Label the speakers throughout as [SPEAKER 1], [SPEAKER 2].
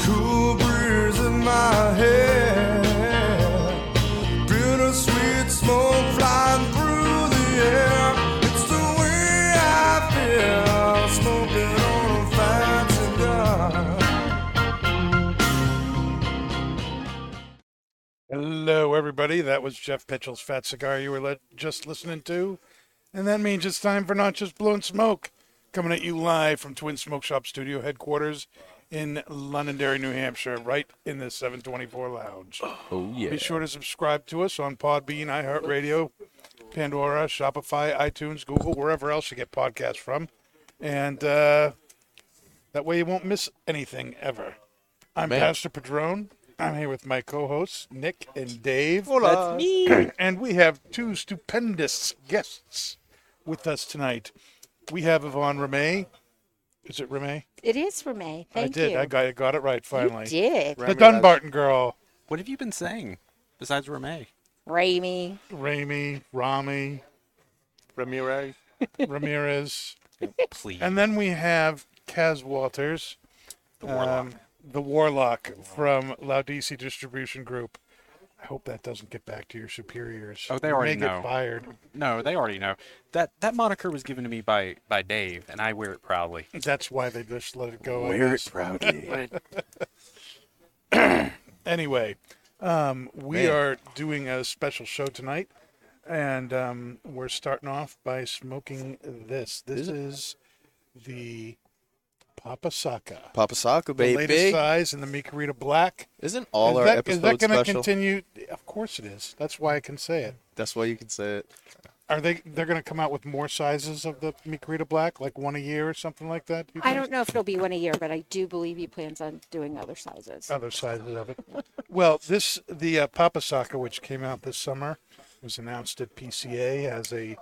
[SPEAKER 1] Cool breeze in my hair. Bittersweet smoke flying through the air. It's the way I feel. Smoking on a fine cigar.
[SPEAKER 2] Hello, everybody. That was Jeff Pitchell's Fat Cigar you were let, just listening to. And that means it's time for Not Just Blowing Smoke, coming at you live from Twin Smoke Shop Studio headquarters in Londonderry, New Hampshire, right in the 724 Lounge.
[SPEAKER 3] Oh yeah.
[SPEAKER 2] Be sure to subscribe to us on Podbean, iHeartRadio, Pandora, Shopify, iTunes, Google, wherever else you get podcasts from. And uh, that way you won't miss anything ever. I'm
[SPEAKER 3] Man.
[SPEAKER 2] Pastor Padron. I'm here with my co hosts, Nick and Dave.
[SPEAKER 3] That's me.
[SPEAKER 2] And we have two stupendous guests with us tonight. We have Yvonne Ramey. Is it Ramey?
[SPEAKER 4] It is for May. Thank
[SPEAKER 2] I did.
[SPEAKER 4] you.
[SPEAKER 2] I got, I got it right finally.
[SPEAKER 4] you did.
[SPEAKER 2] The Dunbarton girl.
[SPEAKER 3] What have you been saying besides Ramey?
[SPEAKER 4] Raimi.
[SPEAKER 2] Ramey, Rami,
[SPEAKER 5] Ramirez.
[SPEAKER 2] Ramirez.
[SPEAKER 3] Please.
[SPEAKER 2] And then we have Kaz Walters, the warlock, um, the warlock from Laodice Distribution Group. I hope that doesn't get back to your superiors.
[SPEAKER 3] Oh, they
[SPEAKER 2] You
[SPEAKER 3] already
[SPEAKER 2] may get
[SPEAKER 3] know.
[SPEAKER 2] fired.
[SPEAKER 3] no, they already know that that moniker was given to me by by Dave, and I wear it proudly.
[SPEAKER 2] That's why they just let it go. I guess.
[SPEAKER 5] proudly.
[SPEAKER 2] anyway, um, we
[SPEAKER 3] Man.
[SPEAKER 2] are doing a special show tonight, and um, we're starting off by smoking this. This is the Papa Saka,
[SPEAKER 5] Papa Saka,
[SPEAKER 2] the latest
[SPEAKER 5] baby.
[SPEAKER 2] size in the Mikarita Black.
[SPEAKER 5] Isn't all
[SPEAKER 2] is
[SPEAKER 5] our
[SPEAKER 2] that, is that
[SPEAKER 5] episodes
[SPEAKER 2] gonna
[SPEAKER 5] special?
[SPEAKER 2] continue? Of course it is. That's why I can say it.
[SPEAKER 5] That's why you can say it.
[SPEAKER 2] Are they? They're going to come out with more sizes of the Mikarita Black, like one a year or something like that. do you
[SPEAKER 4] I
[SPEAKER 2] think?
[SPEAKER 4] don't know if it'll be one a year, but I do believe he plans on doing other sizes.
[SPEAKER 2] other sizes of it. Well, this the uh, Papa Saka, which came out this summer, was announced at PCA as a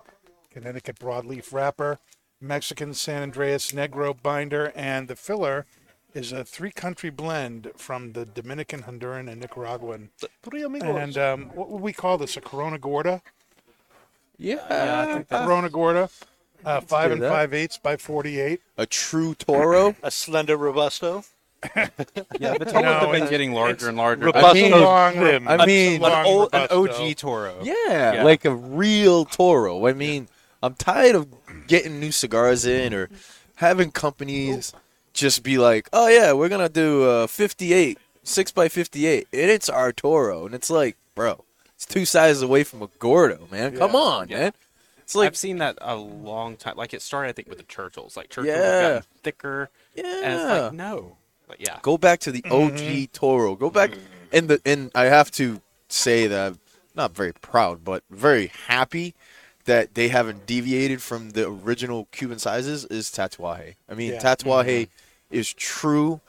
[SPEAKER 2] Connecticut broadleaf wrapper, Mexican San Andreas Negro binder, and the filler is a three-country blend from the Dominican, Honduran, and Nicaraguan. And um, what would we call this? A Corona Gorda?
[SPEAKER 5] Yeah.
[SPEAKER 3] Yeah, I think that-
[SPEAKER 2] Corona Gorda, uh, five
[SPEAKER 5] do
[SPEAKER 2] and
[SPEAKER 5] Ah. that.
[SPEAKER 2] five eighths by forty-eight.
[SPEAKER 5] a true Toro.
[SPEAKER 6] a slender robusto.
[SPEAKER 3] yeah, the Toros
[SPEAKER 2] No,
[SPEAKER 3] have been
[SPEAKER 2] it's-
[SPEAKER 3] getting larger and larger.
[SPEAKER 6] Robusto
[SPEAKER 5] mean-
[SPEAKER 2] Long-
[SPEAKER 6] slim.
[SPEAKER 5] I
[SPEAKER 2] it's a
[SPEAKER 5] mean,
[SPEAKER 2] long
[SPEAKER 3] an, old, an
[SPEAKER 2] Robusto.
[SPEAKER 3] OG Toro.
[SPEAKER 5] yeah,
[SPEAKER 3] Yeah.
[SPEAKER 5] like a real Toro. I mean, I'm tired of getting new cigars in or having companies just be like, "Oh yeah, we're gonna do uh, 58, six by 58, and it's our Toro." And it's like, bro, it's two sizes away from a Gordo, man. Come on, man. It's like,
[SPEAKER 3] I've seen that a long time. Like it started, I think, with the Churchills. Like Churchills
[SPEAKER 5] Yeah.
[SPEAKER 3] have gotten thicker, and it's
[SPEAKER 5] yeah.
[SPEAKER 3] like no, but yeah,
[SPEAKER 5] Go back to the OG
[SPEAKER 2] Mm-hmm.
[SPEAKER 5] Toro. Go back and the and I have to say that I'm not very proud, but very happy that they haven't deviated from the original Cuban sizes is Tatuaje. I mean
[SPEAKER 2] Yeah. Mm-hmm.
[SPEAKER 5] Tatuaje is true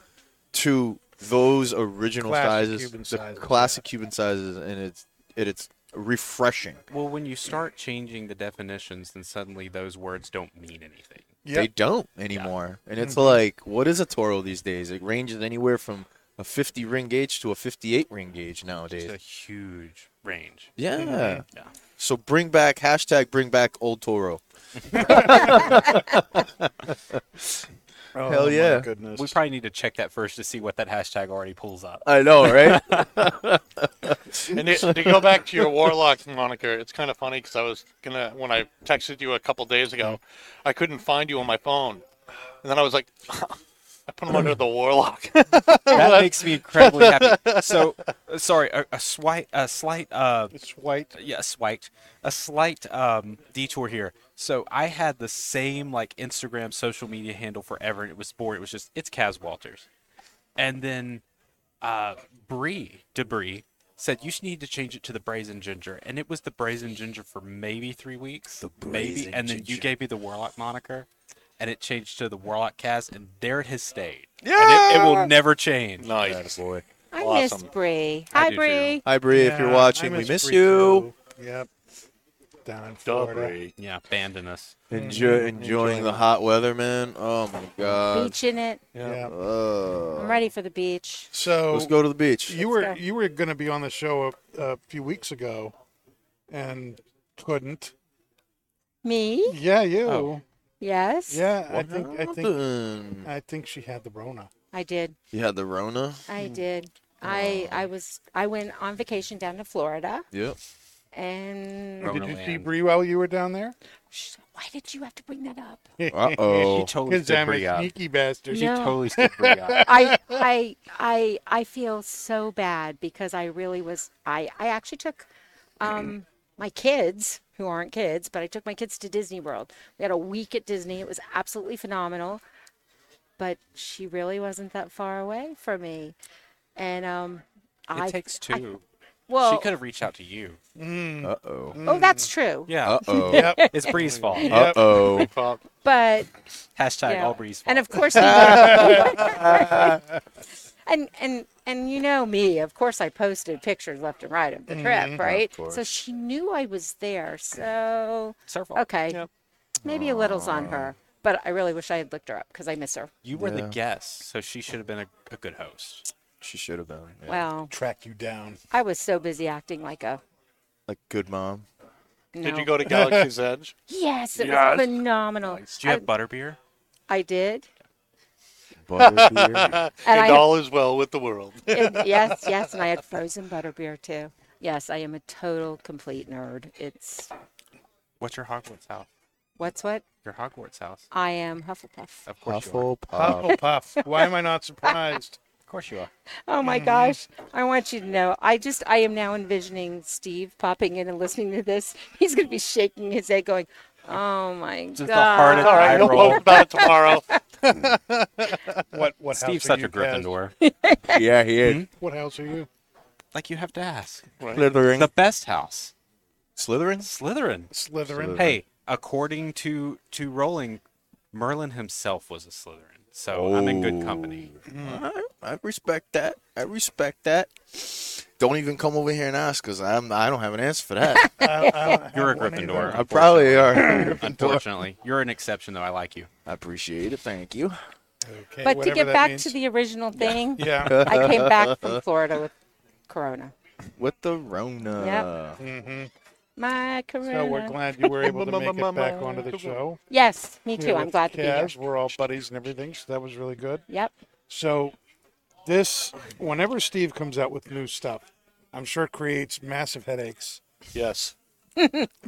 [SPEAKER 5] to those original
[SPEAKER 2] Classic
[SPEAKER 5] sizes,
[SPEAKER 2] Cuban
[SPEAKER 5] the
[SPEAKER 2] sizes,
[SPEAKER 5] classic Cuban sizes, and it's it, it's refreshing.
[SPEAKER 3] Well, when you start changing the definitions, then suddenly those words don't mean anything.
[SPEAKER 5] They
[SPEAKER 2] Yep. Mm-hmm.
[SPEAKER 5] don't anymore, and it's like what is a Toro these days? It ranges anywhere from a 50 ring gauge to a 58 ring gauge nowadays.
[SPEAKER 3] It's a huge range.
[SPEAKER 5] Yeah.
[SPEAKER 3] Yeah.
[SPEAKER 5] So bring back hashtag bring back old Toro.
[SPEAKER 2] Oh,
[SPEAKER 5] Hell
[SPEAKER 2] my
[SPEAKER 5] yeah.
[SPEAKER 2] Goodness.
[SPEAKER 3] We probably need to check that first to see what that hashtag already pulls up.
[SPEAKER 5] I know, right?
[SPEAKER 6] And to, to go back to your warlock moniker, it's kind of funny because I was gonna when I texted you a couple days ago, I couldn't find you on my phone, and then I was like, I put him under the warlock.
[SPEAKER 3] That makes me incredibly happy. So, uh, sorry, a, a, swi- a slight, uh,
[SPEAKER 2] it's white.
[SPEAKER 3] yeah, swiped, a slight um, detour here. So I had the same like Instagram social media handle forever, and it was boring. It was just it's Kaz Walters, and then uh, Bree Debris said you need to change it to the Brazen Ginger, and it was the Brazen Ginger for maybe three weeks, the maybe,
[SPEAKER 5] Brazen
[SPEAKER 3] and then you
[SPEAKER 5] Ginger.
[SPEAKER 3] gave me the Warlock moniker, and it changed to the Warlock Kaz, and there it has stayed. Yeah, and it, it will never change.
[SPEAKER 6] nice.
[SPEAKER 5] boy.
[SPEAKER 4] I miss
[SPEAKER 6] Awesome.
[SPEAKER 4] Bree.
[SPEAKER 3] I
[SPEAKER 4] Hi,
[SPEAKER 3] do too.
[SPEAKER 4] Bree.
[SPEAKER 5] Hi, Bree, if you're watching, we miss you.
[SPEAKER 2] Yep. Down in Florida.
[SPEAKER 6] Dubry.
[SPEAKER 3] Yeah, abandon us.
[SPEAKER 5] Enjoy, enjoying the hot weather, man. Oh my God.
[SPEAKER 4] Beach in it.
[SPEAKER 2] Uh, Yeah.
[SPEAKER 5] Uh,
[SPEAKER 4] I'm ready for the beach.
[SPEAKER 2] So
[SPEAKER 5] let's go to the beach.
[SPEAKER 2] you
[SPEAKER 4] Let's
[SPEAKER 2] were
[SPEAKER 4] go.
[SPEAKER 2] you were going to be on the show a, a few weeks ago, and couldn't.
[SPEAKER 4] Me?
[SPEAKER 2] Yeah, you.
[SPEAKER 3] Oh.
[SPEAKER 4] Yes.
[SPEAKER 2] Yeah, I think I think
[SPEAKER 5] Nothing.
[SPEAKER 2] I think she had the Rona.
[SPEAKER 4] I did.
[SPEAKER 5] You had the Rona.
[SPEAKER 4] I
[SPEAKER 2] Hmm.
[SPEAKER 4] did. I I was I went on vacation down to Florida
[SPEAKER 5] Yep.
[SPEAKER 4] and
[SPEAKER 3] Rona
[SPEAKER 2] Did you see
[SPEAKER 3] land.
[SPEAKER 2] Bree while you were down there?
[SPEAKER 4] Shh, why did you have to bring that up?
[SPEAKER 5] Uh
[SPEAKER 3] She
[SPEAKER 5] oh.
[SPEAKER 3] totally
[SPEAKER 2] Because
[SPEAKER 3] stood
[SPEAKER 2] I'm
[SPEAKER 3] Brie
[SPEAKER 2] a
[SPEAKER 3] up.
[SPEAKER 2] sneaky bastard.
[SPEAKER 3] She
[SPEAKER 4] No.
[SPEAKER 3] totally stood Brie up.
[SPEAKER 4] I I I I feel so bad because I really was I I actually took um my kids who aren't kids, but I took my kids to Disney World. We had a week at Disney. It was absolutely phenomenal. But she really wasn't that far away from me. And um
[SPEAKER 3] It
[SPEAKER 4] I
[SPEAKER 3] takes two.
[SPEAKER 4] well
[SPEAKER 3] she could have reached out to you.
[SPEAKER 5] Uh oh.
[SPEAKER 4] Oh, that's true.
[SPEAKER 3] Yeah,
[SPEAKER 5] Uh oh.
[SPEAKER 2] Yep.
[SPEAKER 3] it's Bree's fault.
[SPEAKER 5] Uh oh.
[SPEAKER 6] Well,
[SPEAKER 4] But
[SPEAKER 3] Hashtag
[SPEAKER 4] Yeah.
[SPEAKER 3] all Bree's fault.
[SPEAKER 4] And of course, he did. and and and you know me. Of course, I posted pictures left and right of the
[SPEAKER 6] Mm-hmm.
[SPEAKER 4] trip, right? So
[SPEAKER 5] course.
[SPEAKER 4] she knew I was there. So
[SPEAKER 3] it's her fault.
[SPEAKER 4] okay,
[SPEAKER 3] Yeah.
[SPEAKER 4] maybe a little's on her. But I really wish I had looked her up because I miss her.
[SPEAKER 3] You were the
[SPEAKER 5] Yeah.
[SPEAKER 3] guest, so she should have been a, a good host.
[SPEAKER 5] She should have been. yeah.
[SPEAKER 4] Well,
[SPEAKER 2] Track you down.
[SPEAKER 4] I was so busy acting like a.
[SPEAKER 5] Like good mom.
[SPEAKER 6] Did
[SPEAKER 4] no.
[SPEAKER 6] you go to Galaxy's Edge?
[SPEAKER 4] Yes, it was
[SPEAKER 6] Yes.
[SPEAKER 4] phenomenal.
[SPEAKER 3] Did you have
[SPEAKER 4] I,
[SPEAKER 3] butterbeer?
[SPEAKER 4] I did.
[SPEAKER 5] Butterbeer.
[SPEAKER 4] And
[SPEAKER 6] And,
[SPEAKER 4] I had-
[SPEAKER 6] all is well with the world.
[SPEAKER 4] And yes, yes, and I had frozen butterbeer too. Yes, I am a total complete nerd. It's
[SPEAKER 3] What's your Hogwarts house?
[SPEAKER 4] what's what
[SPEAKER 3] Your Hogwarts house.
[SPEAKER 4] I am Hufflepuff.
[SPEAKER 3] Of course you are.
[SPEAKER 5] Hufflepuff.
[SPEAKER 2] Hufflepuff. Why am I not surprised?
[SPEAKER 3] Of course you are.
[SPEAKER 4] Oh my gosh. I want you to know. I just, I am now envisioning Steve popping in and listening to this. He's going to be shaking his head, going, Oh my
[SPEAKER 3] Just the
[SPEAKER 4] God.
[SPEAKER 3] hardest
[SPEAKER 6] all right,
[SPEAKER 3] eye
[SPEAKER 6] we'll
[SPEAKER 3] roll.
[SPEAKER 6] post about it tomorrow.
[SPEAKER 2] What what
[SPEAKER 3] Uh, Steve's
[SPEAKER 2] house are
[SPEAKER 3] such
[SPEAKER 2] you
[SPEAKER 3] a Gryffindor.
[SPEAKER 5] yeah, he is.
[SPEAKER 2] Kaz? What house are you?
[SPEAKER 3] like you have to ask.
[SPEAKER 2] Hmm?
[SPEAKER 5] Slytherin.
[SPEAKER 3] The best house,
[SPEAKER 5] Slytherin.
[SPEAKER 3] Slytherin.
[SPEAKER 2] Slytherin.
[SPEAKER 3] Hey, according to to Rowling, Merlin himself was a Slytherin, so I'm in good company.
[SPEAKER 5] I, I respect that. I respect that. Don't even come over here and ask, cause I'm I don't have an answer for that.
[SPEAKER 3] You're a
[SPEAKER 2] one either.
[SPEAKER 3] Gryffindor.
[SPEAKER 5] I probably are.
[SPEAKER 3] unfortunately. Unfortunately, you're an exception though. I like you.
[SPEAKER 5] I appreciate it. Thank you.
[SPEAKER 2] Okay,
[SPEAKER 4] But to
[SPEAKER 2] whatever
[SPEAKER 4] get
[SPEAKER 2] that
[SPEAKER 4] back
[SPEAKER 2] means.
[SPEAKER 4] to the original thing,
[SPEAKER 2] yeah,
[SPEAKER 4] I came back from Florida with Corona.
[SPEAKER 5] With the Rona.
[SPEAKER 4] My Corona.
[SPEAKER 2] so we're glad you were able to make it back onto the show.
[SPEAKER 4] Yes, me too.
[SPEAKER 2] Here
[SPEAKER 4] I'm
[SPEAKER 2] with
[SPEAKER 4] glad to be here.
[SPEAKER 2] Kaz. We're all buddies and everything, so that was really good.
[SPEAKER 4] Yep.
[SPEAKER 2] So, this whenever Steve comes out with new stuff, I'm sure it creates massive headaches
[SPEAKER 6] Yes.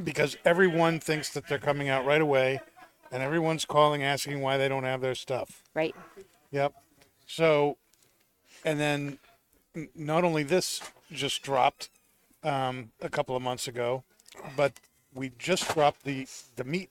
[SPEAKER 2] because everyone thinks that they're coming out right away, and everyone's calling asking why they don't have their stuff.
[SPEAKER 4] Right.
[SPEAKER 2] Yep. So, and then n- not only this just dropped um, a couple of months ago, but we just dropped the the meat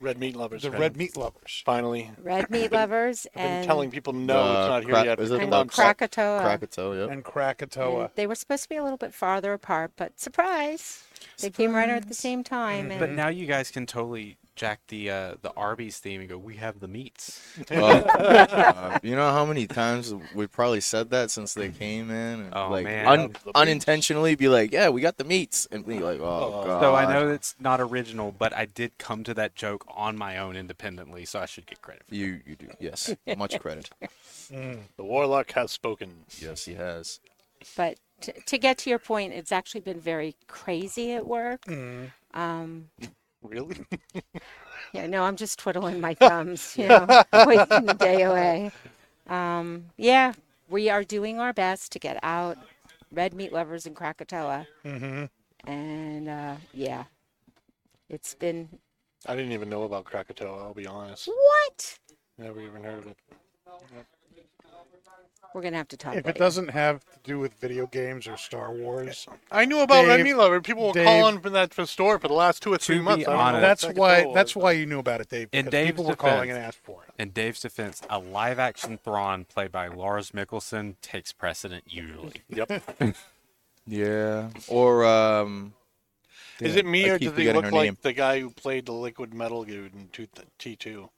[SPEAKER 6] Red meat lovers.
[SPEAKER 2] the red meat lovers.
[SPEAKER 6] Finally.
[SPEAKER 4] Red meat lovers
[SPEAKER 6] I've been
[SPEAKER 4] and,
[SPEAKER 6] telling people no,
[SPEAKER 5] Uh,
[SPEAKER 6] it's not here
[SPEAKER 5] crack-
[SPEAKER 6] yet.
[SPEAKER 5] is
[SPEAKER 6] for
[SPEAKER 5] it
[SPEAKER 6] two
[SPEAKER 4] and
[SPEAKER 5] about
[SPEAKER 6] months.
[SPEAKER 5] crack-
[SPEAKER 4] Krakatoa.
[SPEAKER 5] Krakatoa. Yep.
[SPEAKER 2] And
[SPEAKER 4] And
[SPEAKER 2] Krakatoa.
[SPEAKER 4] They were supposed to be a little bit farther apart, but surprise, they came right out at the same time. And
[SPEAKER 3] Mm-hmm. But now you guys can totally jack the uh, the Arby's theme and go. We have the meats.
[SPEAKER 5] Well, uh, you know how many times we probably said that since they came in, and
[SPEAKER 3] Oh,
[SPEAKER 5] like
[SPEAKER 3] man.
[SPEAKER 5] un-
[SPEAKER 6] Love the meats.
[SPEAKER 5] unintentionally be like, "Yeah, we got the meats," and be like, "Oh, god."
[SPEAKER 3] So I know it's not original, but I did come to that joke on my own independently, so I should get credit. For
[SPEAKER 5] you you do yes, much credit.
[SPEAKER 6] The warlock has spoken.
[SPEAKER 5] Yes, he has.
[SPEAKER 4] but to, to get to your point, it's actually been very crazy at work.
[SPEAKER 2] Mm.
[SPEAKER 4] Um,
[SPEAKER 6] Really?
[SPEAKER 4] yeah, no, I'm just twiddling my thumbs, you know, wasting the day away. Um, yeah, we are doing our best to get out red meat lovers in Krakatoa,
[SPEAKER 2] Mm-hmm.
[SPEAKER 4] and uh, yeah, it's been
[SPEAKER 6] I didn't even know about Krakatoa, I'll be honest.
[SPEAKER 4] what
[SPEAKER 6] Never even heard of it.
[SPEAKER 4] we're gonna have to talk.
[SPEAKER 2] If it
[SPEAKER 4] later.
[SPEAKER 2] doesn't have to do with video games or Star Wars,
[SPEAKER 6] I knew about Red
[SPEAKER 2] Dave-
[SPEAKER 6] Meat Lover. People were
[SPEAKER 2] Dave-
[SPEAKER 6] calling for that for store for the last two or three
[SPEAKER 3] be
[SPEAKER 6] months. I don't know
[SPEAKER 3] honest-
[SPEAKER 6] what
[SPEAKER 2] that's
[SPEAKER 6] Krakatoa
[SPEAKER 2] why
[SPEAKER 6] was.
[SPEAKER 2] that's why you knew about it, Dave.
[SPEAKER 3] In
[SPEAKER 2] Because
[SPEAKER 3] Dave's
[SPEAKER 2] people were calling and
[SPEAKER 3] defense-
[SPEAKER 2] asked for it.
[SPEAKER 3] In Dave's defense, a live action Thrawn played by Lars Mickelson takes precedent usually.
[SPEAKER 6] Yep.
[SPEAKER 5] Yeah. Or um.
[SPEAKER 6] Is
[SPEAKER 5] yeah,
[SPEAKER 6] it me
[SPEAKER 5] I
[SPEAKER 6] or
[SPEAKER 5] keep
[SPEAKER 6] does he
[SPEAKER 5] forgetting
[SPEAKER 6] look
[SPEAKER 5] her
[SPEAKER 6] like
[SPEAKER 5] name.
[SPEAKER 6] the guy who played the liquid metal dude in T two?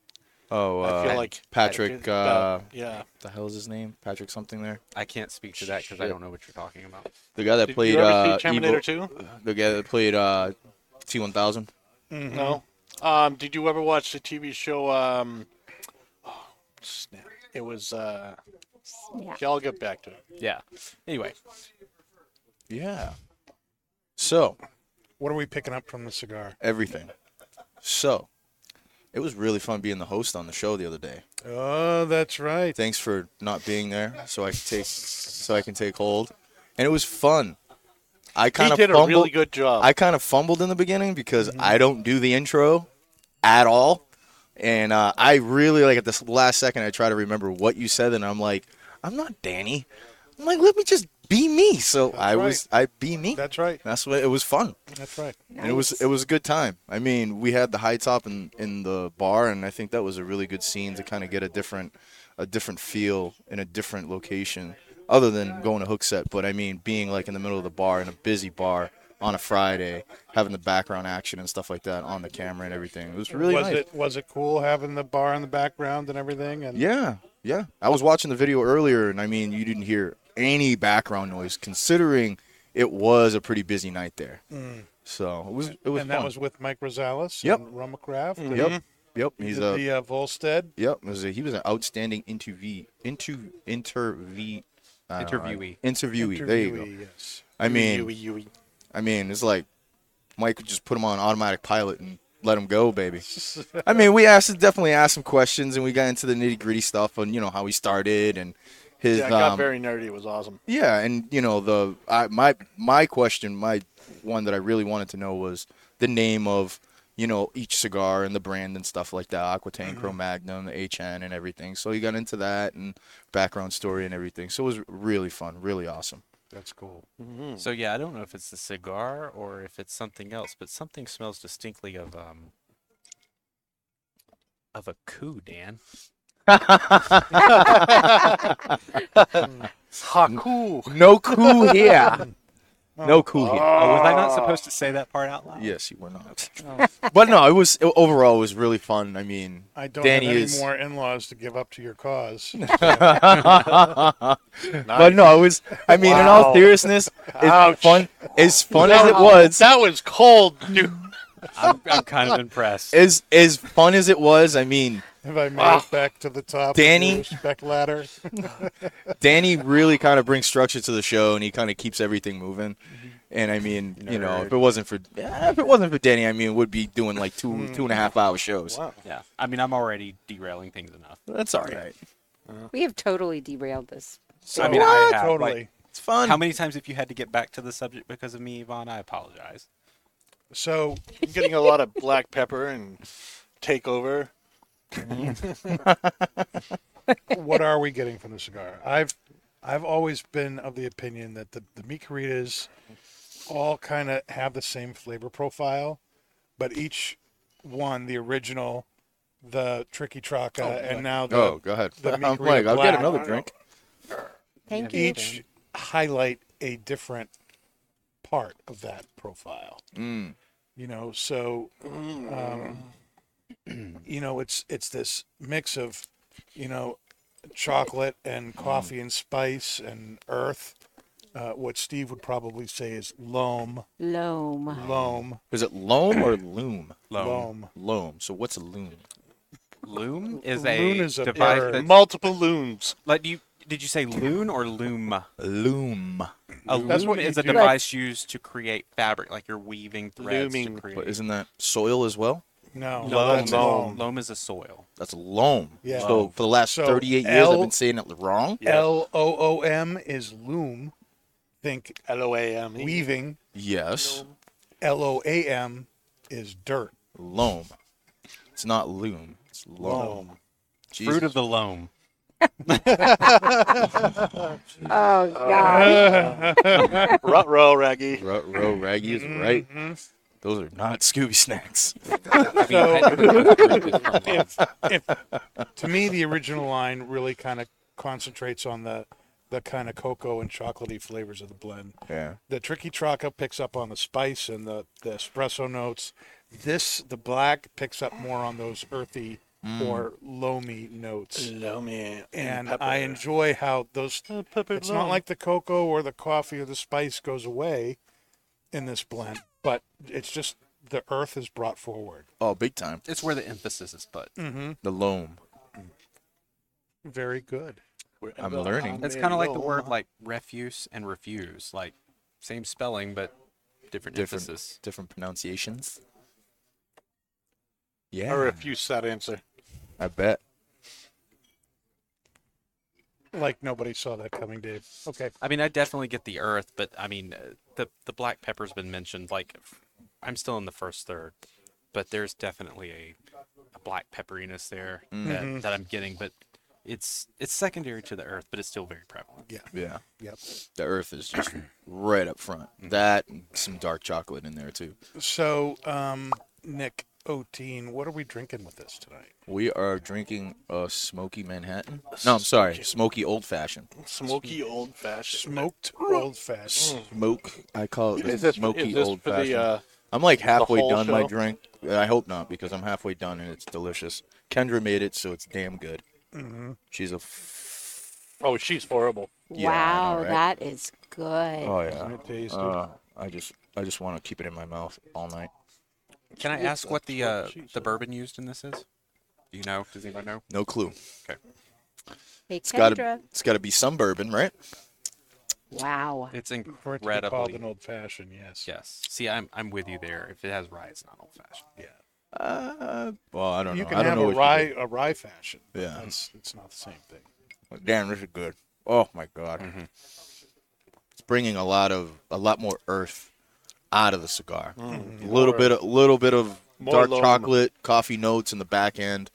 [SPEAKER 5] Oh, uh,
[SPEAKER 6] I feel like
[SPEAKER 5] Patrick. Uh,
[SPEAKER 6] yeah,
[SPEAKER 5] the hell is his name? Patrick something there.
[SPEAKER 3] I can't speak to that because I
[SPEAKER 5] Shit.
[SPEAKER 3] don't know what you're talking about.
[SPEAKER 5] The guy that
[SPEAKER 6] did
[SPEAKER 5] played
[SPEAKER 6] you ever
[SPEAKER 5] uh,
[SPEAKER 6] see Terminator Two?
[SPEAKER 5] Evil- The guy that played uh, T1000. Mm-hmm.
[SPEAKER 6] No. Um, did you ever watch the TV show? Um, oh, snap! It was. Uh,
[SPEAKER 4] Yeah.
[SPEAKER 6] okay, I'll get back to it.
[SPEAKER 3] Yeah. Anyway,
[SPEAKER 5] Yeah. So
[SPEAKER 2] What are we picking up from the cigar?
[SPEAKER 5] everything. So it was really fun being the host on the show the other day.
[SPEAKER 2] Oh, that's right.
[SPEAKER 5] Thanks for not being there, so I can take so I can take hold. And it was fun. I kind
[SPEAKER 6] He
[SPEAKER 5] of
[SPEAKER 6] did
[SPEAKER 5] fumbled.
[SPEAKER 6] a really good job.
[SPEAKER 5] I kind of fumbled in the beginning because I don't do the intro at all. And uh, I really like at this last second I try to remember what you said and I'm like, I'm not Danny. I'm like, let me just be me. So I was I be me.
[SPEAKER 2] That's right.
[SPEAKER 5] That's what it was fun.
[SPEAKER 2] That's right.
[SPEAKER 5] And it was it was a good time. I mean, we had the high top in, in the bar and I think that was a really good scene to kind of get a different a different feel in a different location other than going to hook set, but I mean being like in the middle of the bar in a busy bar on a Friday, having the background action and stuff like that on the camera and everything. It was really
[SPEAKER 2] was
[SPEAKER 5] nice.
[SPEAKER 2] it was it cool having the bar in the background and everything? And
[SPEAKER 5] Yeah. Yeah. I was watching the video earlier and I mean, you didn't hear any background noise considering it was a pretty busy night there. So, it was it was
[SPEAKER 2] Mm. and that
[SPEAKER 5] fun.
[SPEAKER 2] was with Mike Rosales
[SPEAKER 5] Yep. Mm-hmm.
[SPEAKER 2] and Rumacraft. and
[SPEAKER 5] Yep. Yep. He's a
[SPEAKER 2] the uh, Volstead.
[SPEAKER 5] Yep, it was a, he was an outstanding interview, into intervie, I don't know,
[SPEAKER 3] Interviewee.
[SPEAKER 5] interviewee. There you go.
[SPEAKER 2] interviewee, Yes.
[SPEAKER 5] I
[SPEAKER 6] Yui,
[SPEAKER 5] mean,
[SPEAKER 6] yui.
[SPEAKER 5] I mean, it's like Mike would just put him on automatic pilot and let him go, baby. I mean, we asked definitely asked some questions and we got into the nitty gritty stuff on you know how he started and his
[SPEAKER 6] Yeah, it got
[SPEAKER 5] um,
[SPEAKER 6] very nerdy. It was awesome.
[SPEAKER 5] yeah, and you know the I, my my question, my one that I really wanted to know was the name of you know each cigar and the brand and stuff like that, Aquitaine, Cro Magnum, the HN, and everything. So he got into that and background story and everything. So it was really fun, really awesome.
[SPEAKER 2] That's cool.
[SPEAKER 3] so yeah, I don't know if it's the cigar or if it's something else, but something smells distinctly of um of a coup, Dan.
[SPEAKER 6] Haku.
[SPEAKER 5] No cool here. No cool here.
[SPEAKER 3] Oh, was I not supposed to say that part out loud?
[SPEAKER 5] Yes, you were not. but no, it was overall it was really fun. I mean,
[SPEAKER 2] I don't
[SPEAKER 5] Danny
[SPEAKER 2] have any
[SPEAKER 5] is-
[SPEAKER 2] more in-laws to give up to your cause.
[SPEAKER 5] but no, it was. I mean, in all seriousness, it's fun. As fun as it was,
[SPEAKER 6] That was cold, dude.
[SPEAKER 3] I'm, I'm kind of impressed.
[SPEAKER 5] as as fun as it was, I mean,
[SPEAKER 2] Have I made it back to the top? of
[SPEAKER 5] Ah. Danny?
[SPEAKER 2] the respect ladder.
[SPEAKER 5] Danny really kind of brings structure to the show, and he kind of keeps everything moving.
[SPEAKER 2] Mm-hmm.
[SPEAKER 5] And I mean, you know, if it wasn't for yeah, if it wasn't for Danny, I mean, we'd be doing like two
[SPEAKER 2] Mm.
[SPEAKER 5] two and a half hour shows.
[SPEAKER 3] yeah. I mean, I'm already derailing things enough.
[SPEAKER 5] That's all right.
[SPEAKER 4] We have totally derailed this.
[SPEAKER 3] I mean, I have,
[SPEAKER 2] totally.
[SPEAKER 3] like,
[SPEAKER 5] It's fun.
[SPEAKER 3] how many times have you had to get back to the subject because of me, Yvonne? I apologize.
[SPEAKER 2] So
[SPEAKER 6] I'm getting a lot of black pepper and takeover.
[SPEAKER 2] what are we getting from the cigar? I've I've always been of the opinion that the, the Micaritas all kind of have the same flavor profile, but each one, the original, the Tricky Traca, and now the,
[SPEAKER 5] Oh, go ahead.
[SPEAKER 2] The
[SPEAKER 5] I'm
[SPEAKER 2] meat
[SPEAKER 5] like,
[SPEAKER 2] green
[SPEAKER 5] I'll get
[SPEAKER 2] black.
[SPEAKER 5] another drink.
[SPEAKER 4] Thank you.
[SPEAKER 2] each highlight a different part of that profile.
[SPEAKER 3] Mm.
[SPEAKER 2] You know, so um, you know it's it's this mix of you know chocolate
[SPEAKER 3] Mm.
[SPEAKER 2] and coffee and spice and earth. Uh, what Steve would probably say is loam,
[SPEAKER 4] Loam.
[SPEAKER 2] loam,
[SPEAKER 5] Is it loam or loom?
[SPEAKER 3] Loam.
[SPEAKER 2] loam.
[SPEAKER 5] Loam. So what's a loom?
[SPEAKER 3] Loom is
[SPEAKER 2] Loon
[SPEAKER 3] a
[SPEAKER 2] is a
[SPEAKER 3] device
[SPEAKER 2] bird.
[SPEAKER 3] that.
[SPEAKER 6] Multiple loons.
[SPEAKER 3] Like, do you did you say loon or loom?
[SPEAKER 5] Loom.
[SPEAKER 3] A
[SPEAKER 2] That's
[SPEAKER 3] loom
[SPEAKER 2] what you
[SPEAKER 3] is a
[SPEAKER 2] do.
[SPEAKER 3] device used to create fabric, like you're weaving threads
[SPEAKER 6] Looming.
[SPEAKER 3] to create.
[SPEAKER 5] But isn't that soil as well?
[SPEAKER 2] No,
[SPEAKER 3] loam,
[SPEAKER 2] that's
[SPEAKER 3] loam. Loam is a soil.
[SPEAKER 5] That's loam.
[SPEAKER 2] Yeah.
[SPEAKER 5] So for the last
[SPEAKER 2] So
[SPEAKER 5] 38 years, I've
[SPEAKER 2] L-
[SPEAKER 5] been saying it wrong.
[SPEAKER 2] L O O M is loom. Think
[SPEAKER 6] L O A M.
[SPEAKER 2] weaving.
[SPEAKER 5] Yes.
[SPEAKER 2] L O A M is dirt.
[SPEAKER 5] Loam. It's not loom. It's loam. Jesus.
[SPEAKER 3] Fruit of the loam.
[SPEAKER 4] Oh, God.
[SPEAKER 6] Rut row, Raggy.
[SPEAKER 5] Row, row Raggy is right. Those are not Scooby snacks.
[SPEAKER 3] I mean, technically, fruit is from loam.
[SPEAKER 2] to me, the original line really kind of concentrates on the the kind of cocoa and chocolatey flavors of the blend.
[SPEAKER 5] Yeah.
[SPEAKER 2] The tricky traca picks up on the spice and the, the espresso notes. This the black picks up more on those earthy or low meat notes.
[SPEAKER 6] No man.
[SPEAKER 2] And I enjoy how those. It's not like the cocoa or the coffee or the spice goes away in this blend, but it's just the earth is brought forward.
[SPEAKER 5] Oh, big time.
[SPEAKER 3] It's where the emphasis is put.
[SPEAKER 2] Mm-hmm.
[SPEAKER 5] The loam.
[SPEAKER 2] Very good.
[SPEAKER 5] I'm learning.
[SPEAKER 3] It's kind of like the word like refuse and refuse, like same spelling but different,
[SPEAKER 5] Different,
[SPEAKER 3] emphasis.
[SPEAKER 5] different pronunciations.
[SPEAKER 6] I
[SPEAKER 5] Yeah.
[SPEAKER 6] refuse that answer.
[SPEAKER 5] I bet.
[SPEAKER 2] Like nobody saw that coming, Dave. Okay.
[SPEAKER 3] I mean, I definitely get the earth, but I mean, uh, the the black pepper's been mentioned. Like, f- I'm still in the first third, but there's definitely a, a black pepperiness there that, that I'm getting, but it's it's secondary to the earth, but it's still very prevalent.
[SPEAKER 5] Yeah.
[SPEAKER 2] Yep.
[SPEAKER 5] The earth is just right up front. That and some dark chocolate in there too.
[SPEAKER 2] So, um, Nick Oteen, what are we drinking with this tonight?
[SPEAKER 5] We are drinking a smoky Manhattan. No, I'm sorry, smoky old fashioned.
[SPEAKER 6] Smoky old fashioned.
[SPEAKER 2] Smoked old fashioned.
[SPEAKER 5] Smoke. I call it the
[SPEAKER 6] Is this
[SPEAKER 5] smoky
[SPEAKER 6] is this
[SPEAKER 5] old
[SPEAKER 6] for
[SPEAKER 5] fashioned.
[SPEAKER 6] the uh,
[SPEAKER 5] I'm like halfway
[SPEAKER 6] whole
[SPEAKER 5] done my
[SPEAKER 6] show?
[SPEAKER 5] drink. I hope not because I'm halfway done and it's delicious. Kendra made it, so it's damn good. She's a f-
[SPEAKER 6] Oh, she's horrible.
[SPEAKER 5] Yeah, I
[SPEAKER 4] wow,
[SPEAKER 5] know, right?
[SPEAKER 4] that is good.
[SPEAKER 5] oh yeah.
[SPEAKER 2] It tasted-
[SPEAKER 5] Uh, I just I just want to keep it in my mouth all night.
[SPEAKER 3] Can I ask what the uh, the bourbon used in this is? Do you know? Does anybody know?
[SPEAKER 5] No clue.
[SPEAKER 4] Hey,
[SPEAKER 5] It's got
[SPEAKER 4] Kendra.
[SPEAKER 5] to it's got to be some bourbon, right?
[SPEAKER 4] Wow.
[SPEAKER 3] It's
[SPEAKER 2] For it to be called an
[SPEAKER 3] incredibly.
[SPEAKER 2] old fashioned, yes.
[SPEAKER 3] Yes. See, I'm I'm with you there. If it has rye, it's not old fashioned. Yeah.
[SPEAKER 5] Uh, well, I don't
[SPEAKER 2] You
[SPEAKER 5] know.
[SPEAKER 2] can
[SPEAKER 5] I don't
[SPEAKER 2] have
[SPEAKER 5] know
[SPEAKER 2] a
[SPEAKER 5] what you
[SPEAKER 2] rye a rye fashion. but
[SPEAKER 5] Yeah.
[SPEAKER 2] That's, it's not the same thing. Mm-hmm.
[SPEAKER 5] Like, Damn, this is good. Oh my god, it's bringing a lot of a lot more earth out of the cigar.
[SPEAKER 2] Mm-hmm.
[SPEAKER 5] A little bit, a little bit of
[SPEAKER 6] More
[SPEAKER 5] dark
[SPEAKER 6] loam.
[SPEAKER 5] chocolate, coffee notes in the back end.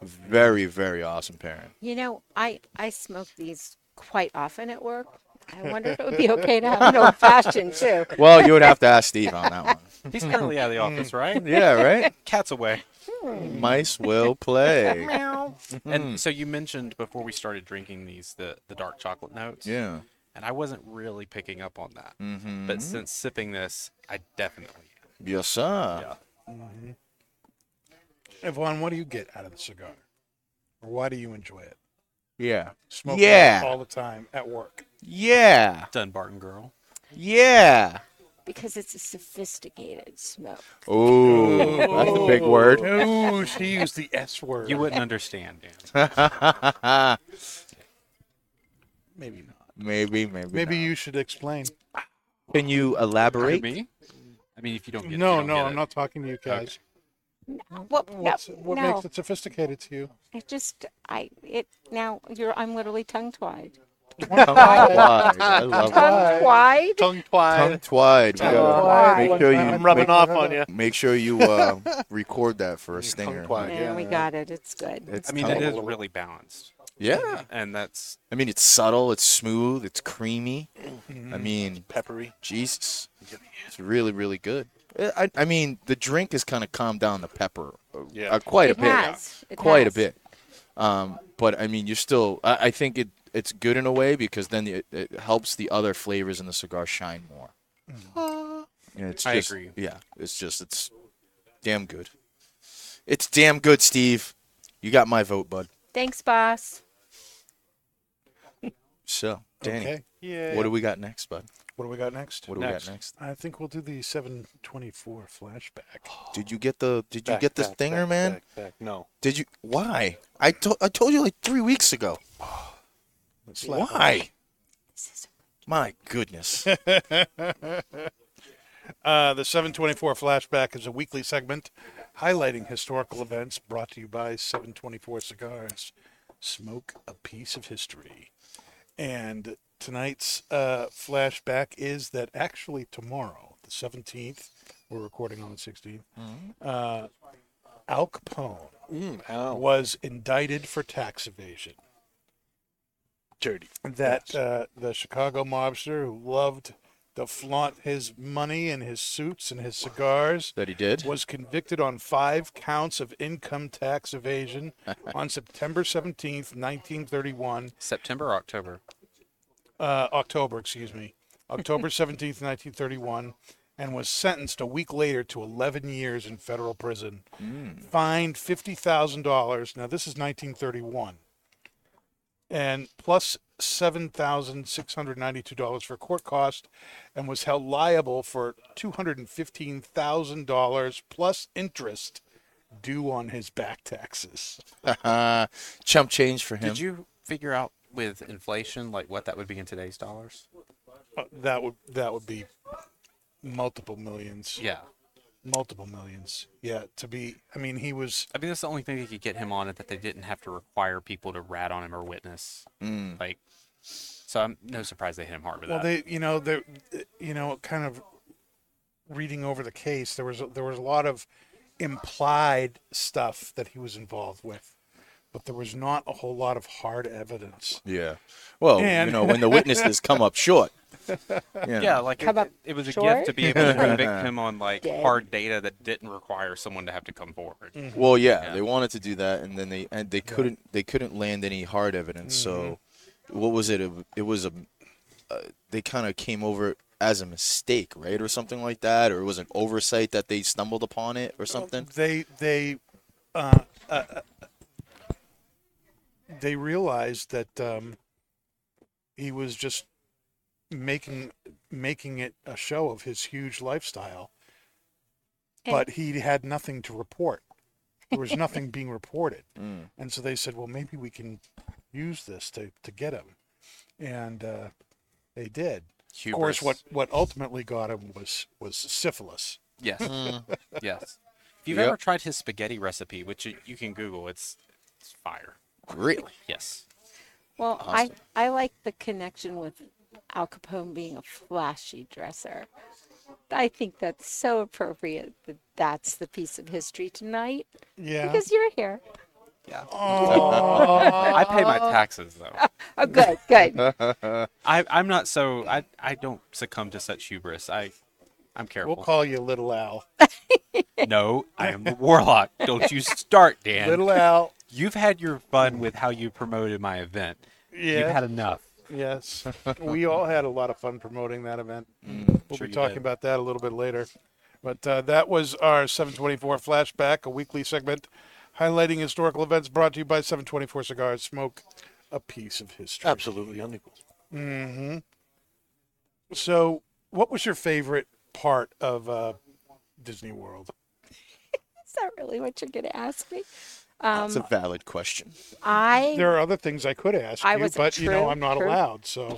[SPEAKER 5] Very, very awesome pairing.
[SPEAKER 4] You know, I I smoke these quite often at work. I wonder if it would be okay to have an old fashioned too.
[SPEAKER 5] Well, you would have to ask Steve on that one.
[SPEAKER 3] He's currently out of the office, right?
[SPEAKER 5] Yeah, right.
[SPEAKER 3] Cat's away.
[SPEAKER 5] Mice will play.
[SPEAKER 3] And so you mentioned before we started drinking these the the dark chocolate notes.
[SPEAKER 5] Yeah.
[SPEAKER 3] And I wasn't really picking up on that.
[SPEAKER 5] Mm-hmm.
[SPEAKER 3] But since sipping this, I definitely am.
[SPEAKER 5] Yes, sir.
[SPEAKER 3] Yeah.
[SPEAKER 2] Yvonne, what do you get out of the cigar? Or why do you enjoy it?
[SPEAKER 5] Yeah.
[SPEAKER 2] Smoke
[SPEAKER 5] Yeah.
[SPEAKER 2] it all the time at work.
[SPEAKER 5] Yeah.
[SPEAKER 3] Dunbarton girl.
[SPEAKER 5] Yeah.
[SPEAKER 4] Because it's a sophisticated smoke.
[SPEAKER 5] Oh, that's a big word.
[SPEAKER 2] Oh, she used the S word.
[SPEAKER 3] You wouldn't understand, Dan.
[SPEAKER 2] Maybe not.
[SPEAKER 5] maybe, maybe.
[SPEAKER 2] Maybe
[SPEAKER 5] not.
[SPEAKER 2] you should explain.
[SPEAKER 5] Can you elaborate?
[SPEAKER 3] me? I mean, if you don't get it, you
[SPEAKER 2] No,
[SPEAKER 3] don't
[SPEAKER 2] no,
[SPEAKER 3] get
[SPEAKER 2] I'm
[SPEAKER 3] it.
[SPEAKER 2] not talking to you guys.
[SPEAKER 4] What, no,
[SPEAKER 2] What's, what
[SPEAKER 4] no.
[SPEAKER 2] makes it sophisticated to you?
[SPEAKER 4] It just, I, it, now you're, I'm literally tongue twide.
[SPEAKER 5] Tongue-twide. I love that.
[SPEAKER 4] Tongue twide?
[SPEAKER 6] Tongue twine.
[SPEAKER 5] Tongue-twide.
[SPEAKER 4] Tongue-twide.
[SPEAKER 5] We gotta Make sure you
[SPEAKER 6] I'm rubbing
[SPEAKER 5] make,
[SPEAKER 6] off on you.
[SPEAKER 5] make sure you uh, record that for a stinger.
[SPEAKER 6] Tongue-twide.
[SPEAKER 4] Yeah, we got it. It's good.
[SPEAKER 5] It's
[SPEAKER 3] I mean,
[SPEAKER 5] tongue-
[SPEAKER 3] it is really balanced.
[SPEAKER 5] Yeah.
[SPEAKER 3] And that's
[SPEAKER 5] I mean, it's subtle. It's smooth. It's creamy. I mean,
[SPEAKER 6] Peppery.
[SPEAKER 5] Jesus, it's really, really good. Uh, I, I mean, the drink has kind of calmed down the pepper uh,
[SPEAKER 6] Yeah.
[SPEAKER 5] uh, quite a
[SPEAKER 4] It
[SPEAKER 5] bit.
[SPEAKER 4] has. It
[SPEAKER 5] quite
[SPEAKER 4] has.
[SPEAKER 5] a bit. Um, but I mean, you're still. I, I think it it's good in a way because then it, it helps the other flavors in the cigar shine more.
[SPEAKER 4] Mm-hmm.
[SPEAKER 5] And it's
[SPEAKER 3] I
[SPEAKER 5] just,
[SPEAKER 3] agree.
[SPEAKER 5] Yeah, it's just it's damn good. It's damn good, Steve. You got my vote, bud.
[SPEAKER 4] Thanks, boss.
[SPEAKER 5] So, Danny,
[SPEAKER 2] Okay.
[SPEAKER 6] Yeah.
[SPEAKER 5] what do we got next, bud?
[SPEAKER 2] What do we got next?
[SPEAKER 5] What do
[SPEAKER 6] Next.
[SPEAKER 5] we got next?
[SPEAKER 2] I think we'll do the 724 flashback.
[SPEAKER 5] Did you get the Did you get the stinger, man?
[SPEAKER 6] Back, back. No.
[SPEAKER 5] Did you? Why? I told I told you like three weeks ago. Why? My goodness.
[SPEAKER 2] Uh, the 724 flashback is a weekly segment highlighting historical events brought to you by 724 Cigars. Smoke a piece of history. And tonight's uh, flashback is that actually tomorrow, the 17th, we're recording on the 16th, uh, Al Capone
[SPEAKER 6] Uh,
[SPEAKER 2] was indicted for tax evasion.
[SPEAKER 6] Dirty.
[SPEAKER 2] that uh, the Chicago mobster who loved to flaunt his money and his suits and his cigars
[SPEAKER 5] that he did.
[SPEAKER 2] was convicted on five counts of income tax evasion on September 17th, 1931,
[SPEAKER 3] September, October.
[SPEAKER 2] uh, October, excuse me, October 17th, 1931, and was sentenced a week later to 11 years in federal prison, fined $50,000. Now, this is 1931. And plus $7,692 for court costs, and was held liable for $215,000 plus interest due on his back taxes.
[SPEAKER 7] Chump change for him.
[SPEAKER 3] Did you figure out with inflation like what that would be in today's dollars?
[SPEAKER 2] Uh, That would that would be multiple millions.
[SPEAKER 3] Yeah.
[SPEAKER 2] Multiple millions. Yeah, to be I mean he was
[SPEAKER 3] I mean, that's the only thing they could get him on it that they didn't have to require people to rat on him or witness. Like, so I'm no surprise they hit him hard with
[SPEAKER 2] well
[SPEAKER 3] that.
[SPEAKER 2] they you know they you know kind of reading over the case there was there was a lot of implied stuff that he was involved with. But there was not a whole lot of hard evidence.
[SPEAKER 5] Yeah. Well,
[SPEAKER 2] And-
[SPEAKER 5] you know, when the witnesses come up short. you
[SPEAKER 3] yeah,
[SPEAKER 5] know.
[SPEAKER 3] like it,
[SPEAKER 4] Come up
[SPEAKER 3] it- it was a
[SPEAKER 4] short?
[SPEAKER 3] gift to be able to convict him on like
[SPEAKER 4] Dead.
[SPEAKER 3] hard data that didn't require someone to have to come forward.
[SPEAKER 2] Mm.
[SPEAKER 5] Well, yeah,
[SPEAKER 3] Yeah.
[SPEAKER 5] they wanted to do that, and then they and they couldn't they couldn't land any hard evidence. So, what was it? It, it was a uh, they kind of came over it as a mistake, right, or something like that, or it was an oversight that they stumbled upon it or something.
[SPEAKER 2] They they uh, uh, they realized that um, he was just making making it a show of his huge lifestyle,
[SPEAKER 4] And-
[SPEAKER 2] but he had nothing to report. There was nothing being reported, and so they said, "Well, maybe we can use this to to get him," and uh, they did. Of course,
[SPEAKER 3] Hubris.
[SPEAKER 2] what what ultimately got him was was syphilis.
[SPEAKER 3] Yes. yes. If you've
[SPEAKER 5] Yep.
[SPEAKER 3] ever tried his spaghetti recipe, which you, you can Google, it's, it's fire.
[SPEAKER 5] Really?
[SPEAKER 3] Yes.
[SPEAKER 4] Well, I, I like the connection with Al Capone being a flashy dresser. I think that's so appropriate that that's the piece of history tonight
[SPEAKER 2] Yeah.
[SPEAKER 4] because you're here.
[SPEAKER 3] Yeah. I pay my taxes though.
[SPEAKER 4] Oh, good, good.
[SPEAKER 3] I, I'm not so I, I don't succumb to such hubris. I I'm careful.
[SPEAKER 2] We'll call you Little Al.
[SPEAKER 3] No, I am the warlock. Don't you start, Dan.
[SPEAKER 2] Little Al.
[SPEAKER 3] You've had your fun with how you promoted my event. You've
[SPEAKER 2] Yeah.
[SPEAKER 3] had enough.
[SPEAKER 2] Yes. we all had a lot of fun promoting that event.
[SPEAKER 5] Mm,
[SPEAKER 2] we'll
[SPEAKER 3] sure
[SPEAKER 2] be
[SPEAKER 3] you
[SPEAKER 2] talking
[SPEAKER 3] did.
[SPEAKER 2] about that a little bit later. But uh, that was our 724 Flashback, a weekly segment highlighting historical events brought to you by 724 Cigars. Smoke a piece of history.
[SPEAKER 6] Absolutely unequal.
[SPEAKER 2] So, what was your favorite part of uh, Disney World?
[SPEAKER 4] Is that really what you're going to ask me? Um,
[SPEAKER 5] That's a valid question.
[SPEAKER 4] I
[SPEAKER 2] Uh, There are other things I could ask
[SPEAKER 4] I
[SPEAKER 2] you,
[SPEAKER 4] wasn't
[SPEAKER 2] but you know
[SPEAKER 4] true,
[SPEAKER 2] I'm not
[SPEAKER 4] true.
[SPEAKER 2] allowed. So,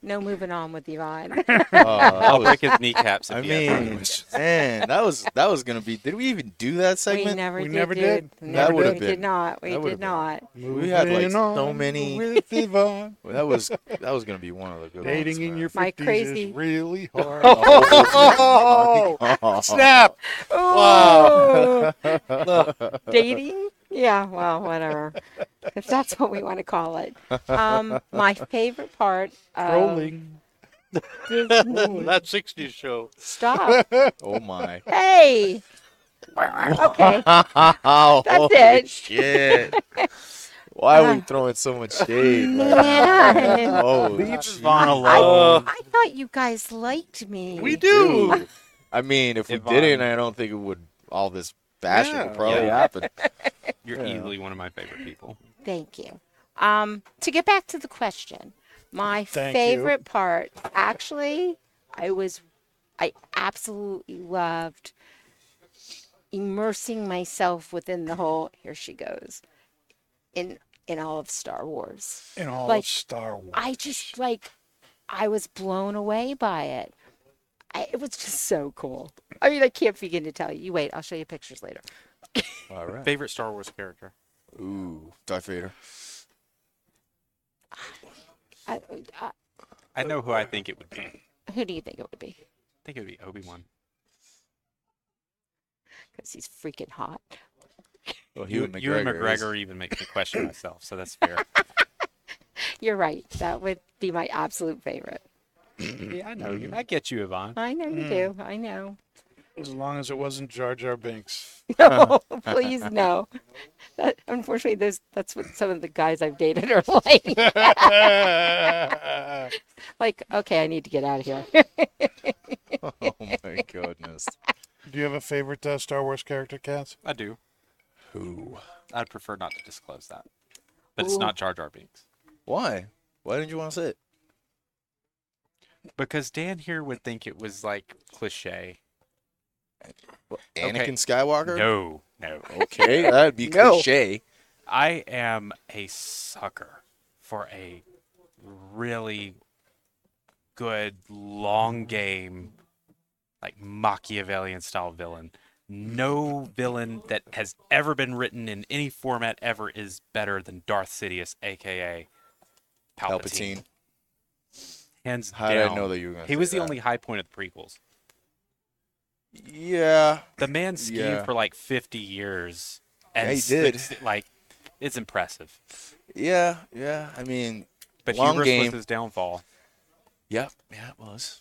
[SPEAKER 4] no moving on with Yvonne.
[SPEAKER 5] Oh,
[SPEAKER 3] I'll break his kneecaps. If
[SPEAKER 5] I
[SPEAKER 3] he asks
[SPEAKER 5] mean, man, that that was that was gonna be. Did we even do that
[SPEAKER 4] we
[SPEAKER 5] segment?
[SPEAKER 4] never
[SPEAKER 2] we
[SPEAKER 4] did.
[SPEAKER 2] never
[SPEAKER 4] do
[SPEAKER 2] did.
[SPEAKER 4] it.
[SPEAKER 2] That
[SPEAKER 4] Never did.
[SPEAKER 5] would've
[SPEAKER 4] We
[SPEAKER 5] been-
[SPEAKER 4] did not. We
[SPEAKER 5] that would've
[SPEAKER 4] did
[SPEAKER 5] been-
[SPEAKER 4] not.
[SPEAKER 5] We had, like,
[SPEAKER 2] Moving on
[SPEAKER 5] so many-
[SPEAKER 2] with Yvonne.
[SPEAKER 5] Well, that was that was gonna be one of the good
[SPEAKER 2] Dating in
[SPEAKER 5] ones.
[SPEAKER 2] your 50s
[SPEAKER 4] My crazy-
[SPEAKER 2] is really hard.
[SPEAKER 5] man. Oh,
[SPEAKER 2] Snap!
[SPEAKER 4] Oh, dating? Yeah, well, whatever. if that's what we want to call it. Um, my favorite part. of
[SPEAKER 2] Rolling.
[SPEAKER 4] Disney-
[SPEAKER 6] That 60s show.
[SPEAKER 4] Stop.
[SPEAKER 5] oh my!
[SPEAKER 4] Hey. Okay.
[SPEAKER 5] Oh,
[SPEAKER 4] That's
[SPEAKER 5] holy
[SPEAKER 4] it.
[SPEAKER 5] Shit! Why
[SPEAKER 2] Ah.
[SPEAKER 5] are we throwing so much shade? man?
[SPEAKER 4] Man.
[SPEAKER 5] Oh,
[SPEAKER 3] Yvonne
[SPEAKER 4] I, I thought you guys liked me.
[SPEAKER 6] We do.
[SPEAKER 5] I mean, if we
[SPEAKER 3] Yvonne.
[SPEAKER 5] didn't, I don't think it would. All this bashing
[SPEAKER 2] Yeah.
[SPEAKER 5] would probably
[SPEAKER 3] Yeah.
[SPEAKER 5] happen.
[SPEAKER 3] You're easily one of my favorite people.
[SPEAKER 4] Thank you. Um, to get back to the question, my
[SPEAKER 2] Thank you.
[SPEAKER 4] favorite part, actually, I was, I absolutely loved immersing myself within the whole. Here she goes, in in all of Star Wars.
[SPEAKER 2] In all
[SPEAKER 4] Like,
[SPEAKER 2] of Star Wars.
[SPEAKER 4] I just like I was blown away by it. I, it was just so cool. I mean, I can't begin to tell you. You wait, I'll show you pictures later.
[SPEAKER 5] All right.
[SPEAKER 3] Favorite Star Wars character?
[SPEAKER 5] Ooh, Darth Vader.
[SPEAKER 4] I, I,
[SPEAKER 3] I know who I think it would be. I
[SPEAKER 4] who do you think it would be?
[SPEAKER 3] think it would be Obi Wan.
[SPEAKER 4] Because he's freaking hot.
[SPEAKER 5] Well,
[SPEAKER 3] You,
[SPEAKER 5] Ewan
[SPEAKER 3] you and
[SPEAKER 5] McGregor is-
[SPEAKER 3] McGregor even make me question myself, so that's fair.
[SPEAKER 4] You're right. That would be my absolute favorite.
[SPEAKER 3] yeah, I know you. I get you, Yvonne.
[SPEAKER 4] I know you do. I know.
[SPEAKER 2] As long as it wasn't Jar Jar Binks.
[SPEAKER 4] No, please no. That, unfortunately, those that's what some of the guys I've dated are like.
[SPEAKER 2] Uh,
[SPEAKER 4] like, okay, I need to get out of here.
[SPEAKER 5] Oh my goodness.
[SPEAKER 2] Do you have a favorite uh, Star Wars character, Cats?
[SPEAKER 3] I do. Who? I'd prefer not to disclose that. But it's not Jar Jar Binks.
[SPEAKER 5] Why? Why didn't you want to say it?
[SPEAKER 3] Because Dan here would think it was like cliche.
[SPEAKER 5] Well,
[SPEAKER 3] Okay.
[SPEAKER 5] Anakin Skywalker?
[SPEAKER 3] No, no.
[SPEAKER 5] Okay, that'd be
[SPEAKER 7] No.
[SPEAKER 5] cliche.
[SPEAKER 3] I am a sucker for a really good long game, like Machiavellian style villain. No villain that has ever been written in any format ever is better than Darth Sidious, aka Palpatine.
[SPEAKER 5] Palpatine.
[SPEAKER 3] Hands
[SPEAKER 5] How
[SPEAKER 3] down.
[SPEAKER 5] did I know that you were gonna
[SPEAKER 3] He
[SPEAKER 5] say
[SPEAKER 3] was the
[SPEAKER 5] that?
[SPEAKER 3] only high point of the prequels.
[SPEAKER 5] Yeah.
[SPEAKER 3] The man schemed
[SPEAKER 5] Yeah.
[SPEAKER 3] for like 50 years.
[SPEAKER 5] Yeah, he
[SPEAKER 3] sticks
[SPEAKER 5] did.
[SPEAKER 3] it- Like, it's impressive.
[SPEAKER 5] Yeah. Yeah. I mean,
[SPEAKER 3] But
[SPEAKER 5] Long
[SPEAKER 3] hubris
[SPEAKER 5] game.
[SPEAKER 3] was his downfall.
[SPEAKER 5] yeah. Yeah, it was.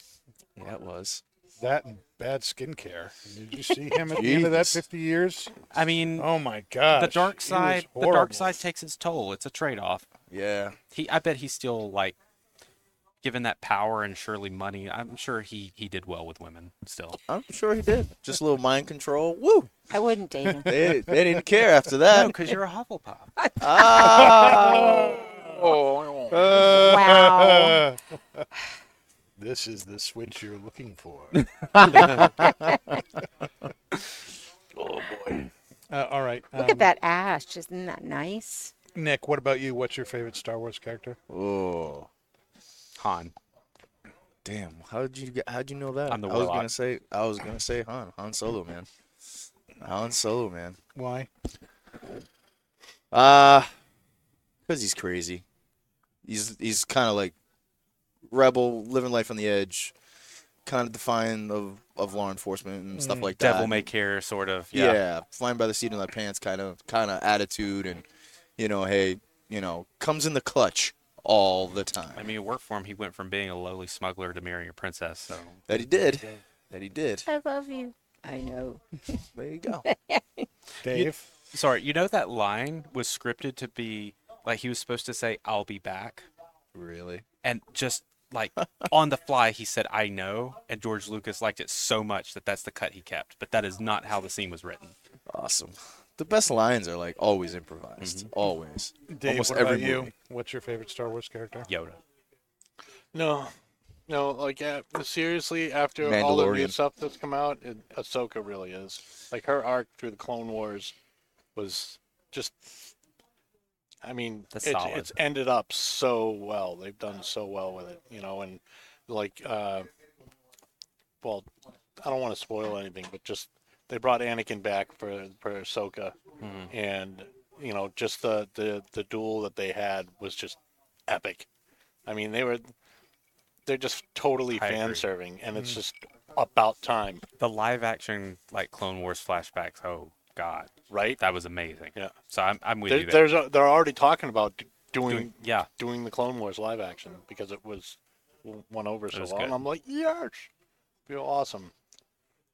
[SPEAKER 5] Yeah, it was.
[SPEAKER 2] That and bad skincare. Did you see him at the end of that
[SPEAKER 5] Jesus.
[SPEAKER 2] 50 years?
[SPEAKER 3] I mean,
[SPEAKER 2] Oh my God.
[SPEAKER 3] the dark side the dark side takes its toll it's a trade-off
[SPEAKER 5] Yeah.
[SPEAKER 3] he i bet he's still like given that power and surely money i'm sure he he did well with women still
[SPEAKER 5] I'm sure he did. Just a little mind control. Woo!
[SPEAKER 4] I wouldn't date him.
[SPEAKER 5] They, they didn't care after that. Ah!
[SPEAKER 3] because you're a hufflepuff
[SPEAKER 6] Oh,
[SPEAKER 4] wow.
[SPEAKER 2] This is the switch you're looking for.
[SPEAKER 5] Oh boy.
[SPEAKER 2] Uh, all right.
[SPEAKER 4] Look
[SPEAKER 2] um,
[SPEAKER 4] at that ash. Isn't that nice?
[SPEAKER 2] Nick, what about you? What's your favorite Star Wars character?
[SPEAKER 5] Oh.
[SPEAKER 3] han
[SPEAKER 5] Damn. How did you get? How would you know that?
[SPEAKER 3] I'm the
[SPEAKER 5] I was
[SPEAKER 3] warlock.
[SPEAKER 5] gonna say. I was gonna say Han. Han Solo, man. Han Solo, man.
[SPEAKER 2] Why?
[SPEAKER 5] Uh because he's crazy. He's he's kind of like rebel, living life on the edge, kind of defiant of of law enforcement and stuff like that.
[SPEAKER 3] Mm, devil may care sort of
[SPEAKER 5] yeah.
[SPEAKER 3] yeah,
[SPEAKER 5] flying by the seat of my pants kind of kind of attitude, and you know, hey, you know, comes in the clutch all the
[SPEAKER 3] i
[SPEAKER 5] time.
[SPEAKER 3] mean it worked for him he went from being a lowly smuggler to marrying a princess so
[SPEAKER 5] That he did. That he did.
[SPEAKER 4] I love you. I know.
[SPEAKER 5] There you go.
[SPEAKER 2] Dave?
[SPEAKER 3] sorry you know that line was scripted to be like he was supposed to say i'll be back
[SPEAKER 5] really?
[SPEAKER 3] and just like on the fly he said i know and george lucas liked it so much that that's the cut he kept but that is not how the scene was written
[SPEAKER 5] Awesome. The best lines are like always improvised.
[SPEAKER 3] Mm-hmm.
[SPEAKER 5] Always.
[SPEAKER 2] Dave,
[SPEAKER 5] Almost
[SPEAKER 2] what
[SPEAKER 5] every
[SPEAKER 2] about you?
[SPEAKER 5] movie.
[SPEAKER 2] What's your favorite Star Wars character?
[SPEAKER 3] yoda
[SPEAKER 6] no, no. Like uh, seriously, after all the new
[SPEAKER 5] Mandalorian.
[SPEAKER 6] stuff that's come out, it, Ahsoka really is. Like her arc through the Clone Wars was just. I mean,
[SPEAKER 3] That's
[SPEAKER 6] it,
[SPEAKER 3] solid.
[SPEAKER 6] it's ended up so well. They've done so well with it, you know, and like, uh, well, I don't want to spoil anything, but just they brought Anakin back for for Ahsoka,
[SPEAKER 3] Hmm.
[SPEAKER 6] and you know, just the the the duel that they had was just epic. I mean, they were they're just totally
[SPEAKER 3] I agree.
[SPEAKER 6] fan serving, and it's just about time,
[SPEAKER 3] the live action like Clone Wars flashbacks. Oh God,
[SPEAKER 6] right?
[SPEAKER 3] that was amazing.
[SPEAKER 6] Yeah.
[SPEAKER 3] So I'm I'm with
[SPEAKER 6] There,
[SPEAKER 3] you there.
[SPEAKER 6] there's a, they're already talking about d- doing,
[SPEAKER 3] Doing- yeah,
[SPEAKER 6] doing the Clone Wars live action because it was w- won over so
[SPEAKER 3] was
[SPEAKER 6] well,
[SPEAKER 3] good.
[SPEAKER 6] and I'm like, yes, feel awesome,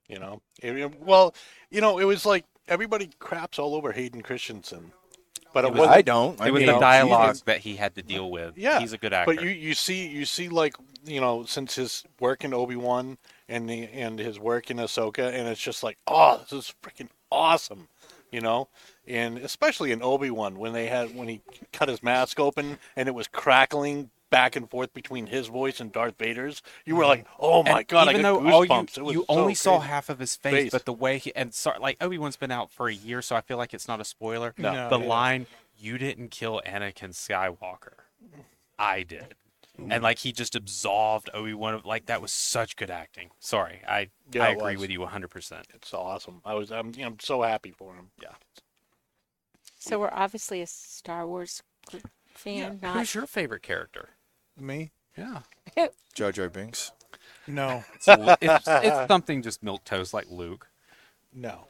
[SPEAKER 6] you know. It- it- well, you know, it was like everybody craps all over Hayden Christensen, but it,
[SPEAKER 3] was-
[SPEAKER 6] was,
[SPEAKER 5] I don't. I
[SPEAKER 3] it was
[SPEAKER 5] mean,
[SPEAKER 3] the
[SPEAKER 5] he's-
[SPEAKER 3] dialogue that he had to deal with.
[SPEAKER 6] Yeah,
[SPEAKER 3] he's a good actor.
[SPEAKER 6] But you, oh you see you see like you know since his work in Obi Wan and the, and his work in Ahsoka, and it's just like oh this is freaking awesome, you know, and especially in Obi Wan when they had when he cut his mask open and it was crackling back and forth between his voice and Darth Vader's, you were like oh my
[SPEAKER 3] Mm-hmm. And
[SPEAKER 6] god,
[SPEAKER 3] even
[SPEAKER 6] I got
[SPEAKER 3] though all you,
[SPEAKER 6] goosebumps. it was
[SPEAKER 3] you
[SPEAKER 6] so
[SPEAKER 3] only saw
[SPEAKER 6] crazy.
[SPEAKER 3] half of his face,
[SPEAKER 6] Face.
[SPEAKER 3] but the way he and sorry, like Obi Wan's been out for a year, so I feel like it's not a spoiler.
[SPEAKER 6] No.
[SPEAKER 2] No,
[SPEAKER 3] the
[SPEAKER 2] Oh, yeah.
[SPEAKER 3] line "You didn't kill Anakin Skywalker, I did," and like he just absolved Obi Wan. Like that was such good acting. Sorry, I
[SPEAKER 6] Yeah,
[SPEAKER 3] I
[SPEAKER 6] it
[SPEAKER 3] agree
[SPEAKER 6] was.
[SPEAKER 3] with you 100. percent
[SPEAKER 6] It's awesome. I was I'm, I'm so happy for him. Yeah.
[SPEAKER 4] So we're obviously a Star Wars gr- fan, not
[SPEAKER 3] Who's your favorite character?
[SPEAKER 2] Me?
[SPEAKER 3] Yeah.
[SPEAKER 5] Jar Jar Binks.
[SPEAKER 2] No.
[SPEAKER 3] it's, it's something just milk toast like Luke.
[SPEAKER 2] No.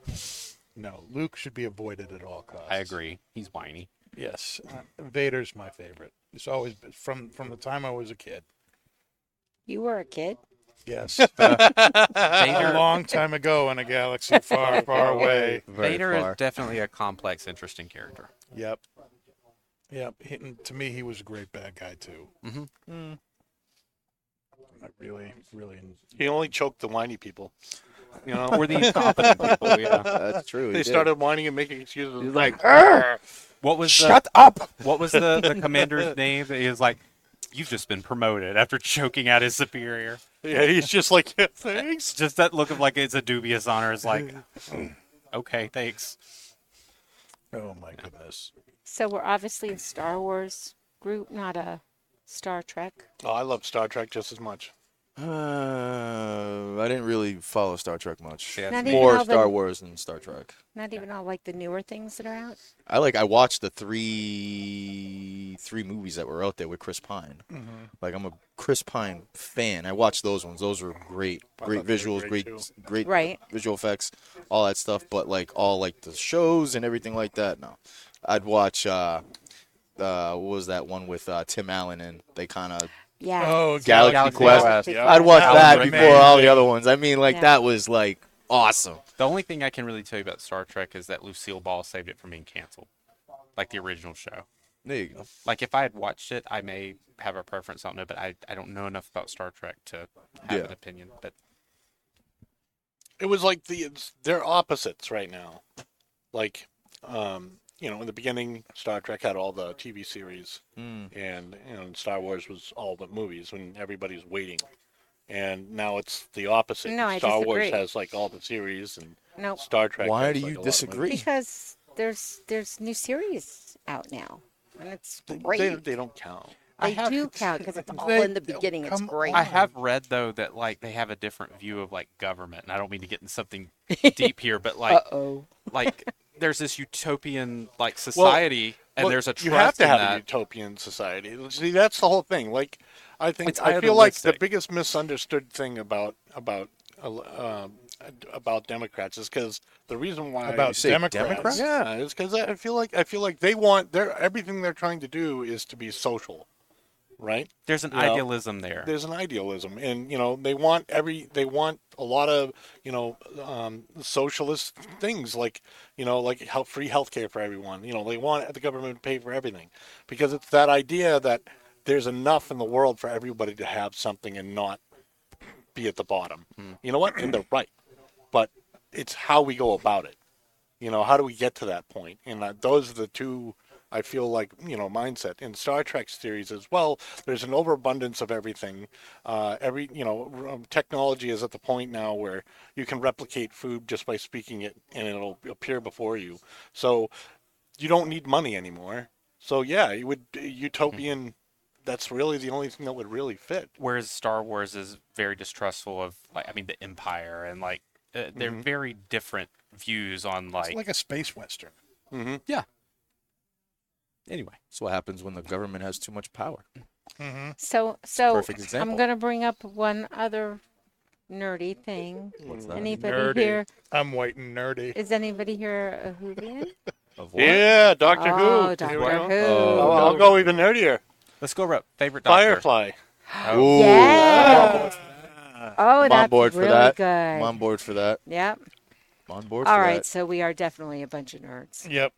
[SPEAKER 2] No. Luke should be avoided at all costs.
[SPEAKER 3] I agree. He's whiny.
[SPEAKER 2] Yes, uh, Vader's my favorite. It's always been from from the time I was a kid.
[SPEAKER 4] you were a kid.
[SPEAKER 2] Yes, Uh, a
[SPEAKER 3] Vader,
[SPEAKER 2] long time ago in a galaxy far, far away.
[SPEAKER 5] Very
[SPEAKER 3] Vader
[SPEAKER 5] far.
[SPEAKER 3] is definitely a complex, interesting character.
[SPEAKER 2] Yep,
[SPEAKER 3] Mm-hmm.
[SPEAKER 2] yep. He, and to me, he was a great bad guy too.
[SPEAKER 3] Mhm.
[SPEAKER 2] Mm. I really, really.
[SPEAKER 6] He only choked the whiny people. You know,
[SPEAKER 3] We're the incompetent people. Yeah.
[SPEAKER 5] That's true. he
[SPEAKER 6] they
[SPEAKER 5] did.
[SPEAKER 6] started whining and making excuses. He's
[SPEAKER 3] like,
[SPEAKER 6] "Arr!"
[SPEAKER 3] What was the,
[SPEAKER 7] Shut up.
[SPEAKER 3] what was the, the commander's name? That he was like, you've just been promoted after choking out his superior.
[SPEAKER 6] yeah, he's just like, yeah,
[SPEAKER 3] It's
[SPEAKER 6] thanks.
[SPEAKER 3] just that look of like it's a dubious honor. It's like, okay, thanks.
[SPEAKER 2] Oh my goodness.
[SPEAKER 4] So we're obviously a Star Wars group, not a Star Trek.
[SPEAKER 6] Oh, I love Star Trek just as much.
[SPEAKER 5] Uh, I didn't really follow Star Trek much.
[SPEAKER 3] Yeah,
[SPEAKER 4] Not even
[SPEAKER 5] More
[SPEAKER 4] all the-
[SPEAKER 5] Star Wars than Star Trek.
[SPEAKER 4] Not even all like the newer things that are out.
[SPEAKER 5] I like. I watched the three three movies that were out there with Chris Pine.
[SPEAKER 6] Mm-hmm.
[SPEAKER 5] Like I'm a Chris Pine fan. I watched those ones. Those were great, great
[SPEAKER 6] thought they were
[SPEAKER 5] visuals,
[SPEAKER 6] great
[SPEAKER 5] great, great,
[SPEAKER 4] Right.
[SPEAKER 5] visual effects, all that stuff. But like all like the shows and everything like that. No, I'd watch. uh uh, what was that one with uh, Tim Allen and they kind of
[SPEAKER 4] Yeah.
[SPEAKER 2] Oh,
[SPEAKER 5] Galaxy,
[SPEAKER 3] Galaxy
[SPEAKER 5] Quest.
[SPEAKER 3] Quest,
[SPEAKER 4] yeah.
[SPEAKER 5] I'd watch
[SPEAKER 4] That
[SPEAKER 5] that
[SPEAKER 2] was
[SPEAKER 5] before all the other ones. I mean, like
[SPEAKER 4] Yeah.
[SPEAKER 5] that was like awesome.
[SPEAKER 3] The only thing I can really tell you about Star Trek is that Lucille Ball saved it from being canceled, like the original show.
[SPEAKER 5] There you go.
[SPEAKER 3] Like if I had watched it, I may have a preference. I don't know, but I, I don't know enough about Star Trek to have
[SPEAKER 5] Yeah.
[SPEAKER 3] an opinion. But
[SPEAKER 6] It was like the it's- they're opposites right now. Like, um, you know, in the beginning, Star Trek had all the TV series,
[SPEAKER 5] Hmm.
[SPEAKER 6] and you know, Star Wars was all the movies when everybody's waiting. And now it's the opposite.
[SPEAKER 4] No, I
[SPEAKER 6] Star Wars
[SPEAKER 4] disagree.
[SPEAKER 6] has like all the series, and
[SPEAKER 4] no,
[SPEAKER 6] Star Trek.
[SPEAKER 5] Why
[SPEAKER 6] has,
[SPEAKER 5] do
[SPEAKER 6] like,
[SPEAKER 5] you
[SPEAKER 6] a lot of movies.
[SPEAKER 5] disagree?
[SPEAKER 4] because there's there's new series out now, and it's great.
[SPEAKER 6] They,
[SPEAKER 4] They,
[SPEAKER 6] they don't count.
[SPEAKER 3] I have-
[SPEAKER 4] do count because it's all
[SPEAKER 2] They-
[SPEAKER 4] in the beginning. It's
[SPEAKER 2] come
[SPEAKER 4] great.
[SPEAKER 3] I have read though that like they have a different view of like government, and I don't mean to get into something deep here, but like
[SPEAKER 4] oh.
[SPEAKER 3] like there's this utopian like society, and
[SPEAKER 6] Well,
[SPEAKER 3] there's a trust
[SPEAKER 6] you have to
[SPEAKER 3] in
[SPEAKER 6] have
[SPEAKER 3] that.
[SPEAKER 6] a utopian society. See, that's the whole thing. Like, I think
[SPEAKER 3] It's
[SPEAKER 6] I feel like the
[SPEAKER 3] idealistic.
[SPEAKER 6] biggest misunderstood thing about about uh, about Democrats is because the reason why
[SPEAKER 2] About
[SPEAKER 5] say
[SPEAKER 2] Democrats.
[SPEAKER 5] Democrats?
[SPEAKER 6] yeah, it's because I feel like I feel like they want their everything they're trying to do is to be social, right?
[SPEAKER 3] There's an
[SPEAKER 6] you know,
[SPEAKER 3] idealism there.
[SPEAKER 6] there's an idealism and you know they want every they want a lot of you know um, socialist things like you know like help free healthcare for everyone you know they want the government to pay for everything because it's that idea that there's enough in the world for everybody to have something and not be at the bottom you know what and they're right but it's how we go about it you know how do we get to that point and uh, those are the two i feel like you know mindset in star trek series as well there's an overabundance of everything uh, every you know r- um, technology is at the point now where you can replicate food just by speaking it and it'll appear before you so you don't need money anymore so yeah you would uh, utopian that's really the only thing that would really fit
[SPEAKER 3] whereas Star Wars is very distrustful of like I mean the Empire and like uh, they're very different views on like,
[SPEAKER 2] It's like a space western.
[SPEAKER 6] mm-hmm.
[SPEAKER 3] anyway.
[SPEAKER 5] That's what happens when the government has too much power.
[SPEAKER 4] So so
[SPEAKER 5] Perfect
[SPEAKER 4] I'm
[SPEAKER 5] example.
[SPEAKER 4] gonna bring up one other nerdy thing.
[SPEAKER 5] What's that?
[SPEAKER 4] Anybody
[SPEAKER 2] Nerdy.
[SPEAKER 4] here?
[SPEAKER 2] I'm white and nerdy.
[SPEAKER 4] Is anybody here a Whovian?
[SPEAKER 5] Of what?
[SPEAKER 6] yeah doctor
[SPEAKER 4] oh,
[SPEAKER 6] who
[SPEAKER 4] Doctor
[SPEAKER 6] Here
[SPEAKER 4] Who.
[SPEAKER 6] we go.
[SPEAKER 5] Oh,
[SPEAKER 6] Oh, i'll go even nerdier
[SPEAKER 3] Let's go about favorite doctor.
[SPEAKER 6] firefly Oh.
[SPEAKER 5] Ooh.
[SPEAKER 4] Yeah. Oh,
[SPEAKER 5] I'm
[SPEAKER 4] that's
[SPEAKER 5] on board for
[SPEAKER 4] really
[SPEAKER 5] that.
[SPEAKER 4] good.
[SPEAKER 5] I'm on board for that.
[SPEAKER 4] Yep.
[SPEAKER 5] I'm on board
[SPEAKER 4] All
[SPEAKER 5] for
[SPEAKER 4] right, so we are definitely a bunch of nerds.
[SPEAKER 2] Yep.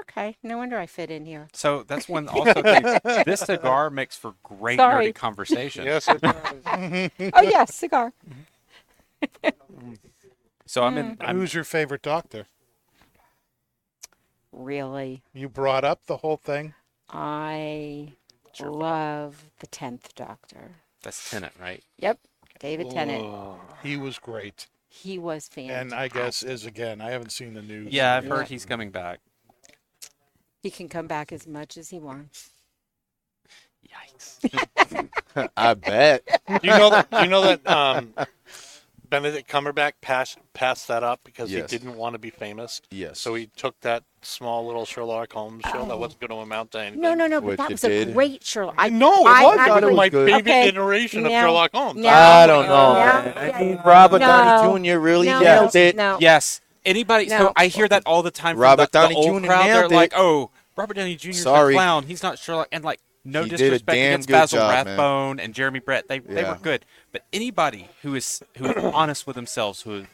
[SPEAKER 4] Okay, no wonder I fit in here.
[SPEAKER 3] So that's one also too, this cigar makes for great
[SPEAKER 4] Sorry.
[SPEAKER 3] nerdy conversation.
[SPEAKER 6] yes it
[SPEAKER 4] Oh yes, cigar.
[SPEAKER 3] So I'm in I'm,
[SPEAKER 2] Who's your favorite doctor?
[SPEAKER 4] Really,
[SPEAKER 2] You brought up the whole thing.
[SPEAKER 4] I love the Tenth Doctor.
[SPEAKER 3] that's tenant, right?
[SPEAKER 4] Yep, David Tennant.
[SPEAKER 2] He was great.
[SPEAKER 4] He was fantastic.
[SPEAKER 2] And I guess is again. I haven't seen the news.
[SPEAKER 3] Yeah, I've heard he's coming back.
[SPEAKER 4] he can come back as much as he wants.
[SPEAKER 3] Yikes.
[SPEAKER 5] that. I bet.
[SPEAKER 6] Do you know that? Do you know that um, Benedict Cumberbatch passed passed that up because
[SPEAKER 5] Yes.
[SPEAKER 6] he didn't want to be famous.
[SPEAKER 5] Yes.
[SPEAKER 6] So he took that small little Sherlock Holmes show that wasn't going to amount to anything.
[SPEAKER 4] No, no, no. But
[SPEAKER 5] What
[SPEAKER 4] that
[SPEAKER 5] you
[SPEAKER 4] was a
[SPEAKER 5] did.
[SPEAKER 4] great Sherlock. I,
[SPEAKER 6] No, it
[SPEAKER 4] I
[SPEAKER 6] was. I thought it
[SPEAKER 4] actually-
[SPEAKER 6] was my
[SPEAKER 5] good.
[SPEAKER 6] favorite
[SPEAKER 4] Okay,
[SPEAKER 6] iteration of
[SPEAKER 4] now-
[SPEAKER 6] Sherlock Holmes.
[SPEAKER 4] now-
[SPEAKER 5] I don't know,
[SPEAKER 4] Yeah.
[SPEAKER 5] man. I mean, Robert
[SPEAKER 4] No.
[SPEAKER 5] Downey Jr. really
[SPEAKER 4] no,
[SPEAKER 5] nailed
[SPEAKER 4] no,
[SPEAKER 5] it.
[SPEAKER 4] no.
[SPEAKER 3] Yes. Anybody so
[SPEAKER 4] No.
[SPEAKER 3] I hear that all the time from
[SPEAKER 5] Robert
[SPEAKER 3] the,
[SPEAKER 5] Downey
[SPEAKER 3] the old
[SPEAKER 5] Jr.
[SPEAKER 3] crowd they're
[SPEAKER 5] nailed it.
[SPEAKER 3] like, "Oh, Robert Downey Jr. is a
[SPEAKER 5] Sorry.
[SPEAKER 3] clown. He's not Sherlock." And like no
[SPEAKER 5] He did a
[SPEAKER 3] disrespect
[SPEAKER 5] damn
[SPEAKER 3] against
[SPEAKER 5] good
[SPEAKER 3] Basil
[SPEAKER 5] job, man.
[SPEAKER 3] Rathbone and Jeremy Brett. They they
[SPEAKER 5] Yeah.
[SPEAKER 3] were good. But anybody who is who is honest with themselves who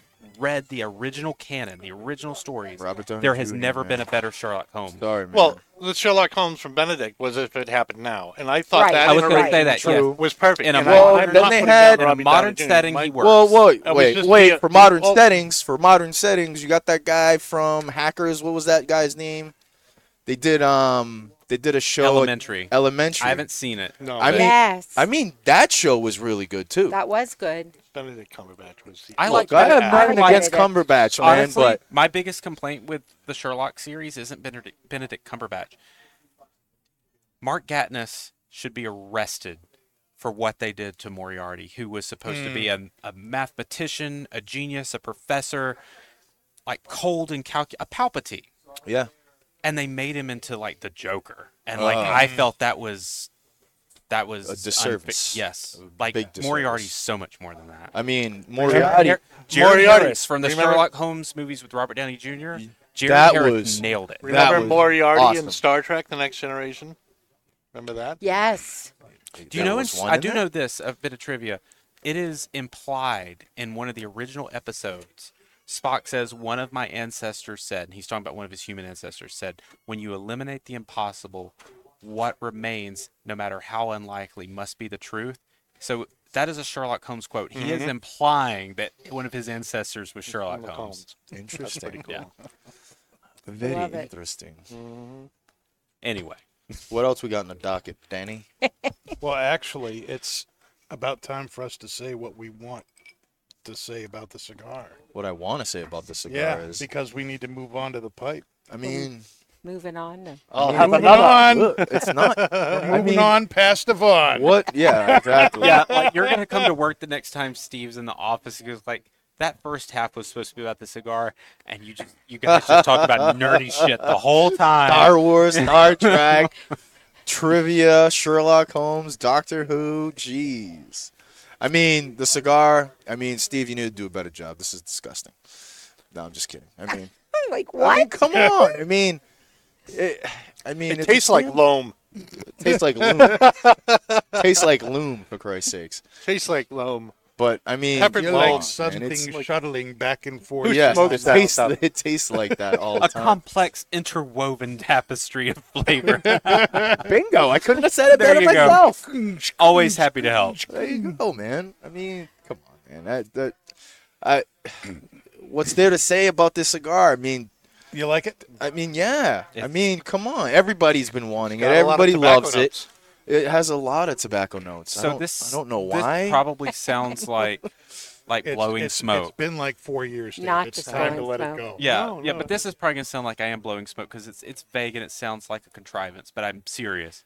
[SPEAKER 3] read the original canon, the original stories,
[SPEAKER 5] Robert Downey
[SPEAKER 3] there has
[SPEAKER 5] Jr.,
[SPEAKER 3] never
[SPEAKER 5] yeah.
[SPEAKER 3] been a better Sherlock Holmes.
[SPEAKER 5] Sorry, man.
[SPEAKER 6] Well, the Sherlock Holmes from Benedict was if it happened now, and I thought
[SPEAKER 4] Right.
[SPEAKER 6] that
[SPEAKER 3] I was
[SPEAKER 4] gonna
[SPEAKER 6] interpretation
[SPEAKER 4] say
[SPEAKER 3] that,
[SPEAKER 6] true
[SPEAKER 3] yes.
[SPEAKER 6] was perfect.
[SPEAKER 3] In a
[SPEAKER 6] and
[SPEAKER 3] modern-
[SPEAKER 6] I, I'm
[SPEAKER 5] then
[SPEAKER 6] not
[SPEAKER 5] they
[SPEAKER 6] putting
[SPEAKER 5] had-
[SPEAKER 3] in
[SPEAKER 6] down
[SPEAKER 3] a
[SPEAKER 6] Robbie
[SPEAKER 3] modern
[SPEAKER 6] Downey Jr.
[SPEAKER 3] setting,
[SPEAKER 6] My-
[SPEAKER 3] he worked.
[SPEAKER 5] Well, wait,
[SPEAKER 6] I was
[SPEAKER 5] wait,
[SPEAKER 6] just
[SPEAKER 5] wait.
[SPEAKER 6] the-
[SPEAKER 5] for
[SPEAKER 3] oh.
[SPEAKER 5] modern
[SPEAKER 6] well-
[SPEAKER 5] settings, for modern settings, you got that guy from Hackers. What was that guy's name? They did um, they did a show.
[SPEAKER 3] Elementary.
[SPEAKER 5] Elementary.
[SPEAKER 3] I haven't seen it.
[SPEAKER 6] No,
[SPEAKER 5] I mean,
[SPEAKER 4] Yes.
[SPEAKER 5] I mean that show was really good too.
[SPEAKER 4] that was good.
[SPEAKER 6] Benedict Cumberbatch was. The,
[SPEAKER 3] I
[SPEAKER 5] Look,
[SPEAKER 3] like
[SPEAKER 5] I
[SPEAKER 3] Benedict.
[SPEAKER 5] have nothing
[SPEAKER 4] I like
[SPEAKER 5] against
[SPEAKER 4] it.
[SPEAKER 5] Cumberbatch, man,
[SPEAKER 3] Honestly,
[SPEAKER 5] but
[SPEAKER 3] my biggest complaint with the Sherlock series isn't Benedict, Benedict Cumberbatch. Mark Gatness should be arrested for what they did to Moriarty, who was supposed to
[SPEAKER 5] Hmm.
[SPEAKER 3] be a, a mathematician, a genius, a professor, like cold and calcu- a Palpatine,
[SPEAKER 5] yeah,
[SPEAKER 3] and they made him into like the Joker, and like I felt that was that was
[SPEAKER 5] Oh. A
[SPEAKER 3] unfa-
[SPEAKER 5] disservice.
[SPEAKER 3] yes, like
[SPEAKER 5] big disservice.
[SPEAKER 3] Moriarty's so much more than that.
[SPEAKER 5] I mean Moriarty.
[SPEAKER 3] Har- Jerry
[SPEAKER 6] Moriarty.
[SPEAKER 3] Harris from the
[SPEAKER 6] Remember-
[SPEAKER 3] Sherlock Holmes movies with Robert Downey Jr. Jerry
[SPEAKER 5] that
[SPEAKER 3] Harris
[SPEAKER 5] was-
[SPEAKER 3] nailed it.
[SPEAKER 5] that
[SPEAKER 6] remember
[SPEAKER 5] was
[SPEAKER 6] Moriarty
[SPEAKER 5] awesome.
[SPEAKER 6] in Star Trek: The Next Generation? Remember that?
[SPEAKER 4] Yes.
[SPEAKER 3] Do you know?
[SPEAKER 5] was
[SPEAKER 3] in-
[SPEAKER 5] one
[SPEAKER 3] I
[SPEAKER 5] in
[SPEAKER 3] do
[SPEAKER 5] there?
[SPEAKER 3] know this. A bit of trivia. It is implied in one of the original episodes. Spock says one of my ancestors said, and he's talking about one of his human ancestors said, when you eliminate the impossible, what remains, no matter how unlikely, must be the truth. So that is a Sherlock Holmes quote. He is implying that one of his ancestors was Sherlock
[SPEAKER 6] Sherlock
[SPEAKER 3] Holmes.
[SPEAKER 6] Holmes.
[SPEAKER 5] Interesting.
[SPEAKER 3] Yeah.
[SPEAKER 5] Very
[SPEAKER 4] Love it.
[SPEAKER 5] interesting.
[SPEAKER 3] Anyway.
[SPEAKER 5] What else we got in the docket, Danny?
[SPEAKER 2] Well, actually, it's about time for us to say what we want to say about the cigar.
[SPEAKER 5] What I want to say about the cigar
[SPEAKER 2] Yeah,
[SPEAKER 5] is,
[SPEAKER 2] because we need to move on to the pipe.
[SPEAKER 5] I mean,
[SPEAKER 4] Moving on.
[SPEAKER 6] I'll
[SPEAKER 2] Moving
[SPEAKER 6] have another.
[SPEAKER 2] on,
[SPEAKER 5] look, it's not
[SPEAKER 2] We're moving on past Devon.
[SPEAKER 5] what. Yeah, exactly.
[SPEAKER 3] yeah, like you're gonna come to work the next time Steve's in the office because like that first half was supposed to be about the cigar, and you just you guys just talk about nerdy shit the whole time.
[SPEAKER 5] Star Wars, Star Trek, trivia, Sherlock Holmes, Doctor Who. Jeez. I mean, the cigar. I mean, Steve, you need to do a better job. This is disgusting. No, I'm just kidding. I mean,
[SPEAKER 4] I'm like,
[SPEAKER 5] I mean,
[SPEAKER 4] what?
[SPEAKER 5] come on. I mean, it, I mean,
[SPEAKER 6] It
[SPEAKER 5] it's-
[SPEAKER 6] tastes like loam.
[SPEAKER 5] tastes like loom. tastes like loom for Christ's sakes.
[SPEAKER 6] Tastes like um, loam.
[SPEAKER 5] But I mean,
[SPEAKER 6] Peppered
[SPEAKER 2] You're
[SPEAKER 5] come on,
[SPEAKER 2] like
[SPEAKER 6] long,
[SPEAKER 5] man,
[SPEAKER 2] something
[SPEAKER 5] it's-
[SPEAKER 2] shuttling back and forth.
[SPEAKER 5] Yes,
[SPEAKER 6] smokes
[SPEAKER 5] it
[SPEAKER 6] that
[SPEAKER 5] tastes,
[SPEAKER 6] stuff?
[SPEAKER 5] it tastes like that all the
[SPEAKER 3] a
[SPEAKER 5] time.
[SPEAKER 3] complex interwoven tapestry of flavor.
[SPEAKER 5] Bingo! I couldn't have said it
[SPEAKER 3] There
[SPEAKER 5] better
[SPEAKER 3] you go.
[SPEAKER 5] myself.
[SPEAKER 3] Always happy to help.
[SPEAKER 5] There you go, man. I mean, come on, man. That that I what's there to say about this cigar? I mean,
[SPEAKER 2] You like it?
[SPEAKER 5] I mean, yeah. I
[SPEAKER 3] It's-
[SPEAKER 5] mean, come on. Everybody's been wanting it.
[SPEAKER 6] Got a lot of
[SPEAKER 5] Everybody
[SPEAKER 6] tobacco
[SPEAKER 5] loves
[SPEAKER 6] notes.
[SPEAKER 5] it. It has a lot of tobacco notes. I
[SPEAKER 3] So
[SPEAKER 5] don't,
[SPEAKER 3] this
[SPEAKER 5] I don't know
[SPEAKER 3] this
[SPEAKER 5] why.
[SPEAKER 3] probably sounds like like
[SPEAKER 2] It's-
[SPEAKER 3] blowing
[SPEAKER 2] it's-
[SPEAKER 3] smoke.
[SPEAKER 2] It's been like four years. Dave.
[SPEAKER 4] Not
[SPEAKER 2] it's
[SPEAKER 4] just
[SPEAKER 2] time to
[SPEAKER 4] blowing
[SPEAKER 2] let it
[SPEAKER 4] smoke.
[SPEAKER 2] go.
[SPEAKER 3] yeah,
[SPEAKER 6] No,
[SPEAKER 3] yeah,
[SPEAKER 6] no.
[SPEAKER 3] but this is probably gonna sound like I am blowing smoke because it's it's vague and it sounds like a contrivance, but I'm serious.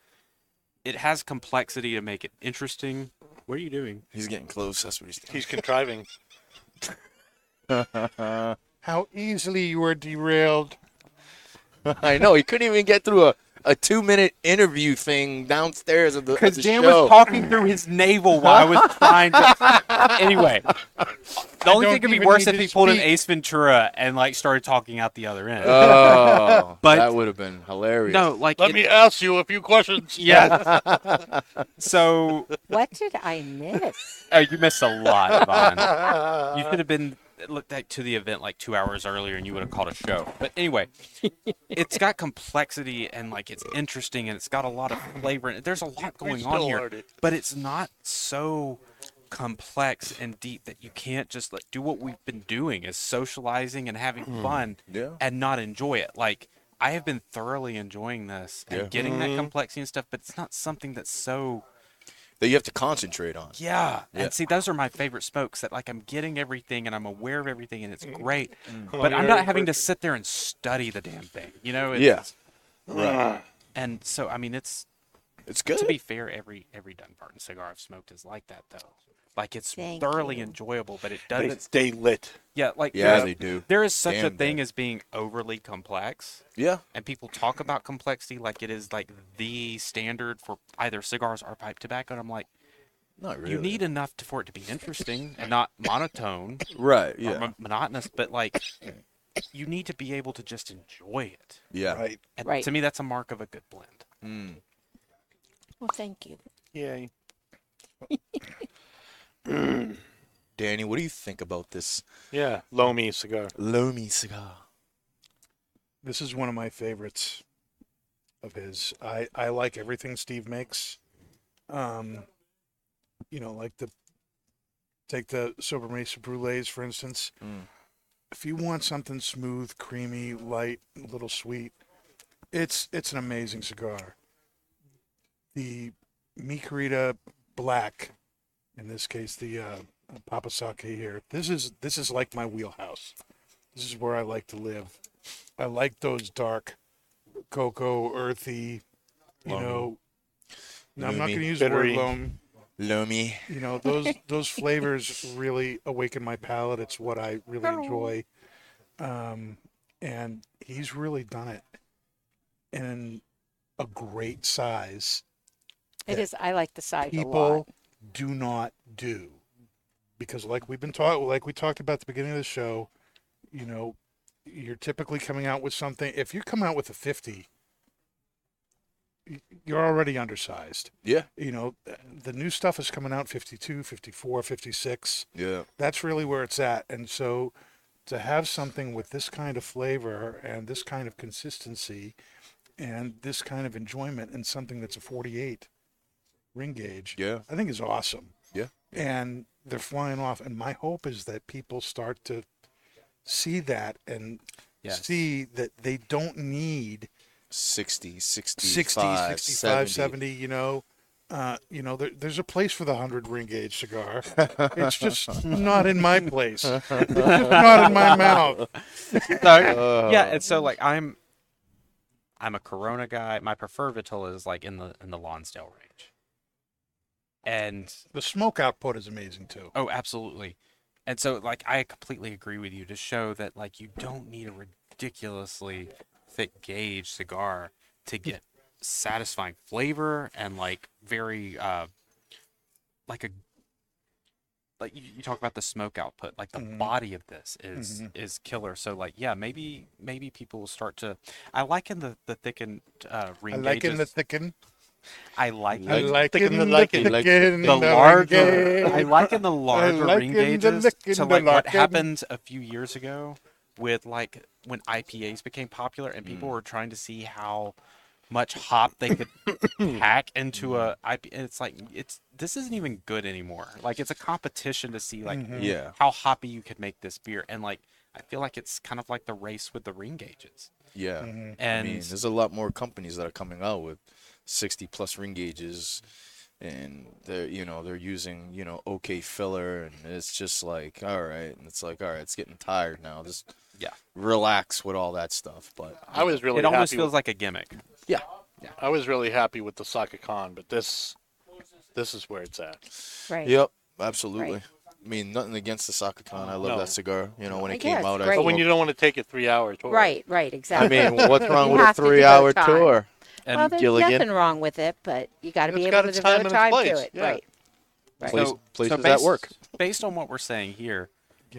[SPEAKER 3] It has complexity to make it interesting. What are you doing?
[SPEAKER 5] he's getting close. That's what he's doing.
[SPEAKER 6] He's contriving.
[SPEAKER 2] How easily you were derailed.
[SPEAKER 5] I know. He couldn't even get through a, a two minute interview thing downstairs of the, of
[SPEAKER 3] Because
[SPEAKER 5] the
[SPEAKER 3] Dan
[SPEAKER 5] show.
[SPEAKER 3] was talking through his navel while I was trying to. Anyway, the
[SPEAKER 2] don't
[SPEAKER 3] only thing could be
[SPEAKER 2] even
[SPEAKER 3] worse
[SPEAKER 2] need
[SPEAKER 3] if
[SPEAKER 2] to
[SPEAKER 3] he pulled an
[SPEAKER 2] speak.
[SPEAKER 3] Ace Ventura and like started talking out the other end.
[SPEAKER 5] oh,
[SPEAKER 3] But-
[SPEAKER 5] that would have been hilarious.
[SPEAKER 3] Uh, no, like
[SPEAKER 6] Let
[SPEAKER 3] it-
[SPEAKER 6] me ask you a few questions.
[SPEAKER 3] Yeah. so
[SPEAKER 4] What did I miss?
[SPEAKER 3] oh, you missed a lot, Vaughn. You could have been looked at to the event like two hours earlier, and you would have caught a show. But anyway, it's got complexity and like it's interesting, and it's got a lot of flavor. And there's a lot going on
[SPEAKER 6] still
[SPEAKER 3] here,
[SPEAKER 6] heard it.
[SPEAKER 3] but it's not so complex and deep that you can't just like do what we've been doing is socializing and having fun
[SPEAKER 5] Yeah.
[SPEAKER 3] and not enjoy it like i have been thoroughly enjoying this and
[SPEAKER 5] Yeah.
[SPEAKER 3] getting that complexity and stuff but it's not something that's so
[SPEAKER 5] That you have to concentrate on.
[SPEAKER 3] yeah.
[SPEAKER 5] Yeah.
[SPEAKER 3] And see, those are my favorite smokes that like I'm getting everything and I'm aware of everything and it's great. But I'm not having to sit there and study the damn thing. You know? It's-
[SPEAKER 5] Yeah.
[SPEAKER 3] Oh,
[SPEAKER 5] Right.
[SPEAKER 3] And so I mean it's
[SPEAKER 5] It's good.
[SPEAKER 3] to be fair, every every Dunbarton cigar I've smoked is like that though. Like it's
[SPEAKER 4] Thank
[SPEAKER 3] thoroughly enjoyable, but it
[SPEAKER 6] They
[SPEAKER 3] doesn't
[SPEAKER 6] stay lit.
[SPEAKER 3] Yeah, like
[SPEAKER 5] yeah,
[SPEAKER 3] there-
[SPEAKER 5] they do.
[SPEAKER 3] there is such a
[SPEAKER 5] Damn
[SPEAKER 3] thing
[SPEAKER 5] good.
[SPEAKER 3] as being overly complex.
[SPEAKER 5] Yeah.
[SPEAKER 3] And people talk about complexity like it is like the standard for either cigars or pipe tobacco. And I'm like,
[SPEAKER 5] Not really.
[SPEAKER 3] you need enough to, for it to be interesting and not monotone
[SPEAKER 5] right.
[SPEAKER 3] or
[SPEAKER 5] Yeah.
[SPEAKER 3] mon- monotonous, but like you need to be able to just enjoy it.
[SPEAKER 5] yeah. Hmm.
[SPEAKER 2] Right.
[SPEAKER 3] And
[SPEAKER 4] Right.
[SPEAKER 3] to me, that's a mark of a good blend.
[SPEAKER 4] Well, thank you.
[SPEAKER 6] Yay.
[SPEAKER 5] Danny, what do you think about this
[SPEAKER 6] Yeah, Lomi cigar.
[SPEAKER 5] Lomi cigar?
[SPEAKER 2] This is one of my favorites of his. I I like everything Steve makes. Um, you know, like the take the sober mesa brulees for instance.
[SPEAKER 5] Mm.
[SPEAKER 2] If you want something smooth, creamy, light, a little sweet, it's it's an amazing cigar. The Micarita Black, in this case, the uh, Papa Sake here. This is this is like my wheelhouse. This is where I like to live. I like those dark, cocoa, earthy, you
[SPEAKER 5] Loamy.
[SPEAKER 2] know. No, I'm not
[SPEAKER 5] Loomy.
[SPEAKER 2] going to use the word
[SPEAKER 6] Bittery.
[SPEAKER 2] loam
[SPEAKER 5] Lomi.
[SPEAKER 2] you know those those flavors really awaken my palate it's what i really
[SPEAKER 4] Oh.
[SPEAKER 2] enjoy um and he's really done it in a great size
[SPEAKER 4] It is. I like the size a lot.
[SPEAKER 2] people do not do because like we've been taught like we talked about at the beginning of the show you know you're typically coming out with something if you come out with a 50 y- you're already undersized
[SPEAKER 5] Yeah.
[SPEAKER 2] you know th- the new stuff is coming out 52 54 56
[SPEAKER 5] Yeah.
[SPEAKER 2] that's really where it's at and so to have something with this kind of flavor and this kind of consistency and this kind of enjoyment in something that's a 48 ring gauge
[SPEAKER 5] Yeah.
[SPEAKER 2] i think is awesome
[SPEAKER 5] Yeah.
[SPEAKER 2] and they're flying off and my hope is that people start to see that and
[SPEAKER 3] Yes.
[SPEAKER 2] see that they don't need
[SPEAKER 5] 60,
[SPEAKER 2] 60
[SPEAKER 5] 65,
[SPEAKER 2] 65 70,
[SPEAKER 5] 70.
[SPEAKER 2] you know uh, you know there, there's a place for the 100 ring gauge cigar it's just not in my place it's just not in my mouth
[SPEAKER 3] Uh,
[SPEAKER 5] Uh,
[SPEAKER 3] yeah, and so like I'm, I'm a Corona guy. My preferred Vitola is like in the in the Lonsdale range. And
[SPEAKER 2] the smoke output is amazing too
[SPEAKER 3] oh, absolutely. And so like I completely agree with you to show that like you don't need a ridiculously thick gauge cigar to get satisfying flavor and like very uh like a like you, you talk about the smoke output like the
[SPEAKER 2] Mhm.
[SPEAKER 3] body of this is
[SPEAKER 2] Mm-hmm.
[SPEAKER 3] is killer so like yeah maybe maybe people will start to i liken the the thickened uh ring
[SPEAKER 2] i like in the
[SPEAKER 3] gauges.
[SPEAKER 2] thicken
[SPEAKER 3] i like
[SPEAKER 2] i
[SPEAKER 6] Like-
[SPEAKER 2] like in
[SPEAKER 6] thicken
[SPEAKER 2] the
[SPEAKER 6] the licking.
[SPEAKER 2] thicken
[SPEAKER 6] Like
[SPEAKER 3] the larger I liken the larger
[SPEAKER 2] liken
[SPEAKER 3] ring
[SPEAKER 2] the
[SPEAKER 3] gauges
[SPEAKER 2] licking,
[SPEAKER 3] to
[SPEAKER 2] the
[SPEAKER 3] like what
[SPEAKER 2] locking.
[SPEAKER 3] happened a few years ago with like when IPAs became popular and people were trying to see how much hop they could pack into a IP and it's like it's this isn't even good anymore. Like it's a competition to see like
[SPEAKER 5] Yeah.
[SPEAKER 3] how hoppy you could make this beer and like I feel like it's kind of like the race with the ring gauges.
[SPEAKER 5] Yeah. I
[SPEAKER 3] And
[SPEAKER 5] mean, there's a lot more companies that are coming out with 60 plus ring gauges, and they're you know they're using you know OK filler, and it's just like all right, and it's like all right, it's getting tired now. Just
[SPEAKER 3] Yeah.
[SPEAKER 5] relax with all that stuff. But
[SPEAKER 6] I was really
[SPEAKER 3] it almost
[SPEAKER 6] happy
[SPEAKER 3] feels
[SPEAKER 6] with,
[SPEAKER 3] like a gimmick.
[SPEAKER 6] I was really happy with the Saka Khan, but this this is where it's at.
[SPEAKER 4] Right.
[SPEAKER 5] yep, absolutely.
[SPEAKER 4] Right.
[SPEAKER 5] I mean, nothing against the Sakakon. I love
[SPEAKER 6] No.
[SPEAKER 5] that cigar. You know, when
[SPEAKER 4] I
[SPEAKER 5] it came
[SPEAKER 4] guess,
[SPEAKER 5] out, I
[SPEAKER 4] great.
[SPEAKER 6] But when
[SPEAKER 5] smoked-
[SPEAKER 6] you don't want to take it three hours, what-
[SPEAKER 4] Right. Right.
[SPEAKER 5] I
[SPEAKER 4] Exactly.
[SPEAKER 5] mean, what's wrong
[SPEAKER 4] You
[SPEAKER 5] with a
[SPEAKER 4] have to devote
[SPEAKER 5] three-hour
[SPEAKER 4] time.
[SPEAKER 5] tour?
[SPEAKER 3] And
[SPEAKER 4] well, there's
[SPEAKER 5] Gilligan.
[SPEAKER 4] nothing wrong with it, but you got to be
[SPEAKER 6] It's
[SPEAKER 4] able
[SPEAKER 6] got
[SPEAKER 4] to
[SPEAKER 6] a time
[SPEAKER 4] devote
[SPEAKER 6] and a
[SPEAKER 4] time to
[SPEAKER 6] place,
[SPEAKER 4] it.
[SPEAKER 6] yeah.
[SPEAKER 4] Right. Right.
[SPEAKER 5] Place- places that
[SPEAKER 3] based-
[SPEAKER 5] work.
[SPEAKER 3] Based on what we're saying here,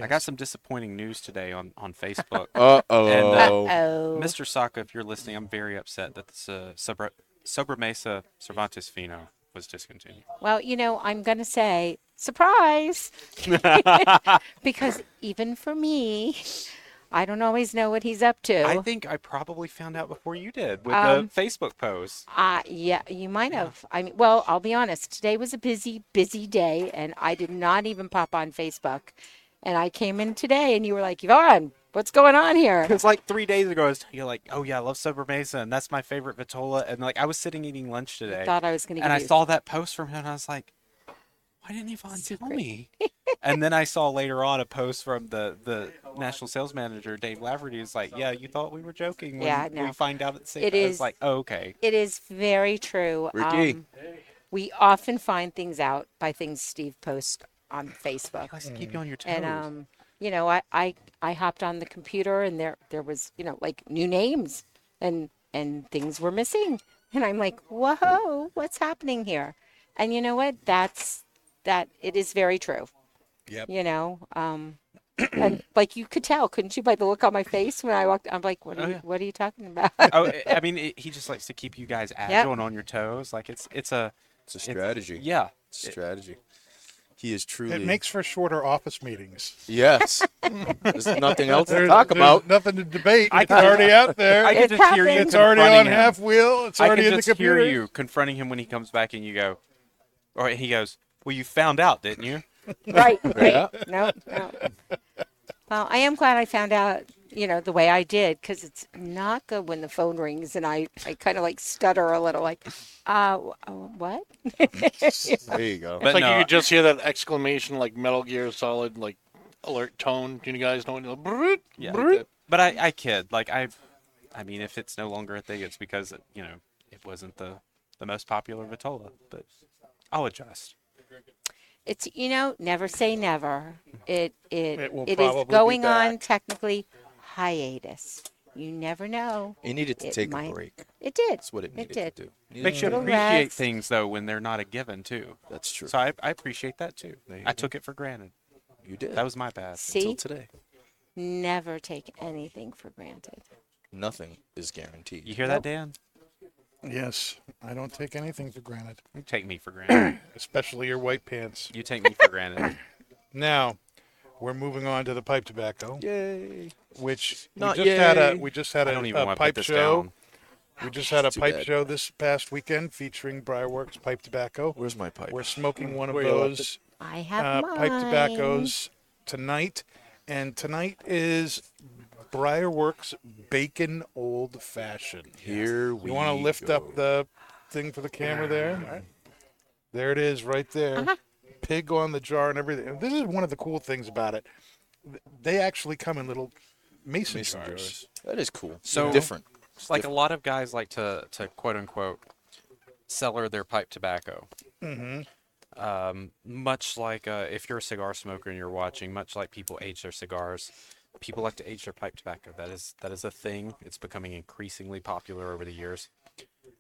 [SPEAKER 3] I got some disappointing news today on on Facebook.
[SPEAKER 5] Uh oh.
[SPEAKER 4] Uh-oh.
[SPEAKER 3] Mr. Saka, if you're listening, I'm very upset that this uh, Sobra, Sobra Mesa Cervantes Fino was discontinued.
[SPEAKER 4] Well, you know, I'm going to say surprise because even for me, I don't always know what he's up to.
[SPEAKER 3] I think I probably found out before you did with
[SPEAKER 4] Um,
[SPEAKER 3] the Facebook post.
[SPEAKER 4] Uh, yeah, you might have. I mean, well, I'll be honest. Today was a busy, busy day, and I did not even pop on Facebook. And I came in today, and you were like, Yvonne, what's going on here?
[SPEAKER 3] It's like three days ago. I was, you're like, oh yeah, I love Sobra Mesa, and that's my favorite Vitola. And like, I was sitting eating lunch today,
[SPEAKER 4] Thought I was going to
[SPEAKER 3] and
[SPEAKER 4] get
[SPEAKER 3] I saw that post from him, and I was like, why didn't Yvonne tell me? and then I saw later on a post from the the national sales manager Dave Laverty. He's like, yeah, you thought we were joking when
[SPEAKER 4] Yeah, no.
[SPEAKER 3] we find out at the same.
[SPEAKER 4] It
[SPEAKER 3] time." I was
[SPEAKER 4] is-
[SPEAKER 3] like, oh, okay.
[SPEAKER 4] It is very true.
[SPEAKER 5] Ricky.
[SPEAKER 4] Um, we often find things out by things Steve posts on Facebook.
[SPEAKER 3] Let's keep you on your toes.
[SPEAKER 4] and um, you know, I, I I hopped on the computer and there there was you know like new names and and things were missing, and I'm like, whoa, what's happening here? And you know what? That's that it is very true.
[SPEAKER 2] Yep.
[SPEAKER 4] You know, um, and like you could tell, couldn't you, by the look on my face when I walked? I'm like, what are
[SPEAKER 3] Oh,
[SPEAKER 4] you,
[SPEAKER 3] yeah.
[SPEAKER 4] what are you talking about?
[SPEAKER 3] oh, I- I mean, it, he just likes to keep you guys agile and on your toes. Like it's it's a
[SPEAKER 5] It's a
[SPEAKER 3] it's-
[SPEAKER 5] strategy.
[SPEAKER 3] yeah.
[SPEAKER 5] It's a strategy. He is truly.
[SPEAKER 2] It makes for shorter office meetings.
[SPEAKER 5] Yes. There's nothing else to
[SPEAKER 2] There's-
[SPEAKER 5] talk
[SPEAKER 2] there's
[SPEAKER 5] about.
[SPEAKER 2] nothing to debate.
[SPEAKER 3] I
[SPEAKER 2] It's
[SPEAKER 3] can-
[SPEAKER 2] already out there.
[SPEAKER 3] I can
[SPEAKER 4] It's
[SPEAKER 3] just hear you.
[SPEAKER 4] happened.
[SPEAKER 2] it's already on
[SPEAKER 3] confronting him.
[SPEAKER 2] half wheel. It's
[SPEAKER 3] I can
[SPEAKER 2] already in the
[SPEAKER 3] just hear
[SPEAKER 2] computer.
[SPEAKER 3] you confronting him when he comes back, and you go, or he goes, "Well, you found out, didn't you?"
[SPEAKER 4] Right. right. No, no. Well, I am glad I found out, you know, the way I did, because it's not good when the phone rings and I, I kind of like stutter a little, like, uh, w- uh, what?
[SPEAKER 5] There you go.
[SPEAKER 3] But
[SPEAKER 6] like
[SPEAKER 3] no,
[SPEAKER 6] you could just hear that exclamation, like Metal Gear Solid, like alert tone. Do you guys know? Brrrt,
[SPEAKER 3] yeah,
[SPEAKER 6] brrrt.
[SPEAKER 3] but I, I kid. Like I, I mean, if it's no longer a thing, it's because you know it wasn't the the most popular Vitola. But I'll adjust.
[SPEAKER 4] It's you know, never say never. It it
[SPEAKER 2] It will
[SPEAKER 4] it
[SPEAKER 2] probably
[SPEAKER 4] is
[SPEAKER 2] be
[SPEAKER 4] going on
[SPEAKER 2] back.
[SPEAKER 4] technically hiatus. You never know.
[SPEAKER 5] You needed to
[SPEAKER 4] It
[SPEAKER 5] take a
[SPEAKER 4] might-
[SPEAKER 5] break.
[SPEAKER 4] It did.
[SPEAKER 5] That's what it needed
[SPEAKER 4] did.
[SPEAKER 5] to do. Needed
[SPEAKER 3] Makes
[SPEAKER 5] to
[SPEAKER 3] you
[SPEAKER 5] take a
[SPEAKER 4] Little
[SPEAKER 3] appreciate
[SPEAKER 4] rest.
[SPEAKER 3] things though when they're not a given too.
[SPEAKER 5] break. That's true.
[SPEAKER 3] So I, I appreciate that too.
[SPEAKER 5] There you
[SPEAKER 3] I
[SPEAKER 5] go.
[SPEAKER 3] took it for granted.
[SPEAKER 5] You did.
[SPEAKER 3] That was my bad.
[SPEAKER 4] See,
[SPEAKER 5] until today.
[SPEAKER 4] never take anything for granted.
[SPEAKER 5] Nothing is guaranteed.
[SPEAKER 3] You hear that, Dan?
[SPEAKER 2] Yes, I don't take anything for granted,
[SPEAKER 3] You take me for granted.
[SPEAKER 2] especially your white pants.
[SPEAKER 3] you take me for granted.
[SPEAKER 2] Now, we're moving on to the pipe tobacco,
[SPEAKER 5] Yay.
[SPEAKER 2] which
[SPEAKER 5] Not
[SPEAKER 2] we just had a
[SPEAKER 5] yay.
[SPEAKER 2] we just had
[SPEAKER 3] I
[SPEAKER 2] a,
[SPEAKER 3] don't even
[SPEAKER 2] a
[SPEAKER 3] want to put
[SPEAKER 2] pipe
[SPEAKER 3] this
[SPEAKER 2] show.
[SPEAKER 3] down.
[SPEAKER 2] We just had a
[SPEAKER 5] Too
[SPEAKER 2] pipe
[SPEAKER 5] bad.
[SPEAKER 2] show this past weekend featuring Briarworks Pipe Tobacco.
[SPEAKER 5] Where's my pipe?
[SPEAKER 2] We're smoking one of
[SPEAKER 5] Where you left
[SPEAKER 2] those
[SPEAKER 4] I have
[SPEAKER 2] uh,
[SPEAKER 4] mine.
[SPEAKER 2] pipe tobaccos tonight, and tonight is Briarworks Bacon Old Fashioned.
[SPEAKER 5] Here we
[SPEAKER 2] You want to lift
[SPEAKER 5] go.
[SPEAKER 2] up the thing for the camera there? There it is, right there. Pig on the jar and everything. And this is one of the cool things about it. Th- They actually come in little mason,
[SPEAKER 5] Mason
[SPEAKER 2] jars.
[SPEAKER 5] jars. That is cool.
[SPEAKER 3] So-
[SPEAKER 5] different.
[SPEAKER 3] It's like a lot of guys like to to quote unquote cellar their pipe tobacco. Um, much like uh, if you're a cigar smoker and you're watching, much like people age their cigars, people like to age their pipe tobacco. That is that is a thing. It's becoming increasingly popular over the years.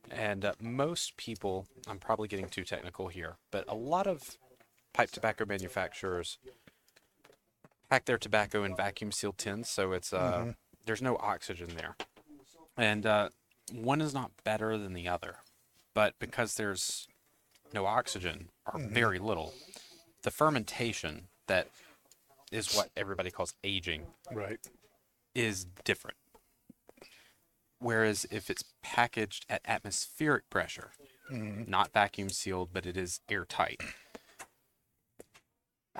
[SPEAKER 3] And uh, most people, I'm probably getting too technical here, but a lot of pipe tobacco manufacturers pack their tobacco in vacuum sealed tins, so it's uh, there's no oxygen there and uh, one is not better than the other, but because there's no oxygen or very little, the fermentation that is what everybody calls aging
[SPEAKER 2] Right.
[SPEAKER 3] is different. Whereas if it's packaged at atmospheric pressure, not vacuum sealed, but it is airtight,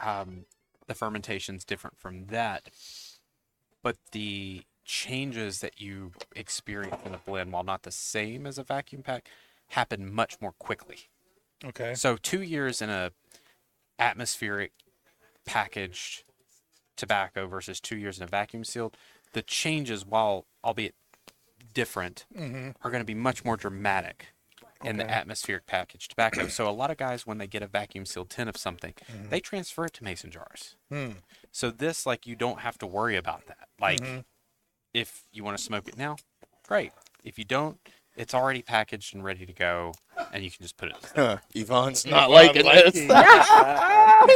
[SPEAKER 3] um, the fermentation's different from that. But the changes that you experience in the blend, while not the same as a vacuum pack, happen much more quickly.
[SPEAKER 2] Okay.
[SPEAKER 3] So two years in a atmospheric packaged tobacco versus two years in a vacuum sealed, the changes, while albeit different, are going to be much more dramatic in the atmospheric packaged tobacco. so a lot of guys, when they get a vacuum sealed tin of something, they transfer it to mason jars. So this, like, you don't have to worry about that. Like, if you want to smoke it now, great. If you don't, it's already packaged and ready to go, and you can just put it.
[SPEAKER 5] Yvonne's not liking this.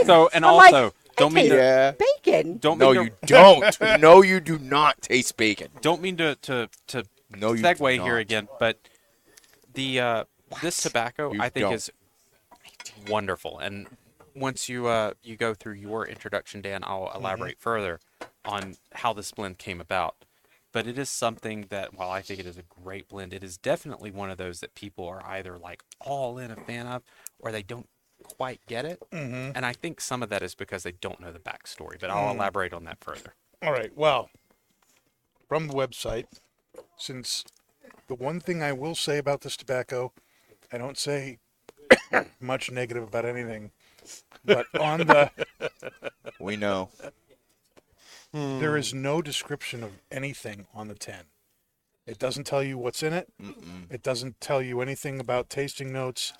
[SPEAKER 3] So and
[SPEAKER 4] I'm like,
[SPEAKER 3] also don't mean
[SPEAKER 4] okay.
[SPEAKER 3] to,
[SPEAKER 5] yeah.
[SPEAKER 4] Bacon.
[SPEAKER 3] don't
[SPEAKER 5] No,
[SPEAKER 3] mean
[SPEAKER 5] you
[SPEAKER 3] to,
[SPEAKER 5] don't. No, you do not taste bacon.
[SPEAKER 3] don't mean to to to
[SPEAKER 5] No, Oh, you do
[SPEAKER 3] segue here
[SPEAKER 5] not.
[SPEAKER 3] again, but the uh, this tobacco
[SPEAKER 5] You
[SPEAKER 3] I think
[SPEAKER 5] don't.
[SPEAKER 3] is wonderful, and once you uh, you go through your introduction, Dan, I'll
[SPEAKER 5] Mm-hmm.
[SPEAKER 3] elaborate further on how this blend came about. But it is something that, while I think it is a great blend, it is definitely one of those that people are either like all in a fan of, or they don't quite get it.
[SPEAKER 5] Mm-hmm.
[SPEAKER 3] And I think some of that is because they don't know the backstory. But
[SPEAKER 5] Mm.
[SPEAKER 3] I'll elaborate on that further.
[SPEAKER 2] All right. Well, from the website, since the one thing I will say about this tobacco, I don't say much negative about anything, but on the
[SPEAKER 5] We know.
[SPEAKER 2] there
[SPEAKER 3] Mm.
[SPEAKER 2] is no description of anything on the tin. It doesn't tell you what's in it. It doesn't tell you anything about tasting notes.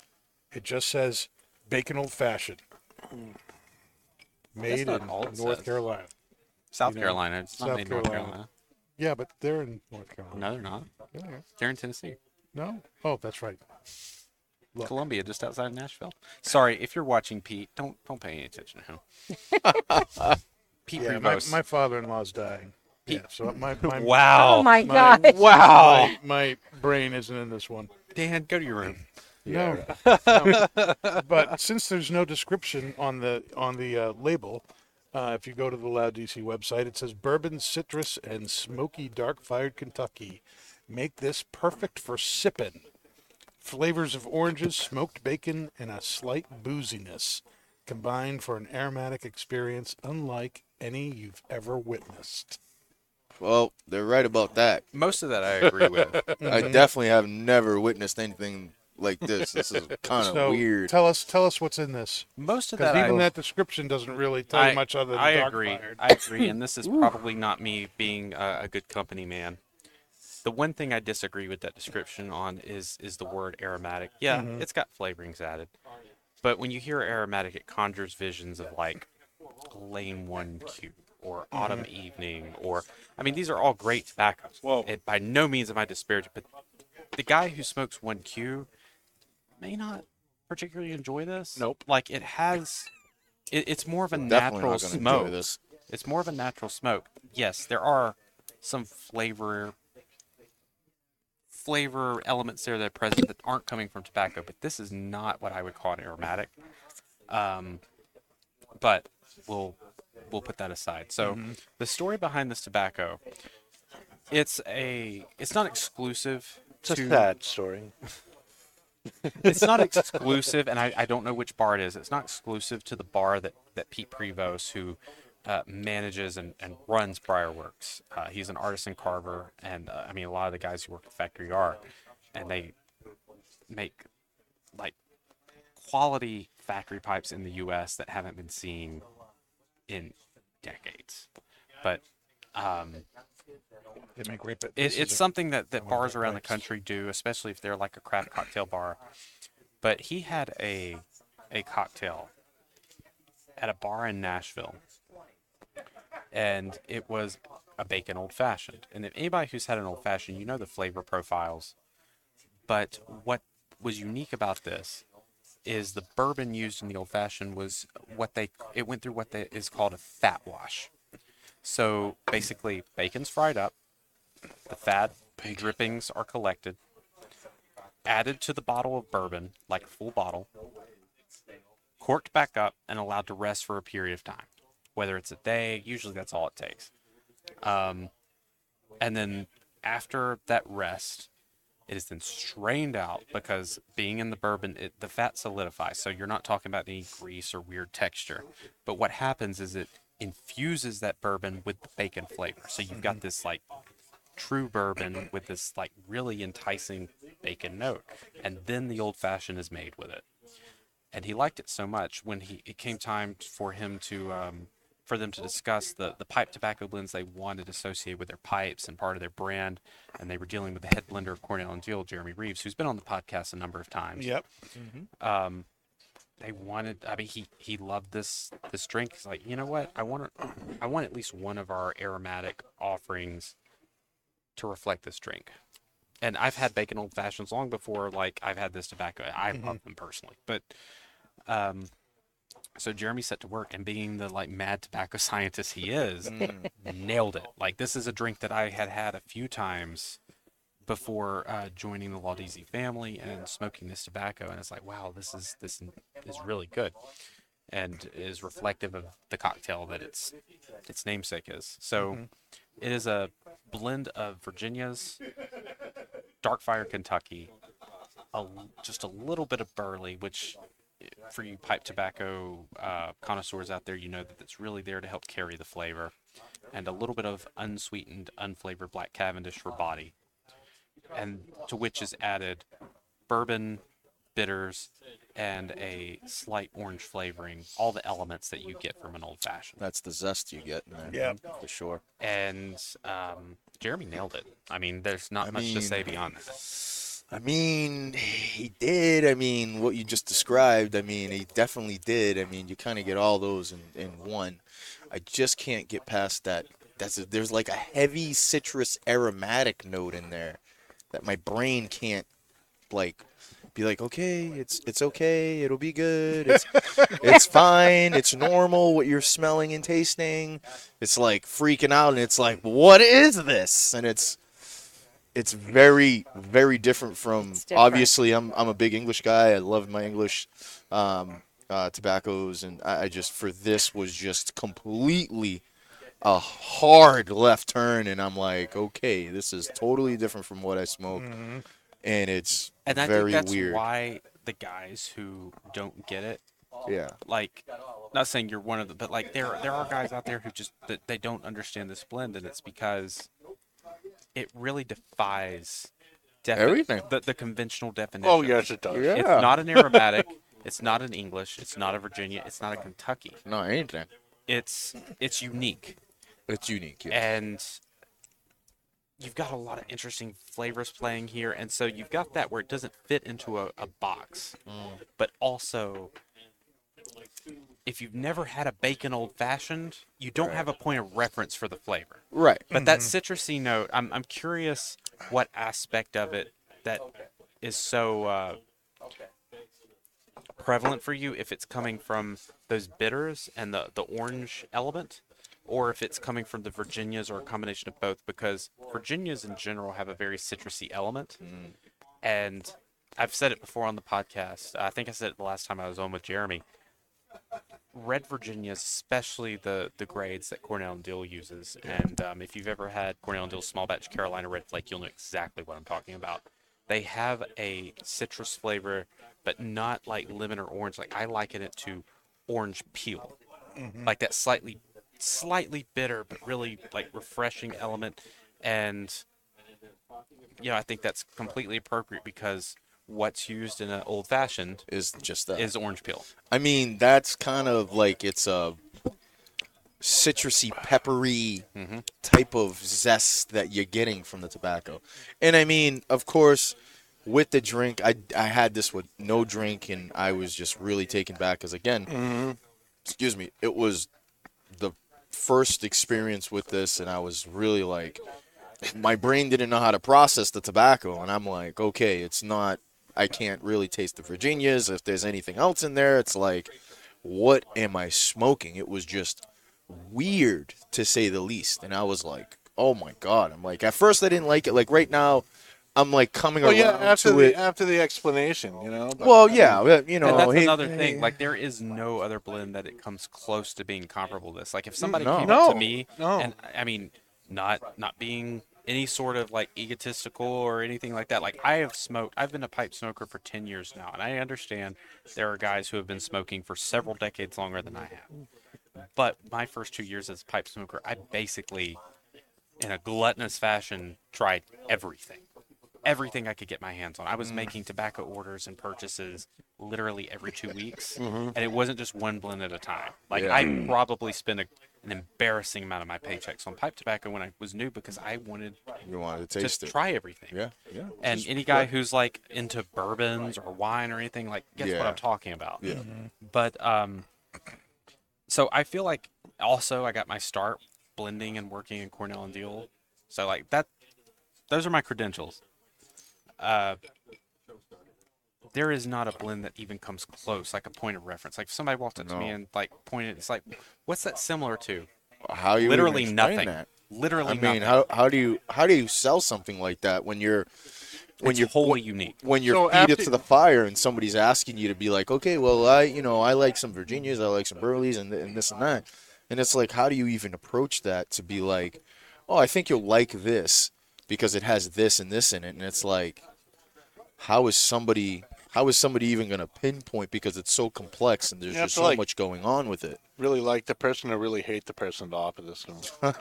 [SPEAKER 2] It just says bacon old fashioned, made
[SPEAKER 3] not
[SPEAKER 2] in
[SPEAKER 3] all it
[SPEAKER 2] North
[SPEAKER 3] says.
[SPEAKER 2] Carolina.
[SPEAKER 3] South Carolina, it's not
[SPEAKER 2] South
[SPEAKER 3] made in North
[SPEAKER 2] Carolina.
[SPEAKER 3] Carolina.
[SPEAKER 2] Yeah, but they're in North Carolina.
[SPEAKER 3] No, they're not.
[SPEAKER 2] Yeah.
[SPEAKER 3] They're in Tennessee.
[SPEAKER 2] No? Oh, that's right. Look.
[SPEAKER 3] Columbia, just outside of Nashville. Sorry, if you're watching Pete, don't don't pay any attention to him. Pete
[SPEAKER 2] Yeah, my,
[SPEAKER 3] Rivos.
[SPEAKER 2] my father-in-law's dying. Yeah, so my, my
[SPEAKER 3] wow.
[SPEAKER 4] oh my
[SPEAKER 2] my-
[SPEAKER 4] god.
[SPEAKER 3] wow.
[SPEAKER 2] my, my brain isn't in this one.
[SPEAKER 3] Dan, go to your room.
[SPEAKER 2] No. No. But since there's no description on the on the uh, label, uh, if you go to the Loud DC website, it says bourbon, citrus, and smoky dark fired Kentucky. Make this perfect for sipping. Flavors of oranges, smoked bacon, and a slight booziness combined for an aromatic experience unlike any you've ever witnessed.
[SPEAKER 5] Well, they're right about that.
[SPEAKER 3] Most of that I agree with.
[SPEAKER 5] I definitely have never witnessed anything like this. This is kind of
[SPEAKER 2] So
[SPEAKER 5] weird.
[SPEAKER 2] tell us tell us what's in this.
[SPEAKER 3] Most of
[SPEAKER 2] Because
[SPEAKER 3] that I
[SPEAKER 2] even that description doesn't really tell you much other than
[SPEAKER 3] I
[SPEAKER 2] dark
[SPEAKER 3] agree.
[SPEAKER 2] fired.
[SPEAKER 3] I agree, and this is probably not me being a, a good company man. The one thing I disagree with that description on is is the word aromatic. Yeah,
[SPEAKER 2] Mm-hmm.
[SPEAKER 3] it's got flavorings added, but when you hear aromatic, it conjures visions of like Lane One Cube or
[SPEAKER 2] Mm-hmm.
[SPEAKER 3] Autumn Evening, or I mean, these are all great tobaccos. Well, it, by no means am I disparaging, but the guy who smokes One Q may not particularly enjoy this. Nope. Like it has, it, it's more of a
[SPEAKER 5] Definitely
[SPEAKER 3] natural
[SPEAKER 5] not gonna enjoy
[SPEAKER 3] smoke.
[SPEAKER 5] this.
[SPEAKER 3] It's more of a natural smoke. Yes, there are some flavor flavor elements there that are present that aren't coming from tobacco, but this is not what I would call an aromatic. Um, but we'll we'll put that aside. So the story behind this tobacco, it's a it's not exclusive
[SPEAKER 6] It's a
[SPEAKER 3] to
[SPEAKER 6] sad story.
[SPEAKER 3] it's not exclusive, and I, I don't know which bar it is. It's not exclusive to the bar that, that Pete Prevost, who uh, manages and, and runs Briarworks, uh, he's an artisan carver, and uh, I mean, a lot of the guys who work at Factory are, and they make like quality factory pipes in the U.S. that haven't been seen in decades. But um,
[SPEAKER 2] They make great, but
[SPEAKER 3] it, it's something that, that bars around the country do, especially if they're like a craft cocktail bar. But he had a a cocktail at a bar in Nashville, and it was a bacon old fashioned. And if anybody who's had an old fashioned, you know the flavor profiles. But what was unique about this is the bourbon used in the old fashioned was what they it went through what they, is called a fat wash. So basically, bacon's fried up, the fat drippings are collected, added to the bottle of bourbon, like a full bottle, corked back up, and allowed to rest for a period of time. Whether it's a day, usually that's all it takes. Um, and then after that rest, it is then strained out because being in the bourbon, it, the fat solidifies. So you're not talking about any grease or weird texture. But what happens is it infuses that bourbon with the bacon flavor. So you've got this like true bourbon with this like really enticing bacon note and then the old fashioned is made with it and he liked it so much when he it came time t- for him to um, for them to discuss the the pipe tobacco blends they wanted associated with their pipes and part of their brand and they were dealing with the head blender of Cornell and Deal Jeremy Reeves who's been on the podcast a number of times
[SPEAKER 2] Yep.
[SPEAKER 3] um they wanted i mean he he loved this this drink he's like you know what i want to i want at least one of our aromatic offerings to reflect this drink and i've had bacon old fashions long before like i've had this tobacco i love them personally but um so jeremy set to work and being the like mad tobacco scientist he is nailed it like this is a drink that i had had a few times before uh, joining the Laudisi family and smoking this tobacco, and it's like, wow, this is this is really good, and is reflective of the cocktail that its its namesake is. So, it is a blend of Virginia's dark fire Kentucky, a l just a little bit of burley, which eh, for you pipe tobacco uh, connoisseurs out there, you know that it's really there to help carry the flavor, and a little bit of unsweetened, unflavored black Cavendish for body and to which is added bourbon, bitters, and a slight orange flavoring, all the elements that you get from an old fashioned.
[SPEAKER 5] That's the zest you get in there.
[SPEAKER 2] Yep.
[SPEAKER 5] for sure.
[SPEAKER 3] And um, Jeremy nailed it. I mean, there's not
[SPEAKER 5] I
[SPEAKER 3] much to
[SPEAKER 5] mean-
[SPEAKER 3] say beyond that.
[SPEAKER 5] I mean, he did. I mean, what you just described, I mean, he definitely did. I mean, you kind of get all those in, in one. I just can't get past that. That's there's like a heavy citrus aromatic note in there that my brain can't like be like, okay, it's it's okay, it'll be good, it's it's fine, it's normal what you're smelling and tasting. It's like freaking out and it's like, what is this? And it's it's very very different from
[SPEAKER 4] It's different.
[SPEAKER 5] obviously I'm I'm a big English guy. I love my English um, uh, tobaccos, and I, I just for this was just completely a hard left turn, and I'm like, okay, this is totally different from what I smoke, and it's
[SPEAKER 3] And I
[SPEAKER 5] very
[SPEAKER 3] think that's
[SPEAKER 5] weird.
[SPEAKER 3] why the guys who don't get it,
[SPEAKER 5] Yeah,
[SPEAKER 3] like, not saying you're one of them, but like there there are guys out there who just that they don't understand this blend, and it's because it really defies defi-
[SPEAKER 5] Everything.
[SPEAKER 3] The, the conventional definition.
[SPEAKER 6] Oh yes, it does.
[SPEAKER 5] yeah.
[SPEAKER 3] It's not an aromatic. it's not an English. It's not a Virginia. It's not a Kentucky.
[SPEAKER 5] no anything.
[SPEAKER 3] It's it's unique,
[SPEAKER 5] It's unique. Yeah.
[SPEAKER 3] and you've got a lot of interesting flavors playing here. And so you've got that where it doesn't fit into a, a box, but also if you've never had a bacon old fashioned, you don't have a point of reference for the flavor.
[SPEAKER 5] Right.
[SPEAKER 3] But that citrusy note, I'm I'm curious what aspect of it that is so uh, prevalent for you. If it's coming from those bitters and the the orange element, or if it's coming from the Virginias, or a combination of both, because Virginias in general have a very citrusy element, and I've said it before on the podcast. I think I said it the last time I was on with Jeremy. Red Virginias, especially the the grades that Cornell and Dill uses, and um, if you've ever had Cornell and Dill's small batch Carolina Red Flake, you'll know exactly what I'm talking about. They have a citrus flavor, but not like lemon or orange. Like I liken it to orange peel, like that slightly, slightly bitter but really like refreshing element, and you know I think that's completely appropriate because what's used in an old fashioned
[SPEAKER 5] Is just that.
[SPEAKER 3] is orange peel.
[SPEAKER 5] I mean, that's kind of like it's a citrusy, peppery
[SPEAKER 3] Mm-hmm.
[SPEAKER 5] type of zest that you're getting from the tobacco. And I mean, of course, with the drink, I, I had this with no drink, and I was just really taken back because, again, excuse me, it was the first experience with this, and I was really like, my brain didn't know how to process the tobacco, and I'm like, okay, it's not. I can't really taste the Virginias. If there's anything else in there, it's like, what am I smoking? It was just weird to say the least, and I was like, oh my god. I'm like, at first I didn't like it. Like right now, I'm like coming
[SPEAKER 6] Well,
[SPEAKER 5] around
[SPEAKER 6] Oh, yeah. After
[SPEAKER 5] to
[SPEAKER 6] the
[SPEAKER 5] it.
[SPEAKER 6] after the explanation, you know. but-
[SPEAKER 5] well, yeah, but, you know,
[SPEAKER 3] and that's
[SPEAKER 5] hey-
[SPEAKER 3] another thing. Like there is no other blend that it comes close to being comparable to this. Like if somebody
[SPEAKER 5] No.
[SPEAKER 3] came up to
[SPEAKER 6] No,
[SPEAKER 3] me,
[SPEAKER 6] no.
[SPEAKER 3] and I mean, not not being any sort of like egotistical or anything like that. Like I have smoked. I've been a pipe smoker for ten years now, and I understand there are guys who have been smoking for several decades longer than I have. But my first two years as a pipe smoker, I basically, in a gluttonous fashion, tried everything everything I could get my hands on. I
[SPEAKER 5] Mm.
[SPEAKER 3] was making tobacco orders and purchases literally every two weeks,
[SPEAKER 5] Mm-hmm.
[SPEAKER 3] and it wasn't just one blend at a time. Like I
[SPEAKER 5] Mm.
[SPEAKER 3] probably spent a, an embarrassing amount of my paychecks on pipe tobacco when I was new because I wanted
[SPEAKER 5] you wanted to
[SPEAKER 3] to
[SPEAKER 5] taste it.
[SPEAKER 3] try everything.
[SPEAKER 5] Yeah, yeah.
[SPEAKER 3] And any guy who's like into bourbons or wine or anything, like guess what
[SPEAKER 5] Yeah.
[SPEAKER 3] I'm talking about.
[SPEAKER 5] Yeah.
[SPEAKER 3] But um, so I feel like also I got my start blending and working in Cornell and Deal. So like that, those are my credentials. Uh, there is not a blend that even comes close, like a point of reference. Like if somebody walked up to me
[SPEAKER 5] No.
[SPEAKER 3] and like pointed, it's like, what's that similar to?
[SPEAKER 5] How you even
[SPEAKER 3] Literally
[SPEAKER 5] explain
[SPEAKER 3] nothing.
[SPEAKER 5] That?
[SPEAKER 3] Literally
[SPEAKER 5] I mean,
[SPEAKER 3] nothing.
[SPEAKER 5] how, how do you how do you sell something like that when you're when
[SPEAKER 3] it's
[SPEAKER 5] you're
[SPEAKER 3] wholly unique.
[SPEAKER 5] when your
[SPEAKER 6] So
[SPEAKER 5] feet
[SPEAKER 6] after-
[SPEAKER 5] up to the fire and somebody's asking you to be like, okay, well, I you know I like some Virginias, I like some Burleys, and, th- and this and that, and it's like, how do you even approach that to be like, oh, I think you'll like this because it has this and this in it, and it's like, how is somebody how is somebody even gonna pinpoint because it's so complex and there's
[SPEAKER 6] You have
[SPEAKER 5] just
[SPEAKER 6] to,
[SPEAKER 5] so
[SPEAKER 6] like-
[SPEAKER 5] much going on with it.
[SPEAKER 6] really like the person or really hate the person to offer this. one.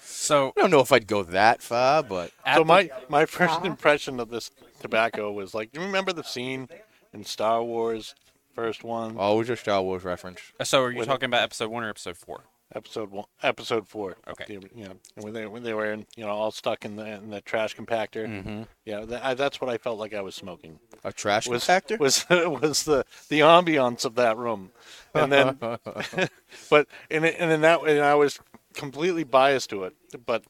[SPEAKER 3] So
[SPEAKER 5] I don't know if I'd go that far, but
[SPEAKER 3] at
[SPEAKER 6] So
[SPEAKER 3] the-
[SPEAKER 6] my my first impression of this tobacco was like, do you remember the scene in Star Wars, first one,
[SPEAKER 5] always a Star Wars reference.
[SPEAKER 3] so are you
[SPEAKER 6] when-
[SPEAKER 3] talking about episode one or episode four?
[SPEAKER 6] episode one, episode four?
[SPEAKER 3] Okay.
[SPEAKER 6] Yeah, you know, when they when they were in, you know all stuck in the in the trash compactor. Mm-hmm. Yeah, tha- I, that's what I felt like I was smoking.
[SPEAKER 5] A trash
[SPEAKER 6] Was
[SPEAKER 5] compactor?
[SPEAKER 6] was was the the ambiance of that room, and then, but and it- and then that and I was completely biased to it, but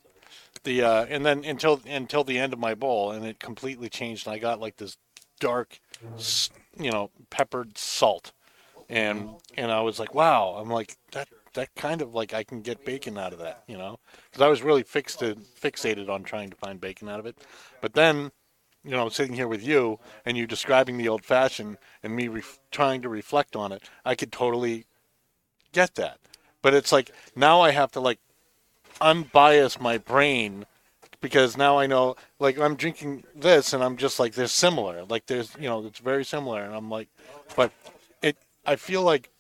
[SPEAKER 6] the uh, and then until until the end of my bowl, and it completely changed, and I got like this dark, s- you know, peppered salt, and and I was like, wow, I'm like that that kind of like I can get bacon out of that, you know, because I was really fixed fixated on trying to find bacon out of it. But then, you know, sitting here with you and you describing the old fashioned and me ref trying to reflect on it, I could totally get that. But it's like now I have to like unbias my brain because now I know like I'm drinking this and I'm just like they're similar. Like there's you know, it's very similar and I'm like but it I feel like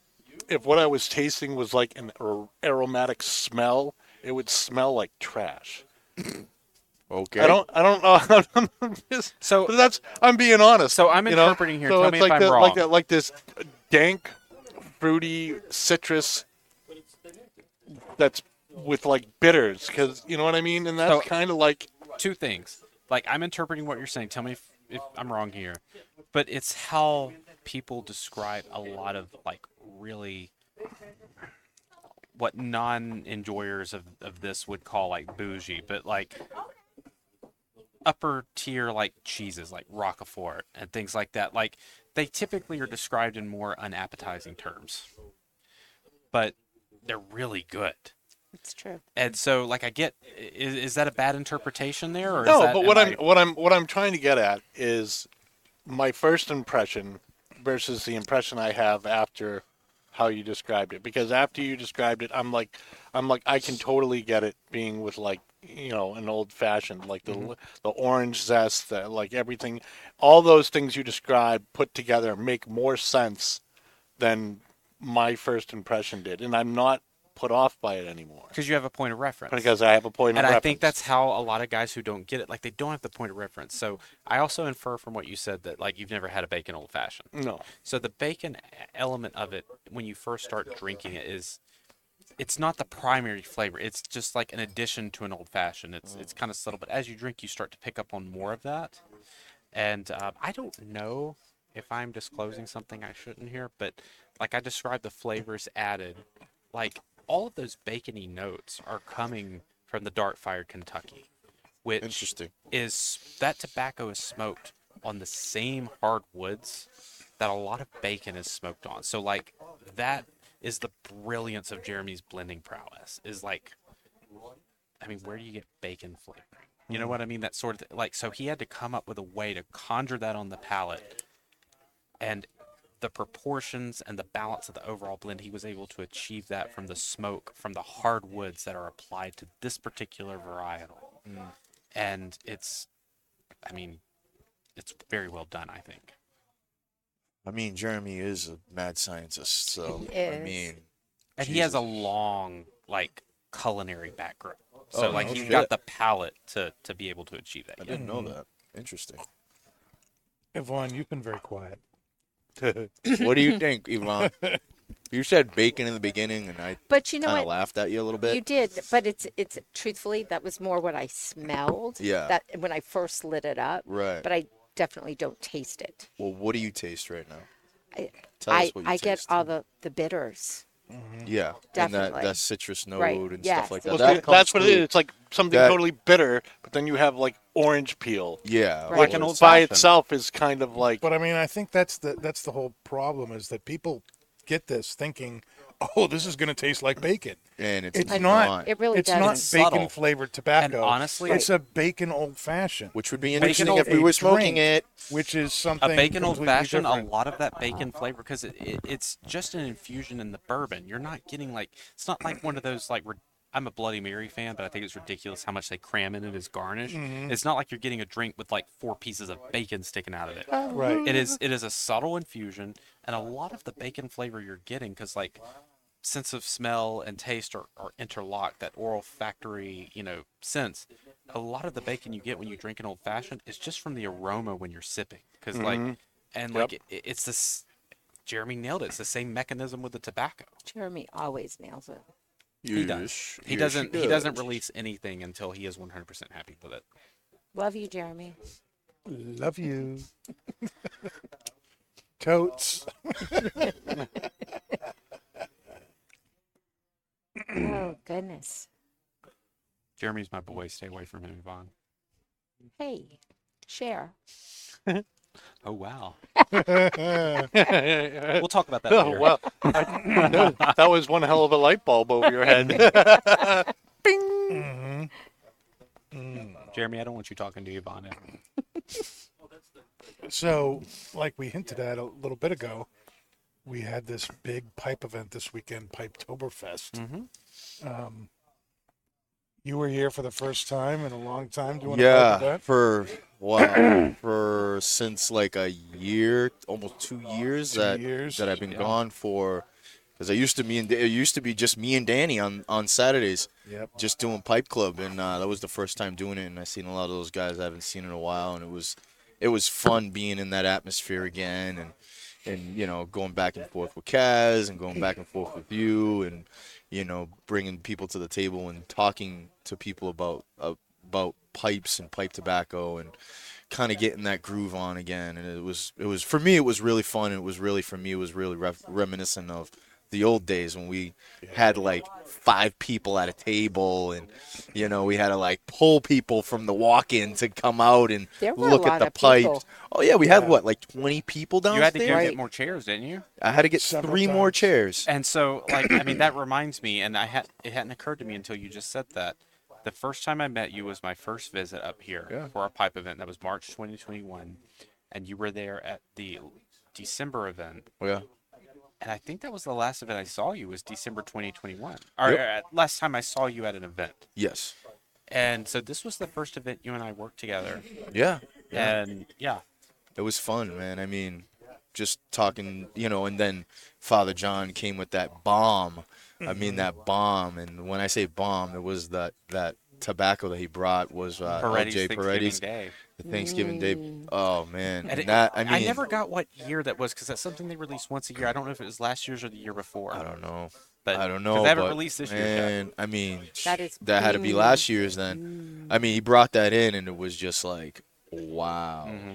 [SPEAKER 6] if what I was tasting was like an ar- aromatic smell, it would smell like trash.
[SPEAKER 7] Okay.
[SPEAKER 6] I don't I don't know
[SPEAKER 3] So-
[SPEAKER 6] so but that's I'm being honest.
[SPEAKER 3] So I'm
[SPEAKER 6] you know?
[SPEAKER 3] interpreting here.
[SPEAKER 6] So
[SPEAKER 3] Tell
[SPEAKER 6] it's
[SPEAKER 3] me if
[SPEAKER 6] like
[SPEAKER 3] I'm
[SPEAKER 6] that,
[SPEAKER 3] wrong.
[SPEAKER 6] Like that like this dank fruity citrus that's with like bitters cuz you know what I mean and that's
[SPEAKER 3] So-
[SPEAKER 6] kind of like
[SPEAKER 3] two things. Like I'm interpreting what you're saying. Tell me if, if I'm wrong here, but it's how people describe a lot of like really what non-enjoyers of, of this would call like bougie, but like upper tier like cheeses like Roquefort and things like that. Like they typically are described in more unappetizing terms, but they're really good.
[SPEAKER 4] It's true.
[SPEAKER 3] And so, like, I get is, is that a bad interpretation there? Or
[SPEAKER 6] no,
[SPEAKER 3] is that,
[SPEAKER 6] but what
[SPEAKER 3] am
[SPEAKER 6] I'm
[SPEAKER 3] I-
[SPEAKER 6] what I'm what I'm trying to get at is my first impression versus the impression I have after how you described it. Because after you described it, I'm like, I'm like, I can totally get it being with like you know an old fashioned like the
[SPEAKER 3] Mm-hmm.
[SPEAKER 6] the orange zest, the, like everything, all those things you described put together make more sense than my first impression did, and I'm not put off by it anymore
[SPEAKER 3] because you have a point of reference.
[SPEAKER 6] because I have a point
[SPEAKER 3] and
[SPEAKER 6] of
[SPEAKER 3] I think
[SPEAKER 6] reference.
[SPEAKER 3] that's how a lot of guys who don't get it, like, they don't have the point of reference. So I also infer from what you said that like you've never had a bacon old fashioned.
[SPEAKER 6] no.
[SPEAKER 3] So the bacon e, element of it when you first start drinking it is it's not the primary flavor. It's just like an addition to an old fashioned. It's it's kind of subtle, but as you drink, you start to pick up on more of that. And uh, I don't know if I'm disclosing something I shouldn't here, but like I described the flavors added, like all of those bacony notes are coming from the dark fired Kentucky, which
[SPEAKER 5] Interesting.
[SPEAKER 3] is that tobacco is smoked on the same hard woods that a lot of bacon is smoked on. So like that is the brilliance of Jeremy's blending prowess. Is like I mean, where do you get bacon flavoring? You know what I mean? That sort of th- like so he had to come up with a way to conjure that on the palate and the proportions and the balance of the overall blend, he was able to achieve that from the smoke, from the hardwoods that are applied to this particular varietal and it's i mean it's very well done i think
[SPEAKER 5] I mean, Jeremy is a mad scientist, so
[SPEAKER 4] He
[SPEAKER 5] I
[SPEAKER 4] is.
[SPEAKER 5] mean,
[SPEAKER 3] and he has a
[SPEAKER 5] Jesus.
[SPEAKER 3] long like culinary background so
[SPEAKER 5] Oh,
[SPEAKER 3] like
[SPEAKER 5] no
[SPEAKER 3] he's
[SPEAKER 5] shit.
[SPEAKER 3] got the palate to to be able to achieve
[SPEAKER 5] I
[SPEAKER 3] that yeah.
[SPEAKER 5] didn't know that. Interesting.
[SPEAKER 2] Yvonne, you've been very quiet.
[SPEAKER 5] what do you think, Yvonne? You said bacon in the beginning, and I
[SPEAKER 4] But you know
[SPEAKER 5] kind
[SPEAKER 4] what?
[SPEAKER 5] of laughed at you a little bit.
[SPEAKER 4] You did, but it's it's truthfully that was more what I smelled.
[SPEAKER 5] Yeah.
[SPEAKER 4] That when I first lit it up.
[SPEAKER 5] Right.
[SPEAKER 4] But I definitely don't taste it.
[SPEAKER 5] well, what do you taste right now?
[SPEAKER 4] I
[SPEAKER 5] Tell
[SPEAKER 4] I,
[SPEAKER 5] us what you
[SPEAKER 4] I get
[SPEAKER 5] taste.
[SPEAKER 4] all the the bitters.
[SPEAKER 5] Yeah, and that,
[SPEAKER 4] Definitely.
[SPEAKER 5] that citrus note
[SPEAKER 4] Right,
[SPEAKER 5] and
[SPEAKER 4] yes.
[SPEAKER 5] stuff like
[SPEAKER 6] Well,
[SPEAKER 5] that.
[SPEAKER 6] see,
[SPEAKER 5] that comes
[SPEAKER 6] that's what it
[SPEAKER 5] through.
[SPEAKER 6] is. It's like something
[SPEAKER 5] That-
[SPEAKER 6] totally bitter, but then you have like orange peel.
[SPEAKER 5] Yeah,
[SPEAKER 4] Right.
[SPEAKER 6] Like
[SPEAKER 4] an
[SPEAKER 3] old
[SPEAKER 6] by
[SPEAKER 3] fashioned.
[SPEAKER 6] itself is kind of like
[SPEAKER 2] But I mean, I think that's the that's the whole problem is that people get this thinking, oh, this is going to taste like bacon.
[SPEAKER 5] and it's,
[SPEAKER 2] It's
[SPEAKER 4] I-
[SPEAKER 2] not.
[SPEAKER 4] It really
[SPEAKER 2] it's
[SPEAKER 4] does.
[SPEAKER 2] not
[SPEAKER 3] It's subtle.
[SPEAKER 2] bacon flavored tobacco.
[SPEAKER 3] And honestly-
[SPEAKER 2] it's a bacon old fashioned,
[SPEAKER 5] which would be
[SPEAKER 3] Bacon
[SPEAKER 5] interesting
[SPEAKER 3] old-
[SPEAKER 5] if we
[SPEAKER 2] a
[SPEAKER 5] were smoking
[SPEAKER 2] drink.
[SPEAKER 5] it.
[SPEAKER 2] which is
[SPEAKER 3] a
[SPEAKER 2] something
[SPEAKER 3] bacon old
[SPEAKER 2] completely
[SPEAKER 3] fashioned a
[SPEAKER 2] different.
[SPEAKER 3] lot of that bacon flavor because it, it, it's just an infusion in the bourbon you're not getting like it's not like one of those like re- i'm a bloody mary fan but i think it's ridiculous how much they cram in it as garnish
[SPEAKER 5] Mm-hmm.
[SPEAKER 3] it's not like you're getting a drink with like four pieces of bacon sticking out of it
[SPEAKER 2] Right.
[SPEAKER 3] it is it is a subtle infusion and a lot of the bacon flavor you're getting because like sense of smell and taste are, are interlocked that oral factory you know sense a lot of the bacon you get when you drink an old fashioned is just from the aroma when you're sipping because like and like it, it's this jeremy nailed it it's the same mechanism with the tobacco
[SPEAKER 4] Jeremy always nails it.
[SPEAKER 3] he does he doesn't he doesn't release anything until he is 100% happy with it
[SPEAKER 4] Love you, Jeremy.
[SPEAKER 2] Love you. Totes.
[SPEAKER 4] oh goodness.
[SPEAKER 3] jeremy's my boy stay away from him yvonne
[SPEAKER 4] Hey, share.
[SPEAKER 3] Oh wow. we'll talk about that
[SPEAKER 6] Oh,
[SPEAKER 3] later.
[SPEAKER 6] wow. I- no, that was one hell of a light bulb over your head.
[SPEAKER 3] Jeremy, I don't want you talking to Ivana.
[SPEAKER 2] So, like we hinted at a little bit ago, we had this big pipe event this weekend, Pipetoberfest.
[SPEAKER 3] Mhm.
[SPEAKER 2] Um, you were here for the first time in a long time doing a pipe
[SPEAKER 5] yeah,
[SPEAKER 2] event.
[SPEAKER 5] for wow, for since like a year, almost two years
[SPEAKER 2] Two
[SPEAKER 5] that
[SPEAKER 2] years,
[SPEAKER 5] that I've been
[SPEAKER 3] yeah.
[SPEAKER 5] gone for. Because I used to me and it used to be just me and Danny on on Saturdays,
[SPEAKER 2] Yep.
[SPEAKER 5] just doing pipe club, and uh, that was the first time doing it. And I seen a lot of those guys I haven't seen in a while, and it was it was fun being in that atmosphere again, and and you know going back and forth with Kaz and going back and forth with you, and you know bringing people to the table and talking to people about uh, about pipes and pipe tobacco and kind of getting that groove on again and it was it was for me it was really fun it was really for me it was really ref- reminiscent of the old days when we had like five people at a table and you know we had to like pull people from the walk-in to come out and
[SPEAKER 4] There were a
[SPEAKER 5] look
[SPEAKER 4] lot
[SPEAKER 5] at the
[SPEAKER 4] of people.
[SPEAKER 5] pipes oh yeah we had what like 20 people
[SPEAKER 3] You had
[SPEAKER 5] downstairs
[SPEAKER 3] to go
[SPEAKER 4] Right.
[SPEAKER 3] get more chairs, didn't you?
[SPEAKER 5] i had to get
[SPEAKER 2] Several
[SPEAKER 5] three more
[SPEAKER 2] times.
[SPEAKER 5] chairs
[SPEAKER 3] And so, like, I mean, that reminds me, and I had it hadn't occurred to me until you just said that. The first time I met you was my first visit up here for our pipe event. That was March 2021, and you were there at the December event.
[SPEAKER 5] yeah
[SPEAKER 3] And I think that was the last event I saw you was December 2021, or
[SPEAKER 5] Yep.
[SPEAKER 3] uh, last time I saw you at an event.
[SPEAKER 5] yes
[SPEAKER 3] And so this was the first event you and I worked together.
[SPEAKER 5] yeah
[SPEAKER 3] And yeah,
[SPEAKER 5] it was fun, man. I mean, just talking, you know, and then Father John came with that bomb. I mean,
[SPEAKER 3] Mm-hmm.
[SPEAKER 5] that bomb. And when I say bomb, it was that that tobacco that he brought was uh,
[SPEAKER 3] Peretti's
[SPEAKER 5] LJ
[SPEAKER 3] Thanksgiving
[SPEAKER 5] Paredes
[SPEAKER 3] Day.
[SPEAKER 5] the Thanksgiving Day. Oh man,
[SPEAKER 3] And it-
[SPEAKER 5] that I mean,
[SPEAKER 3] I never got what year that was because that's something they released once a year. I don't know if it was last year's or the year before.
[SPEAKER 5] I don't know.
[SPEAKER 3] But-
[SPEAKER 5] I don't
[SPEAKER 3] 'cause
[SPEAKER 5] know.
[SPEAKER 3] they haven't
[SPEAKER 5] but,
[SPEAKER 3] released this year yet.
[SPEAKER 5] man, I mean,
[SPEAKER 4] That is
[SPEAKER 5] that had to be
[SPEAKER 4] clean.
[SPEAKER 5] last year's then. I mean, he brought that in, and it was just like, wow.
[SPEAKER 3] Mm-hmm.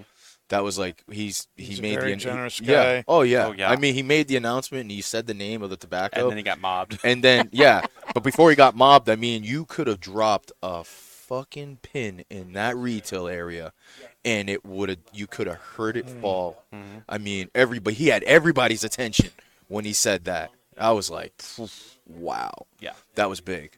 [SPEAKER 5] That was like he's he
[SPEAKER 2] He's a
[SPEAKER 5] made
[SPEAKER 2] very
[SPEAKER 5] the
[SPEAKER 2] generous
[SPEAKER 5] yeah
[SPEAKER 2] guy.
[SPEAKER 5] oh yeah
[SPEAKER 3] Oh, yeah.
[SPEAKER 5] I mean he made the announcement and he said the name of the tobacco
[SPEAKER 3] And then he got mobbed.
[SPEAKER 5] and then yeah, but before he got mobbed, I mean, you could have dropped a fucking pin in that retail area, and it would have you could have heard
[SPEAKER 3] Mm-hmm.
[SPEAKER 5] it fall. I mean, everybody he had everybody's attention when he said that. I was like, wow,
[SPEAKER 3] Yeah.
[SPEAKER 5] that was big.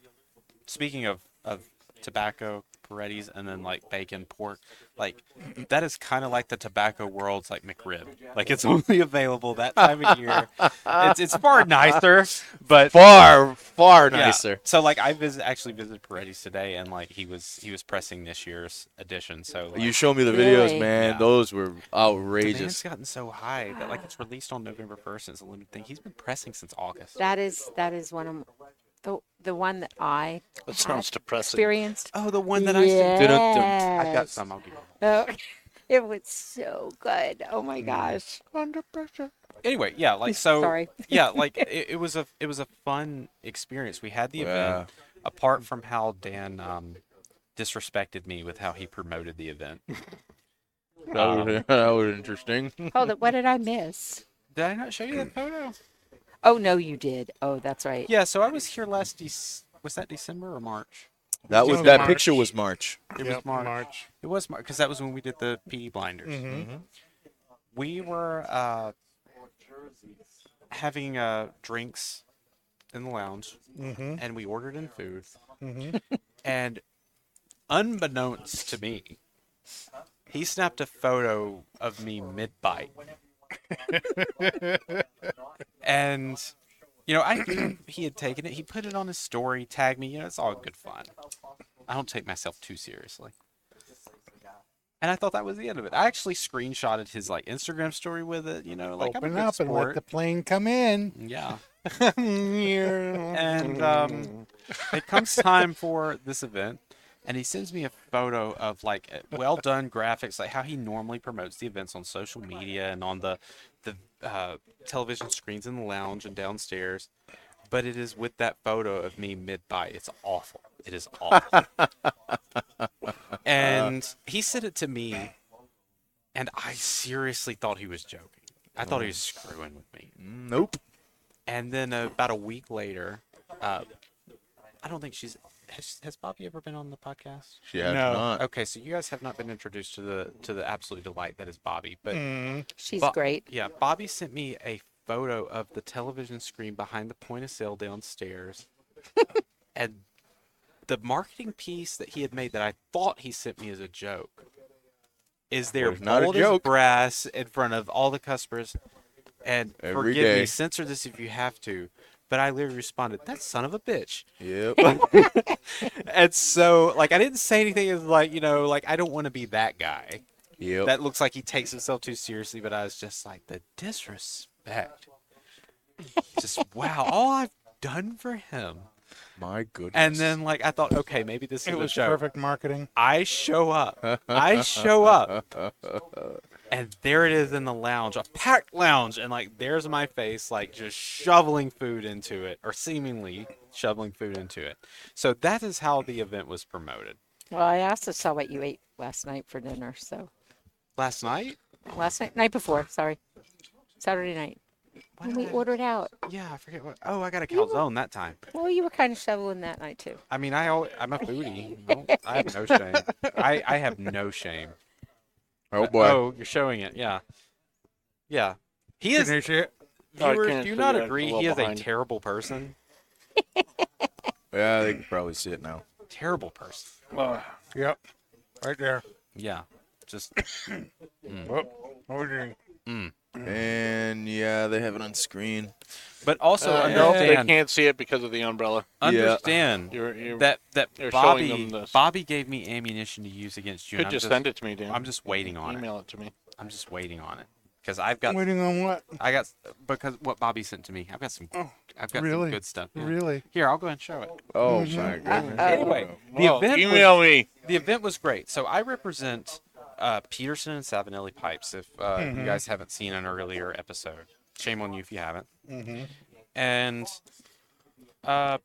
[SPEAKER 3] Speaking of of tobacco, Paredes, and then like bacon, pork, like that is kind of like the tobacco world's like McRib. Like it's only available that time of year. it's it's far nicer, but
[SPEAKER 5] Far, far
[SPEAKER 3] Yeah.
[SPEAKER 5] nicer.
[SPEAKER 3] So like I visit actually visited Paredes today, and like he was he was pressing this year's edition. So like,
[SPEAKER 5] You show me the videos,
[SPEAKER 4] Really?
[SPEAKER 5] man.
[SPEAKER 3] Yeah.
[SPEAKER 5] Those were
[SPEAKER 3] demand's
[SPEAKER 5] outrageous.
[SPEAKER 3] gotten so high that like it's released on November first. It's a limited thing. He's been pressing since August.
[SPEAKER 4] That is that is one of the the one that I
[SPEAKER 6] That sounds depressing.
[SPEAKER 4] experienced.
[SPEAKER 5] uh,
[SPEAKER 3] Oh, the one that I sent.
[SPEAKER 4] yes.
[SPEAKER 3] I've got some. I'll give you.
[SPEAKER 4] Oh, it was so good. Oh my
[SPEAKER 5] Mm.
[SPEAKER 4] gosh. Under pressure.
[SPEAKER 3] Anyway, yeah, like so.
[SPEAKER 4] Sorry.
[SPEAKER 3] yeah, like it, it was a it was a fun experience. We had the event. Apart from how Dan um, disrespected me with how he promoted the event,
[SPEAKER 5] That was, that was interesting.
[SPEAKER 4] Hold it. What did I miss?
[SPEAKER 3] did I not show you that photo?
[SPEAKER 4] Oh no, you did. Oh, that's right.
[SPEAKER 3] Yeah, so I was here last. Dec was that December or March?
[SPEAKER 5] That was
[SPEAKER 2] in
[SPEAKER 5] that
[SPEAKER 2] March.
[SPEAKER 5] picture was March.
[SPEAKER 3] It
[SPEAKER 2] Yep,
[SPEAKER 3] was March. It was March because that was when we did the PE blinders.
[SPEAKER 2] Mm-hmm.
[SPEAKER 3] We were uh, having uh, drinks in the lounge,
[SPEAKER 2] Mhm.
[SPEAKER 3] and we ordered in food.
[SPEAKER 2] Mm-hmm.
[SPEAKER 3] and unbeknownst to me, he snapped a photo of me mid bite. and, you know, I knew he had taken it. He put it on his story, tagged me. You know, it's all good fun. I don't take myself too seriously. And I thought that was the end of it. I actually screenshotted his like Instagram story with it, you know, like I'm a
[SPEAKER 2] Open
[SPEAKER 3] good
[SPEAKER 2] up and let
[SPEAKER 3] sport.
[SPEAKER 2] the plane come in.
[SPEAKER 3] Yeah. and um, it comes time for this event, and he sends me a photo of like uh, well done graphics, like how he normally promotes the events on social media and on the the uh, television screens in the lounge and downstairs. But it is with that photo of me mid bite. It's awful. It is awful. and he sent it to me, and I seriously thought he was joking. I thought he was screwing with me.
[SPEAKER 5] Nope.
[SPEAKER 3] And then about a week later, uh, I don't think she's has, has Bobby ever been on the podcast?
[SPEAKER 5] She has
[SPEAKER 2] No.
[SPEAKER 5] not.
[SPEAKER 3] Okay, so you guys have not been introduced to the to the absolute delight that is Bobby, but
[SPEAKER 4] She's
[SPEAKER 3] Bo-
[SPEAKER 4] great.
[SPEAKER 3] Yeah, Bobby sent me a photo of the television screen behind the point of sale downstairs, and the marketing piece that he had made that I thought he sent me as a joke is there
[SPEAKER 5] it's not a
[SPEAKER 3] bold as
[SPEAKER 5] joke.
[SPEAKER 3] brass in front of all the customers, and
[SPEAKER 5] Every
[SPEAKER 3] forgive
[SPEAKER 5] day.
[SPEAKER 3] me, censor this if you have to. But I literally responded, "That son of a bitch."
[SPEAKER 5] Yep.
[SPEAKER 3] And so, like, I didn't say anything. It was like, you know, like I don't want to be that guy
[SPEAKER 5] yep.
[SPEAKER 3] that looks like he takes himself too seriously, but I was just like, the disrespect. just wow, all I've done for him.
[SPEAKER 5] My goodness.
[SPEAKER 3] And then like I thought, okay, maybe this is
[SPEAKER 2] It
[SPEAKER 3] a
[SPEAKER 2] was
[SPEAKER 3] joke.
[SPEAKER 2] perfect marketing.
[SPEAKER 3] I show up. I show up. And there it is in the lounge, a packed lounge, and like there's my face, like just shoveling food into it, or seemingly shoveling food into it. So that is how the event was promoted.
[SPEAKER 4] Well, I also saw what you ate last night for dinner. So
[SPEAKER 3] Last night?
[SPEAKER 4] last night, night before, sorry, Saturday night.
[SPEAKER 3] What
[SPEAKER 4] When
[SPEAKER 3] did
[SPEAKER 4] we
[SPEAKER 3] I-
[SPEAKER 4] ordered out.
[SPEAKER 3] yeah, I forget what. Oh, I got a calzone that time.
[SPEAKER 4] Well, you were kind of shoveling that night too.
[SPEAKER 3] I mean, I always, I'm a foodie. I, don't, I have no shame. I, I have no shame.
[SPEAKER 5] oh boy.
[SPEAKER 3] Oh, you're showing it. Yeah, yeah. He is.
[SPEAKER 8] Can you share it?
[SPEAKER 6] Oh, I
[SPEAKER 3] Viewers,
[SPEAKER 6] can't
[SPEAKER 3] do
[SPEAKER 6] see
[SPEAKER 3] you not
[SPEAKER 6] that. It's a
[SPEAKER 3] agree?
[SPEAKER 6] little
[SPEAKER 3] He is a
[SPEAKER 6] behind.
[SPEAKER 3] terrible person.
[SPEAKER 5] Yeah, they can probably see it now.
[SPEAKER 3] Terrible person.
[SPEAKER 2] Yep. Right there.
[SPEAKER 3] Yeah. Just
[SPEAKER 2] Whoop. What were you doing?
[SPEAKER 5] And yeah, they have it on screen.
[SPEAKER 3] but also
[SPEAKER 6] Uh, no, they
[SPEAKER 3] understand
[SPEAKER 6] can't see it because of the umbrella.
[SPEAKER 3] understand
[SPEAKER 6] You're, you're,
[SPEAKER 3] that that
[SPEAKER 6] They're showing them
[SPEAKER 3] Bobby
[SPEAKER 6] this.
[SPEAKER 3] Bobby gave me ammunition to use against you.
[SPEAKER 6] could
[SPEAKER 3] and I'm
[SPEAKER 6] just send it to me, Dan.
[SPEAKER 3] I'm just waiting on it.
[SPEAKER 6] Email it to me.
[SPEAKER 3] I'm just waiting on it because I've got
[SPEAKER 2] Waiting on what?
[SPEAKER 3] I got because what Bobby sent to me. I've got some.
[SPEAKER 6] Oh,
[SPEAKER 3] I've got
[SPEAKER 2] really?
[SPEAKER 3] some good stuff. yeah.
[SPEAKER 2] Really?
[SPEAKER 3] Here, I'll go ahead and show it.
[SPEAKER 5] Oh my goodness.
[SPEAKER 3] Mm-hmm. Uh, Anyway, the
[SPEAKER 6] Oh, Well,
[SPEAKER 3] event was-
[SPEAKER 6] email me.
[SPEAKER 3] the event was great. So I represent uh, Peterson and Savinelli Pipes. If uh, you
[SPEAKER 6] Mm-hmm.
[SPEAKER 3] guys haven't seen an earlier episode, shame on you if you haven't.
[SPEAKER 6] Mm-hmm.
[SPEAKER 3] And uh,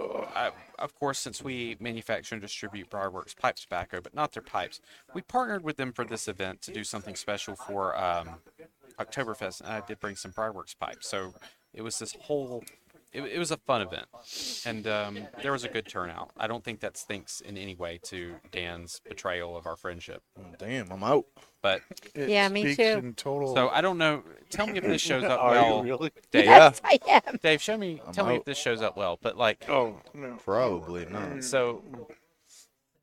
[SPEAKER 3] I, of course, since we manufacture and distribute Briarworks pipe tobacco, but not their pipes, we partnered with them for this event to do something special for um, Oktoberfest, and I did bring some Briarworks pipes. So it was this whole. It, it was a fun event, and um, there was a good turnout. I don't think that stinks in any way to Dan's betrayal of our friendship,
[SPEAKER 5] Oh, Damn, I'm out.
[SPEAKER 3] but
[SPEAKER 2] It
[SPEAKER 4] Yeah, me
[SPEAKER 2] speaks
[SPEAKER 4] too.
[SPEAKER 2] In total.
[SPEAKER 3] so I don't know. Tell me if this shows up
[SPEAKER 6] Are
[SPEAKER 3] well,
[SPEAKER 6] you really?
[SPEAKER 3] Dave.
[SPEAKER 4] Yes, I am.
[SPEAKER 3] Dave, show me.
[SPEAKER 5] I'm
[SPEAKER 3] tell me if
[SPEAKER 5] out.
[SPEAKER 3] this shows up well, but like,
[SPEAKER 6] Oh no,
[SPEAKER 5] Probably
[SPEAKER 3] Mm. Oh
[SPEAKER 5] not.
[SPEAKER 3] so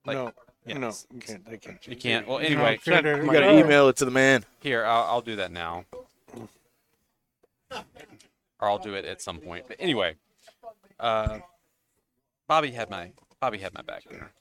[SPEAKER 3] like,
[SPEAKER 6] no,
[SPEAKER 3] yeah,
[SPEAKER 6] no.
[SPEAKER 3] s-
[SPEAKER 6] You can't. They can't.
[SPEAKER 3] you can't. Well, anyway,
[SPEAKER 2] sure. You
[SPEAKER 5] You gotta email it to the man.
[SPEAKER 3] Here, I'll, I'll do that now. Or I'll do it at some point. But anyway, uh, Bobby had my Bobby had my back there.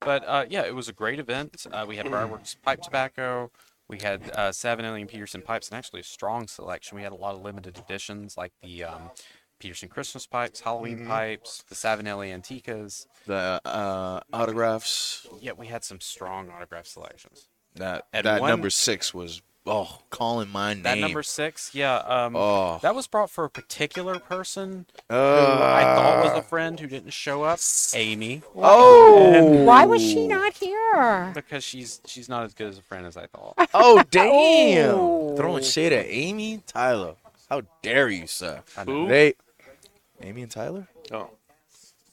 [SPEAKER 3] But uh, yeah, it was a great event. Uh, we had Briarworks pipe tobacco. We had uh, Savinelli and Peterson pipes, and actually a strong selection. We had a lot of limited editions, like the um, Peterson Christmas pipes, Halloween pipes, the Savinelli Anticas.
[SPEAKER 5] The uh, autographs.
[SPEAKER 3] Yeah, we had some strong autograph selections.
[SPEAKER 5] That
[SPEAKER 3] And
[SPEAKER 5] that
[SPEAKER 3] one-
[SPEAKER 5] number six was oh calling my name.
[SPEAKER 3] That number six, yeah. Um,
[SPEAKER 5] Oh.
[SPEAKER 3] That was brought for a particular person who
[SPEAKER 5] Uh,
[SPEAKER 3] I thought was a friend who didn't show up, Amy,
[SPEAKER 5] oh.
[SPEAKER 4] Why was she not here?
[SPEAKER 3] because she's she's not as good as a friend as I thought.
[SPEAKER 5] Oh damn! Throwing shade at Amy Tyler. How dare you, sir?
[SPEAKER 3] I, know.
[SPEAKER 6] Who?
[SPEAKER 5] They. Amy and Tyler?
[SPEAKER 6] No.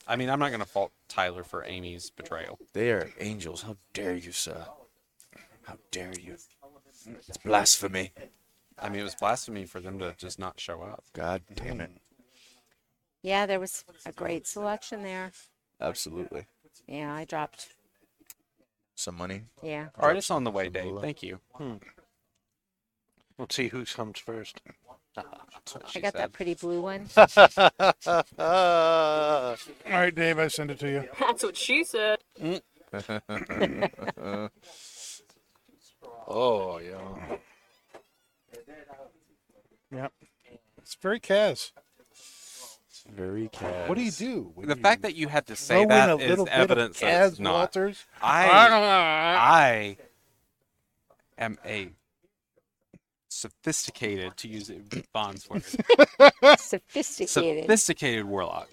[SPEAKER 3] I mean, I'm not gonna fault Tyler for Amy's betrayal.
[SPEAKER 5] They are angels. How dare you, sir? How dare you? It's blasphemy.
[SPEAKER 3] I mean, it was blasphemy for them to just not show up.
[SPEAKER 5] God damn it.
[SPEAKER 4] Yeah, there was a great selection there.
[SPEAKER 5] Absolutely.
[SPEAKER 4] Yeah, I dropped.
[SPEAKER 5] Some money.
[SPEAKER 4] Yeah.
[SPEAKER 3] All right, it's on the way, Dave. Thank you.
[SPEAKER 6] Let's see who comes first.
[SPEAKER 3] That's what
[SPEAKER 4] I
[SPEAKER 3] she
[SPEAKER 4] got
[SPEAKER 3] said.
[SPEAKER 4] that pretty blue one.
[SPEAKER 6] Uh,
[SPEAKER 2] All right, Dave, I send it to you.
[SPEAKER 9] That's what she said.
[SPEAKER 6] oh yeah.
[SPEAKER 2] Yep. It's very Kaz.
[SPEAKER 5] Very cat.
[SPEAKER 2] What do you do? when
[SPEAKER 3] The
[SPEAKER 2] you
[SPEAKER 3] fact that you had to
[SPEAKER 2] throw
[SPEAKER 3] say
[SPEAKER 2] in a
[SPEAKER 3] that is
[SPEAKER 2] little bit of
[SPEAKER 3] evidence that it's
[SPEAKER 2] Kaz
[SPEAKER 3] not.
[SPEAKER 2] Walters?
[SPEAKER 3] I I am a sophisticated, to use it Bond's word,
[SPEAKER 4] Sophisticated.
[SPEAKER 3] sophisticated warlock.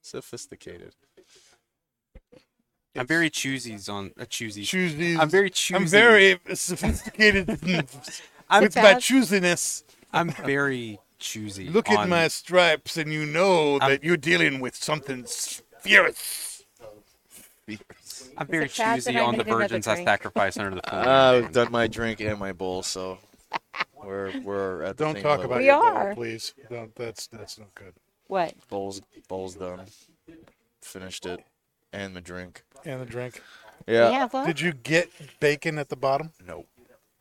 [SPEAKER 5] Sophisticated.
[SPEAKER 3] I'm very choosies on a choosy.
[SPEAKER 2] Choose these.
[SPEAKER 3] I'm very choosy.
[SPEAKER 2] I'm very sophisticated
[SPEAKER 3] I'm
[SPEAKER 2] with my choosiness.
[SPEAKER 3] I'm very choosy.
[SPEAKER 2] Look at
[SPEAKER 3] on-
[SPEAKER 2] my stripes, and you know that you're dealing with something s- furious.
[SPEAKER 3] I'm very
[SPEAKER 4] it sad
[SPEAKER 3] choosy
[SPEAKER 4] that I
[SPEAKER 3] on the
[SPEAKER 4] need another
[SPEAKER 3] virgins I
[SPEAKER 4] drink?
[SPEAKER 3] sacrifice under the
[SPEAKER 2] Uh,
[SPEAKER 3] pool.
[SPEAKER 5] Ah, I've done my drink and my bowl, so we're we're at the
[SPEAKER 2] Don't
[SPEAKER 5] same
[SPEAKER 2] talk
[SPEAKER 5] level.
[SPEAKER 2] about
[SPEAKER 4] We
[SPEAKER 2] your bowl,
[SPEAKER 4] are.
[SPEAKER 2] please. Don't, that's that's not good.
[SPEAKER 4] What?
[SPEAKER 5] bowls. Bowls done. Finished it, and the drink.
[SPEAKER 2] And the drink.
[SPEAKER 5] Yeah.
[SPEAKER 4] Yeah, well,
[SPEAKER 2] Did you get bacon at the bottom?
[SPEAKER 5] No,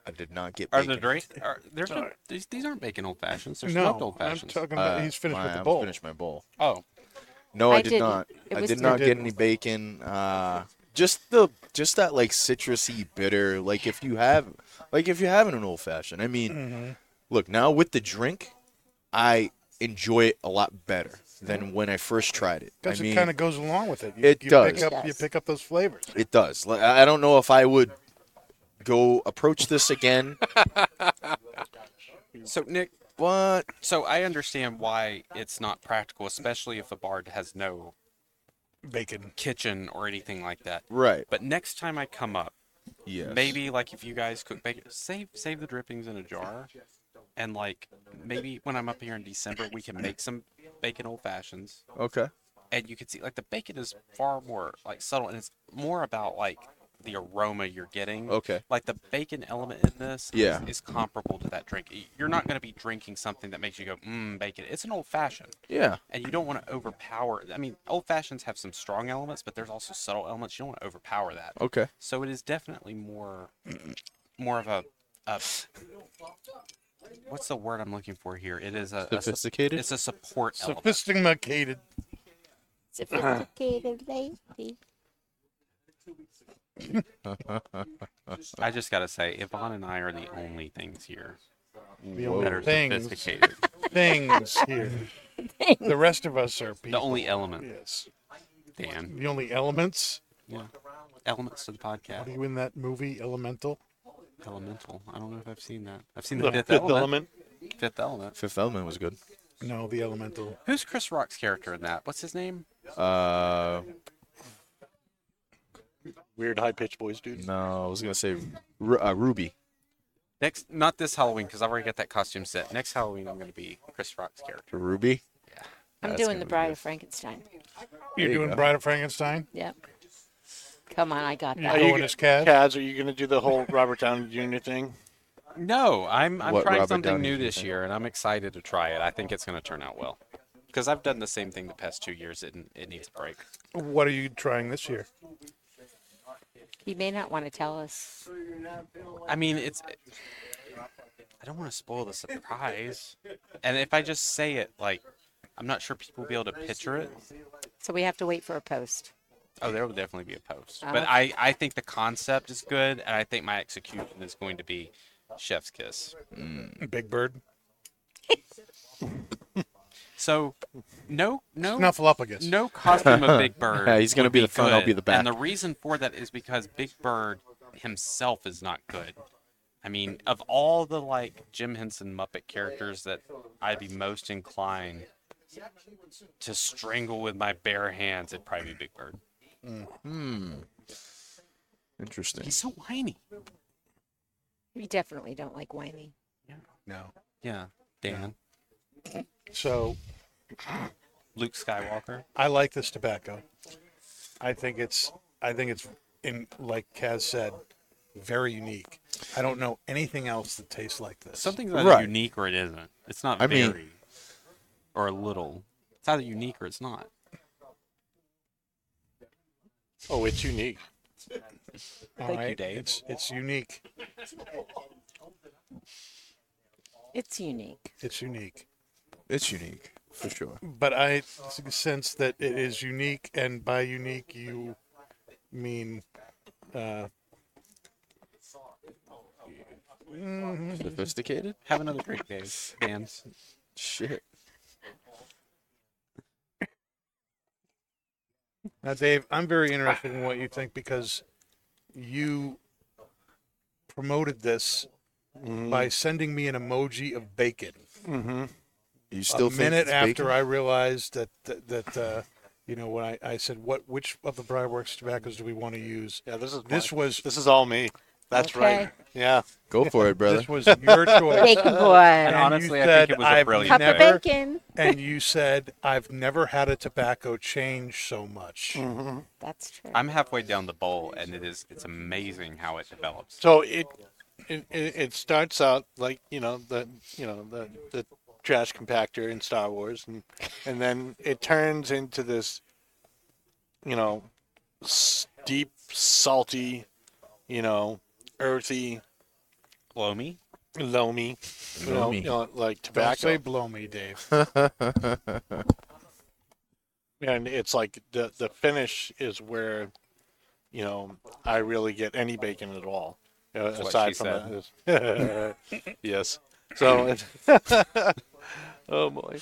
[SPEAKER 5] I did not get.
[SPEAKER 3] Are
[SPEAKER 5] bacon.
[SPEAKER 3] the drink? Are, there's no, these, these aren't making old fashions. There's
[SPEAKER 2] no,
[SPEAKER 3] not old
[SPEAKER 2] I'm
[SPEAKER 3] fashions.
[SPEAKER 2] talking
[SPEAKER 5] Uh,
[SPEAKER 2] about he's finished
[SPEAKER 5] my-
[SPEAKER 2] with the
[SPEAKER 5] I'm
[SPEAKER 2] bowl.
[SPEAKER 5] Finished my bowl.
[SPEAKER 3] oh,
[SPEAKER 5] No, I,
[SPEAKER 4] I
[SPEAKER 5] did
[SPEAKER 4] didn't.
[SPEAKER 5] not.
[SPEAKER 4] It
[SPEAKER 5] I
[SPEAKER 4] was
[SPEAKER 5] did
[SPEAKER 4] still-
[SPEAKER 5] not get
[SPEAKER 2] Didn't.
[SPEAKER 5] any bacon. Uh, just the just that like citrusy bitter. Like if you have, like if you're having an old fashioned. I mean, look now with the drink, I enjoy it a lot better than when I first tried it. I
[SPEAKER 2] Because
[SPEAKER 5] mean,
[SPEAKER 2] it kind of goes along with it. You,
[SPEAKER 5] it
[SPEAKER 2] you
[SPEAKER 5] does.
[SPEAKER 2] Pick up, you pick up those flavors.
[SPEAKER 5] it does. Like, I I don't know if I would go approach this again.
[SPEAKER 3] so Nick,
[SPEAKER 5] but
[SPEAKER 3] so I understand why it's not practical, especially if a bar has no
[SPEAKER 2] Bacon.
[SPEAKER 3] kitchen or anything like that.
[SPEAKER 5] right,
[SPEAKER 3] But next time I come up,
[SPEAKER 5] yes.
[SPEAKER 3] maybe like if you guys cook bacon, save save the drippings in a jar, and like maybe when I'm up here in December, we can make some bacon old fashions,
[SPEAKER 5] Okay.
[SPEAKER 3] and you can see like the bacon is far more like subtle, and it's more about like the aroma you're getting.
[SPEAKER 5] Okay.
[SPEAKER 3] Like the bacon element in this is-
[SPEAKER 5] Yeah.
[SPEAKER 3] is, comparable to that drink. Y- You're not going to be drinking something that makes you go, mmm, bacon. It's an old fashioned
[SPEAKER 5] Yeah.
[SPEAKER 3] and you don't want to overpower. I mean, old fashions have some strong elements, but there's also subtle elements. You don't want to overpower that.
[SPEAKER 5] Okay.
[SPEAKER 3] So it is definitely more, more of a, a what's the word I'm looking for here? It is a a sup-
[SPEAKER 5] Sophisticated?
[SPEAKER 3] it's a support element.
[SPEAKER 2] Sophisticated.
[SPEAKER 4] sophisticated
[SPEAKER 5] Uh-huh.
[SPEAKER 4] lady.
[SPEAKER 3] I just gotta say, Yvonne and I are the only things here
[SPEAKER 2] The
[SPEAKER 3] that are
[SPEAKER 2] only Oh, things,
[SPEAKER 3] sophisticated.
[SPEAKER 2] things here. The rest of us are people.
[SPEAKER 3] the only element,
[SPEAKER 2] Yes.
[SPEAKER 3] Dan.
[SPEAKER 2] The only elements.
[SPEAKER 3] Yeah. Elements to the
[SPEAKER 2] Are
[SPEAKER 3] podcast.
[SPEAKER 2] you in that movie Elemental?
[SPEAKER 3] Elemental. I don't know if I've seen that. I've seen the,
[SPEAKER 6] The
[SPEAKER 3] fifth,
[SPEAKER 6] fifth
[SPEAKER 3] element.
[SPEAKER 6] element.
[SPEAKER 3] Fifth element.
[SPEAKER 5] Fifth Element was good.
[SPEAKER 2] No, the Elemental.
[SPEAKER 3] Who's Chris Rock's character in that? What's his name?
[SPEAKER 5] Uh,
[SPEAKER 6] Weird high pitched voice, dude.
[SPEAKER 5] no, I was gonna say Ru- uh, Ruby.
[SPEAKER 3] Next, not this Halloween because I've already got that costume set. Next Halloween, I'm going to be Chris Rock's character.
[SPEAKER 5] Ruby.
[SPEAKER 4] I'm
[SPEAKER 5] That's
[SPEAKER 4] doing
[SPEAKER 5] gonna
[SPEAKER 4] the
[SPEAKER 5] be
[SPEAKER 4] Bride
[SPEAKER 5] good.
[SPEAKER 4] of Frankenstein.
[SPEAKER 2] You're
[SPEAKER 5] you
[SPEAKER 2] doing
[SPEAKER 5] go.
[SPEAKER 2] Bride of Frankenstein.
[SPEAKER 4] Yep. Come on, I got
[SPEAKER 2] You're
[SPEAKER 4] that.
[SPEAKER 2] going as Kaz.
[SPEAKER 6] Kaz, are you going to do the whole Robert Downey Jr. thing?
[SPEAKER 3] No, I'm I'm
[SPEAKER 5] What
[SPEAKER 3] trying
[SPEAKER 5] Robert
[SPEAKER 3] something
[SPEAKER 5] Downey
[SPEAKER 3] new
[SPEAKER 5] Jr.
[SPEAKER 3] this
[SPEAKER 5] thing?
[SPEAKER 3] year, and I'm excited to try it. I think it's going to turn out well because I've done the same thing the past two years. It it needs a break.
[SPEAKER 2] What are you trying this year?
[SPEAKER 4] He may not want to tell us.
[SPEAKER 3] I mean, it's. I don't want to spoil the surprise, and if I just say it, like, I'm not sure people will be able to picture it.
[SPEAKER 4] So we have to wait for a post.
[SPEAKER 3] Oh, there will definitely be a post,
[SPEAKER 4] Uh-huh.
[SPEAKER 3] but I I think the concept is good, and I think my execution is going to be chef's kiss.
[SPEAKER 2] Big Bird.
[SPEAKER 3] So, no no
[SPEAKER 2] Snuffleupagus.
[SPEAKER 3] No costume of Big Bird.
[SPEAKER 5] Yeah, he's gonna
[SPEAKER 3] would
[SPEAKER 5] be the front, I'll
[SPEAKER 3] good,
[SPEAKER 5] be the back.
[SPEAKER 3] And the reason for that is because Big Bird himself is not good. I mean, of all the like Jim Henson Muppet characters that I'd be most inclined to strangle with my bare hands, it'd probably be Big Bird.
[SPEAKER 5] Interesting.
[SPEAKER 3] He's so whiny.
[SPEAKER 4] We definitely don't like whining.
[SPEAKER 2] No.
[SPEAKER 3] Yeah, Dan,
[SPEAKER 2] So
[SPEAKER 3] Luke Skywalker.
[SPEAKER 2] I like this tobacco. I think it's I think it's in like Kaz said, very unique. I don't know anything else that tastes like this.
[SPEAKER 3] Something's either
[SPEAKER 5] Right.
[SPEAKER 3] unique or it isn't. It's not
[SPEAKER 5] I
[SPEAKER 3] very
[SPEAKER 5] mean-
[SPEAKER 3] or a little. It's either unique or it's not.
[SPEAKER 6] Oh, it's unique.
[SPEAKER 2] All
[SPEAKER 3] Thank you,
[SPEAKER 2] right?
[SPEAKER 3] Dave.
[SPEAKER 2] It's it's unique.
[SPEAKER 4] It's unique.
[SPEAKER 2] It's unique.
[SPEAKER 5] It's unique for sure.
[SPEAKER 2] But I s- sense that it is unique, and by unique you mean uh,
[SPEAKER 5] Sophisticated.
[SPEAKER 3] Have another drink, Dave. Dan.
[SPEAKER 5] Shit.
[SPEAKER 2] Now, Dave, I'm very interested in what you think because you promoted this
[SPEAKER 6] Mm-hmm.
[SPEAKER 5] Mm.
[SPEAKER 2] by sending me an emoji of bacon.
[SPEAKER 5] You still
[SPEAKER 2] a
[SPEAKER 5] think
[SPEAKER 2] minute
[SPEAKER 5] it's
[SPEAKER 2] after
[SPEAKER 5] bacon?
[SPEAKER 2] I realized that that, that uh, you know when I, I said what which of the Briarworks tobaccos do we want to use?
[SPEAKER 6] Yeah, this is
[SPEAKER 2] This
[SPEAKER 6] my-
[SPEAKER 2] was
[SPEAKER 6] This is all me. That's
[SPEAKER 4] Okay.
[SPEAKER 6] right. Yeah.
[SPEAKER 5] Go for it, brother.
[SPEAKER 2] This was your choice.
[SPEAKER 4] Bacon boy.
[SPEAKER 3] honestly,
[SPEAKER 2] you
[SPEAKER 3] I think
[SPEAKER 2] said
[SPEAKER 3] it was a
[SPEAKER 2] I've
[SPEAKER 3] brilliant
[SPEAKER 4] Cup
[SPEAKER 2] never-
[SPEAKER 4] of bacon.
[SPEAKER 2] and you said, I've never had a tobacco change so much.
[SPEAKER 4] That's true.
[SPEAKER 3] I'm halfway down the bowl, and it is it's amazing how it develops.
[SPEAKER 6] So it, it it it starts out like you know the you know the the trash compactor in Star Wars, and and then it turns into this, you know, s- deep salty, you know, earthy,
[SPEAKER 3] Loamy.
[SPEAKER 6] loamy, you know,
[SPEAKER 5] Loamy.
[SPEAKER 6] you know, like
[SPEAKER 2] Don't say
[SPEAKER 6] tobacco,
[SPEAKER 2] blow me, Dave.
[SPEAKER 6] and it's like the the finish is where, you know, I really get any bacon at all, uh,
[SPEAKER 3] what
[SPEAKER 6] aside
[SPEAKER 3] she
[SPEAKER 6] from that. yes. So, oh boy.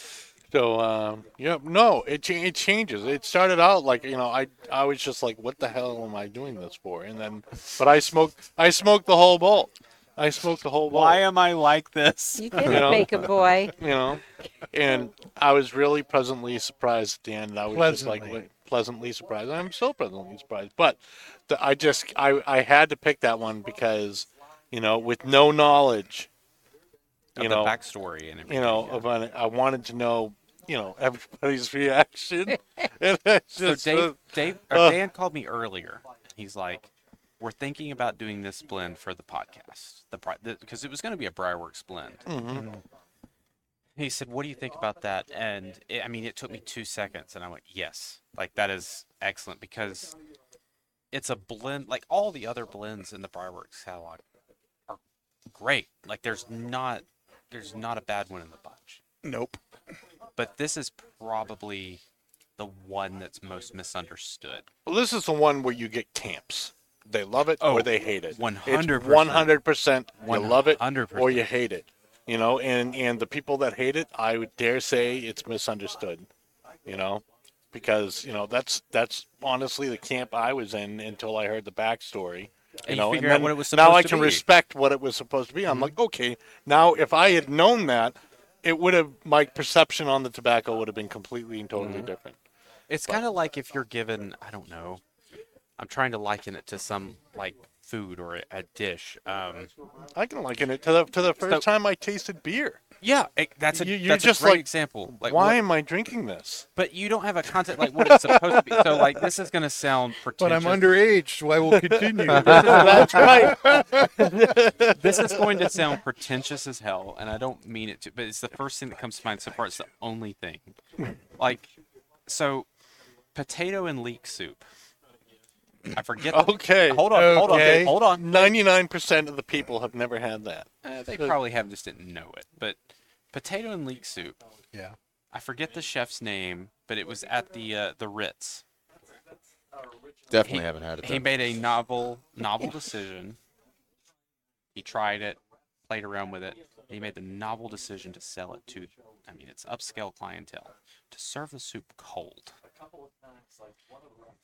[SPEAKER 6] So, um, yeah, no, it cha- it changes. It started out like you know, I I was just like, what the hell am I doing this for? And then, but I smoked I smoked the whole bowl. I smoked the whole bowl.
[SPEAKER 3] Why am I like this?
[SPEAKER 4] you did
[SPEAKER 6] You
[SPEAKER 4] it,
[SPEAKER 6] know.
[SPEAKER 4] bacon boy.
[SPEAKER 6] you know, and I was really pleasantly surprised at the end. I was just like
[SPEAKER 2] Pleasantly.
[SPEAKER 6] what- pleasantly surprised. I'm still pleasantly surprised, but the, I just I I had to pick that one because, you know, with no knowledge,
[SPEAKER 3] Of
[SPEAKER 6] you
[SPEAKER 3] the
[SPEAKER 6] know,
[SPEAKER 3] backstory and everything.
[SPEAKER 6] you know,
[SPEAKER 3] yeah.
[SPEAKER 6] about it. I wanted to know, you know, everybody's reaction. and it's
[SPEAKER 3] So
[SPEAKER 6] just, uh,
[SPEAKER 3] Dave, Dave, or
[SPEAKER 6] uh,
[SPEAKER 3] Dan called me earlier. He's like, "We're thinking about doing this blend for the podcast, the because it was going to be a Briarworks blend." He said, "What do you think about that?" And it, I mean, it took me two seconds, and I went, "Yes, like that is excellent because it's a blend. Like all the other blends in the Briarworks catalog are great. Like there's not there's not a bad one in the bunch."
[SPEAKER 2] nope.
[SPEAKER 3] but this is probably the one that's most misunderstood.
[SPEAKER 6] well, this is the one where you get camps. They love it
[SPEAKER 3] Oh,
[SPEAKER 6] or they hate it.
[SPEAKER 3] 100%.
[SPEAKER 6] One hundred percent. You love it
[SPEAKER 3] 100%.
[SPEAKER 6] or you hate it. You know, and and the people that hate it, I would dare say it's misunderstood. You know, because you know that's that's honestly the camp I was in until I heard the backstory. You
[SPEAKER 3] And you
[SPEAKER 6] know,
[SPEAKER 3] figure
[SPEAKER 6] and
[SPEAKER 3] out
[SPEAKER 6] then
[SPEAKER 3] what it was
[SPEAKER 6] now
[SPEAKER 3] supposed
[SPEAKER 6] I
[SPEAKER 3] to
[SPEAKER 6] can
[SPEAKER 3] be. Mm-hmm.
[SPEAKER 6] respect what it was supposed to be. I'm like, okay, now if I had known that, it would have my perception on the tobacco would have been completely and totally
[SPEAKER 3] Mm-hmm.
[SPEAKER 6] different.
[SPEAKER 3] It's kind of like if you're given, I don't know, I'm trying to liken it to some like food or a, a dish. Um,
[SPEAKER 6] I can liken it to the to the first
[SPEAKER 3] So-
[SPEAKER 6] time I tasted beer.
[SPEAKER 3] yeah, it, that's a
[SPEAKER 6] You- you're
[SPEAKER 3] that's
[SPEAKER 6] just
[SPEAKER 3] a great
[SPEAKER 6] like,
[SPEAKER 3] example. Like
[SPEAKER 6] Why
[SPEAKER 3] what-
[SPEAKER 6] am I drinking this?
[SPEAKER 3] but you don't have a concept like what it's supposed to be. So like this is gonna sound
[SPEAKER 8] But
[SPEAKER 3] pretentious.
[SPEAKER 8] I'm underage, so I will continue.
[SPEAKER 6] That's right.
[SPEAKER 3] this is going to sound pretentious as hell, and I don't mean it to, but it's the first thing that comes to mind so far. It's the only thing. Like, so, potato and leek soup. I forget. the-
[SPEAKER 6] Okay.
[SPEAKER 3] Hold on, hold on,
[SPEAKER 6] okay.
[SPEAKER 3] hold on.
[SPEAKER 6] Ninety-nine percent of the people have never had that.
[SPEAKER 3] Uh, they probably have just didn't know it, but potato and leek soup.
[SPEAKER 2] Yeah.
[SPEAKER 3] I forget the chef's name, but it was at the uh, the Ritz.
[SPEAKER 5] Definitely haven't had it.
[SPEAKER 3] He
[SPEAKER 5] Though.
[SPEAKER 3] made a novel novel decision. He tried it, played around with it. And he made the novel decision to sell it to, I mean, it's upscale clientele, to serve the soup cold.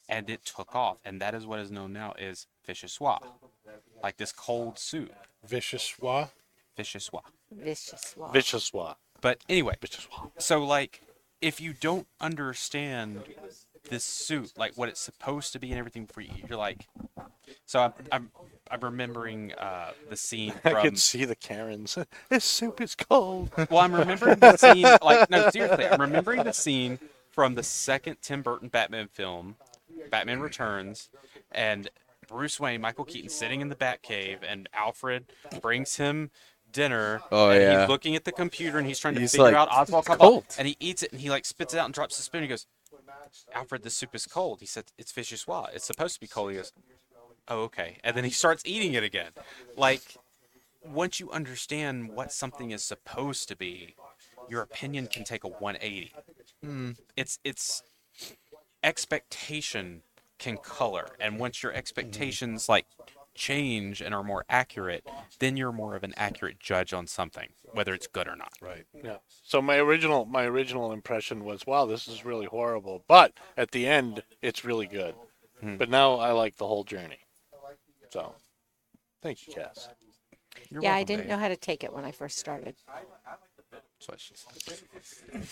[SPEAKER 3] And it took off, and that is what is known now is vichyssoise, like this cold soup,
[SPEAKER 2] Vicious schwa.
[SPEAKER 3] vichyssoise.
[SPEAKER 4] Vicious law.
[SPEAKER 6] Vicious wa.
[SPEAKER 3] But anyway,
[SPEAKER 6] Vicious wa.
[SPEAKER 3] so like if you don't understand this suit like what it's supposed to be and everything for you you're like so i'm i'm, I'm remembering uh the scene from
[SPEAKER 6] I could see the Karens. this soup is cold.
[SPEAKER 3] well i'm remembering the scene like no seriously i'm remembering the scene from the second tim burton batman film batman returns and bruce wayne michael keaton sitting in the batcave and alfred brings him dinner
[SPEAKER 7] Oh,
[SPEAKER 3] and
[SPEAKER 7] yeah.
[SPEAKER 3] he's looking at the computer and he's trying to
[SPEAKER 7] He's
[SPEAKER 3] figure
[SPEAKER 7] like,
[SPEAKER 3] out oswald Cobblepot,
[SPEAKER 7] cold.
[SPEAKER 3] and he eats it and he like spits it out and drops the spoon and he goes alfred the soup is cold he said it's vichyssoise it's supposed to be cold he goes oh okay and then he starts eating it again like once you understand what something is supposed to be, your opinion can take a 180. It's it's expectation can color, and once your expectations like change and are more accurate, then you're more of an accurate judge on something, whether it's good or not.
[SPEAKER 2] Right.
[SPEAKER 6] Yeah. So my original my original impression was, wow, this is really horrible. But at the end, it's really good. But now I like the whole journey. So, thank you, Cass.
[SPEAKER 3] You're
[SPEAKER 4] Yeah, I
[SPEAKER 3] welcome,
[SPEAKER 4] didn't
[SPEAKER 3] babe.
[SPEAKER 4] know how to take it when I first started.
[SPEAKER 3] That's what she said.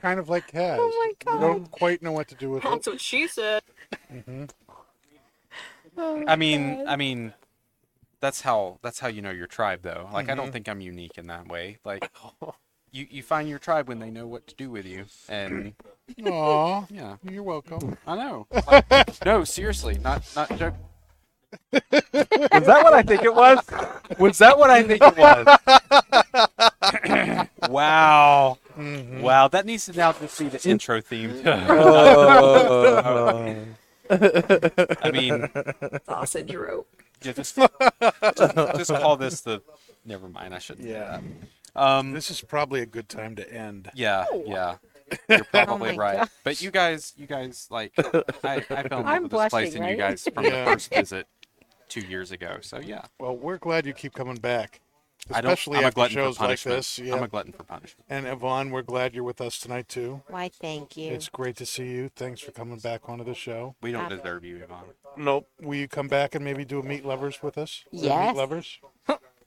[SPEAKER 2] Kind of like Kaz.
[SPEAKER 4] Oh my
[SPEAKER 2] You don't quite know what to do with it.
[SPEAKER 9] That's what she said.
[SPEAKER 3] I mean, I mean, that's how that's how you know your tribe, though. Like, I don't think I'm unique in that way. Like, you you find your tribe when they know what to do with you, and
[SPEAKER 2] Aw,
[SPEAKER 3] yeah,
[SPEAKER 2] you're welcome.
[SPEAKER 3] I know. Like, no, seriously, not not joke. was that what I think it was? Was that what I think it was? wow, wow, that needs to now just be the intro theme. Oh. I mean,
[SPEAKER 9] sausage rope.
[SPEAKER 3] yeah, just, just just call this the. Never mind, I shouldn't.
[SPEAKER 2] Yeah.
[SPEAKER 3] Um,
[SPEAKER 2] This is probably a good time to end.
[SPEAKER 3] yeah, yeah. You're probably
[SPEAKER 4] Oh. my
[SPEAKER 3] right.
[SPEAKER 4] gosh.
[SPEAKER 3] But you guys, you guys, like, I, I fell in love
[SPEAKER 4] I'm
[SPEAKER 3] with this place
[SPEAKER 4] blushing,
[SPEAKER 3] and you
[SPEAKER 4] right?
[SPEAKER 3] guys from
[SPEAKER 2] Yeah.
[SPEAKER 3] the first visit two years ago. So yeah,
[SPEAKER 2] Well, we're glad you keep coming back.
[SPEAKER 3] I don't.
[SPEAKER 2] Especially
[SPEAKER 3] I'm a
[SPEAKER 2] after
[SPEAKER 3] glutton
[SPEAKER 2] shows
[SPEAKER 3] for
[SPEAKER 2] like
[SPEAKER 3] punishment.
[SPEAKER 2] this. Yeah.
[SPEAKER 3] I'm a glutton for punishment.
[SPEAKER 2] and Yvonne, we're glad you're with us tonight too.
[SPEAKER 4] Why, thank you.
[SPEAKER 2] It's great to see you. Thanks for coming back onto the show.
[SPEAKER 3] We don't
[SPEAKER 4] Absolutely.
[SPEAKER 3] deserve you, Yvonne.
[SPEAKER 2] Nope. Will you come back and maybe do a meat lovers with us? The
[SPEAKER 4] Yes.
[SPEAKER 2] Meat lovers.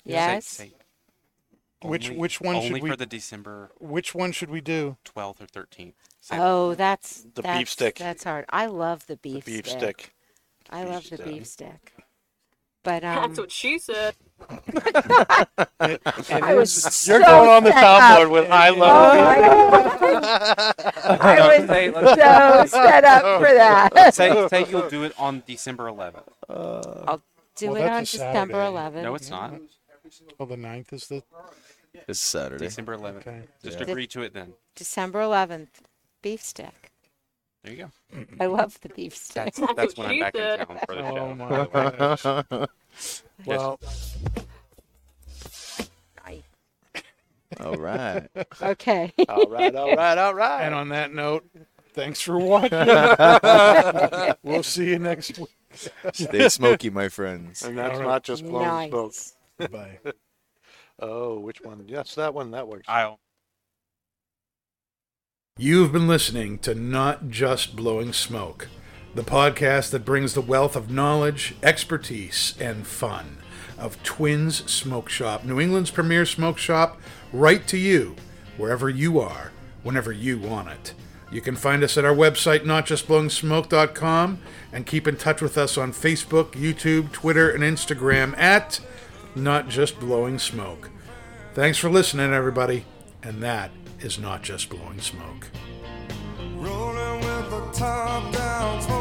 [SPEAKER 4] yes.
[SPEAKER 3] Say- say
[SPEAKER 2] Which-
[SPEAKER 3] only-
[SPEAKER 2] which one should
[SPEAKER 3] Only
[SPEAKER 2] we-
[SPEAKER 3] for the December
[SPEAKER 2] Which one should we do?
[SPEAKER 3] 12th or 13th. Say-
[SPEAKER 4] Oh, that's
[SPEAKER 6] The beef
[SPEAKER 4] that's,
[SPEAKER 6] stick.
[SPEAKER 4] That's hard. I love the
[SPEAKER 6] The
[SPEAKER 4] beef,
[SPEAKER 6] beef
[SPEAKER 4] stick.
[SPEAKER 6] stick.
[SPEAKER 4] I
[SPEAKER 6] beef
[SPEAKER 4] love the
[SPEAKER 6] stick.
[SPEAKER 4] beef stick. But um,
[SPEAKER 9] That's what she said.
[SPEAKER 4] I was
[SPEAKER 6] You're
[SPEAKER 4] so
[SPEAKER 6] going on the
[SPEAKER 4] set up.
[SPEAKER 6] soundboard with "I love."
[SPEAKER 4] Oh my God. I was so set up for that.
[SPEAKER 3] say, say you'll do it on December 11th.
[SPEAKER 4] I'll do
[SPEAKER 2] Well,
[SPEAKER 4] it
[SPEAKER 2] that's
[SPEAKER 4] on
[SPEAKER 2] a
[SPEAKER 4] December
[SPEAKER 2] Saturday.
[SPEAKER 4] 11th.
[SPEAKER 3] No, it's not.
[SPEAKER 4] Mm-hmm.
[SPEAKER 2] Well, the 9th is the.
[SPEAKER 5] It's Saturday.
[SPEAKER 3] December 11th.
[SPEAKER 2] Okay.
[SPEAKER 3] Just
[SPEAKER 5] Yeah.
[SPEAKER 3] agree to it then.
[SPEAKER 4] December 11th, beef stick.
[SPEAKER 3] There you go.
[SPEAKER 4] I love the beef stick.
[SPEAKER 3] Mm-hmm. That's, that's when I'm
[SPEAKER 9] she
[SPEAKER 3] back in
[SPEAKER 9] said.
[SPEAKER 3] town for the
[SPEAKER 2] Oh
[SPEAKER 3] show.
[SPEAKER 2] my goodness. Well,
[SPEAKER 5] All right.
[SPEAKER 4] Okay.
[SPEAKER 6] All right, all right, all right.
[SPEAKER 2] and on that note, thanks for watching. we'll see you next week.
[SPEAKER 5] Stay smoky, my friends.
[SPEAKER 6] And that's not just blown smoke.
[SPEAKER 4] nice.
[SPEAKER 2] Bye.
[SPEAKER 6] Oh, which one? Yes, that one. That works.
[SPEAKER 3] I'll
[SPEAKER 8] You've been listening to Not Just Blowing Smoke, the podcast that brings the wealth of knowledge, expertise, and fun of Twins Smoke Shop, New England's premier smoke shop, right to you, wherever you are, whenever you want it. You can find us at our website, notjustblowingsmoke.com, and keep in touch with us on Facebook, YouTube, Twitter, and Instagram at Not Just Blowing Smoke. Thanks for listening, everybody. And that is not just blowing smoke.
[SPEAKER 10] Rolling with the top down, smoking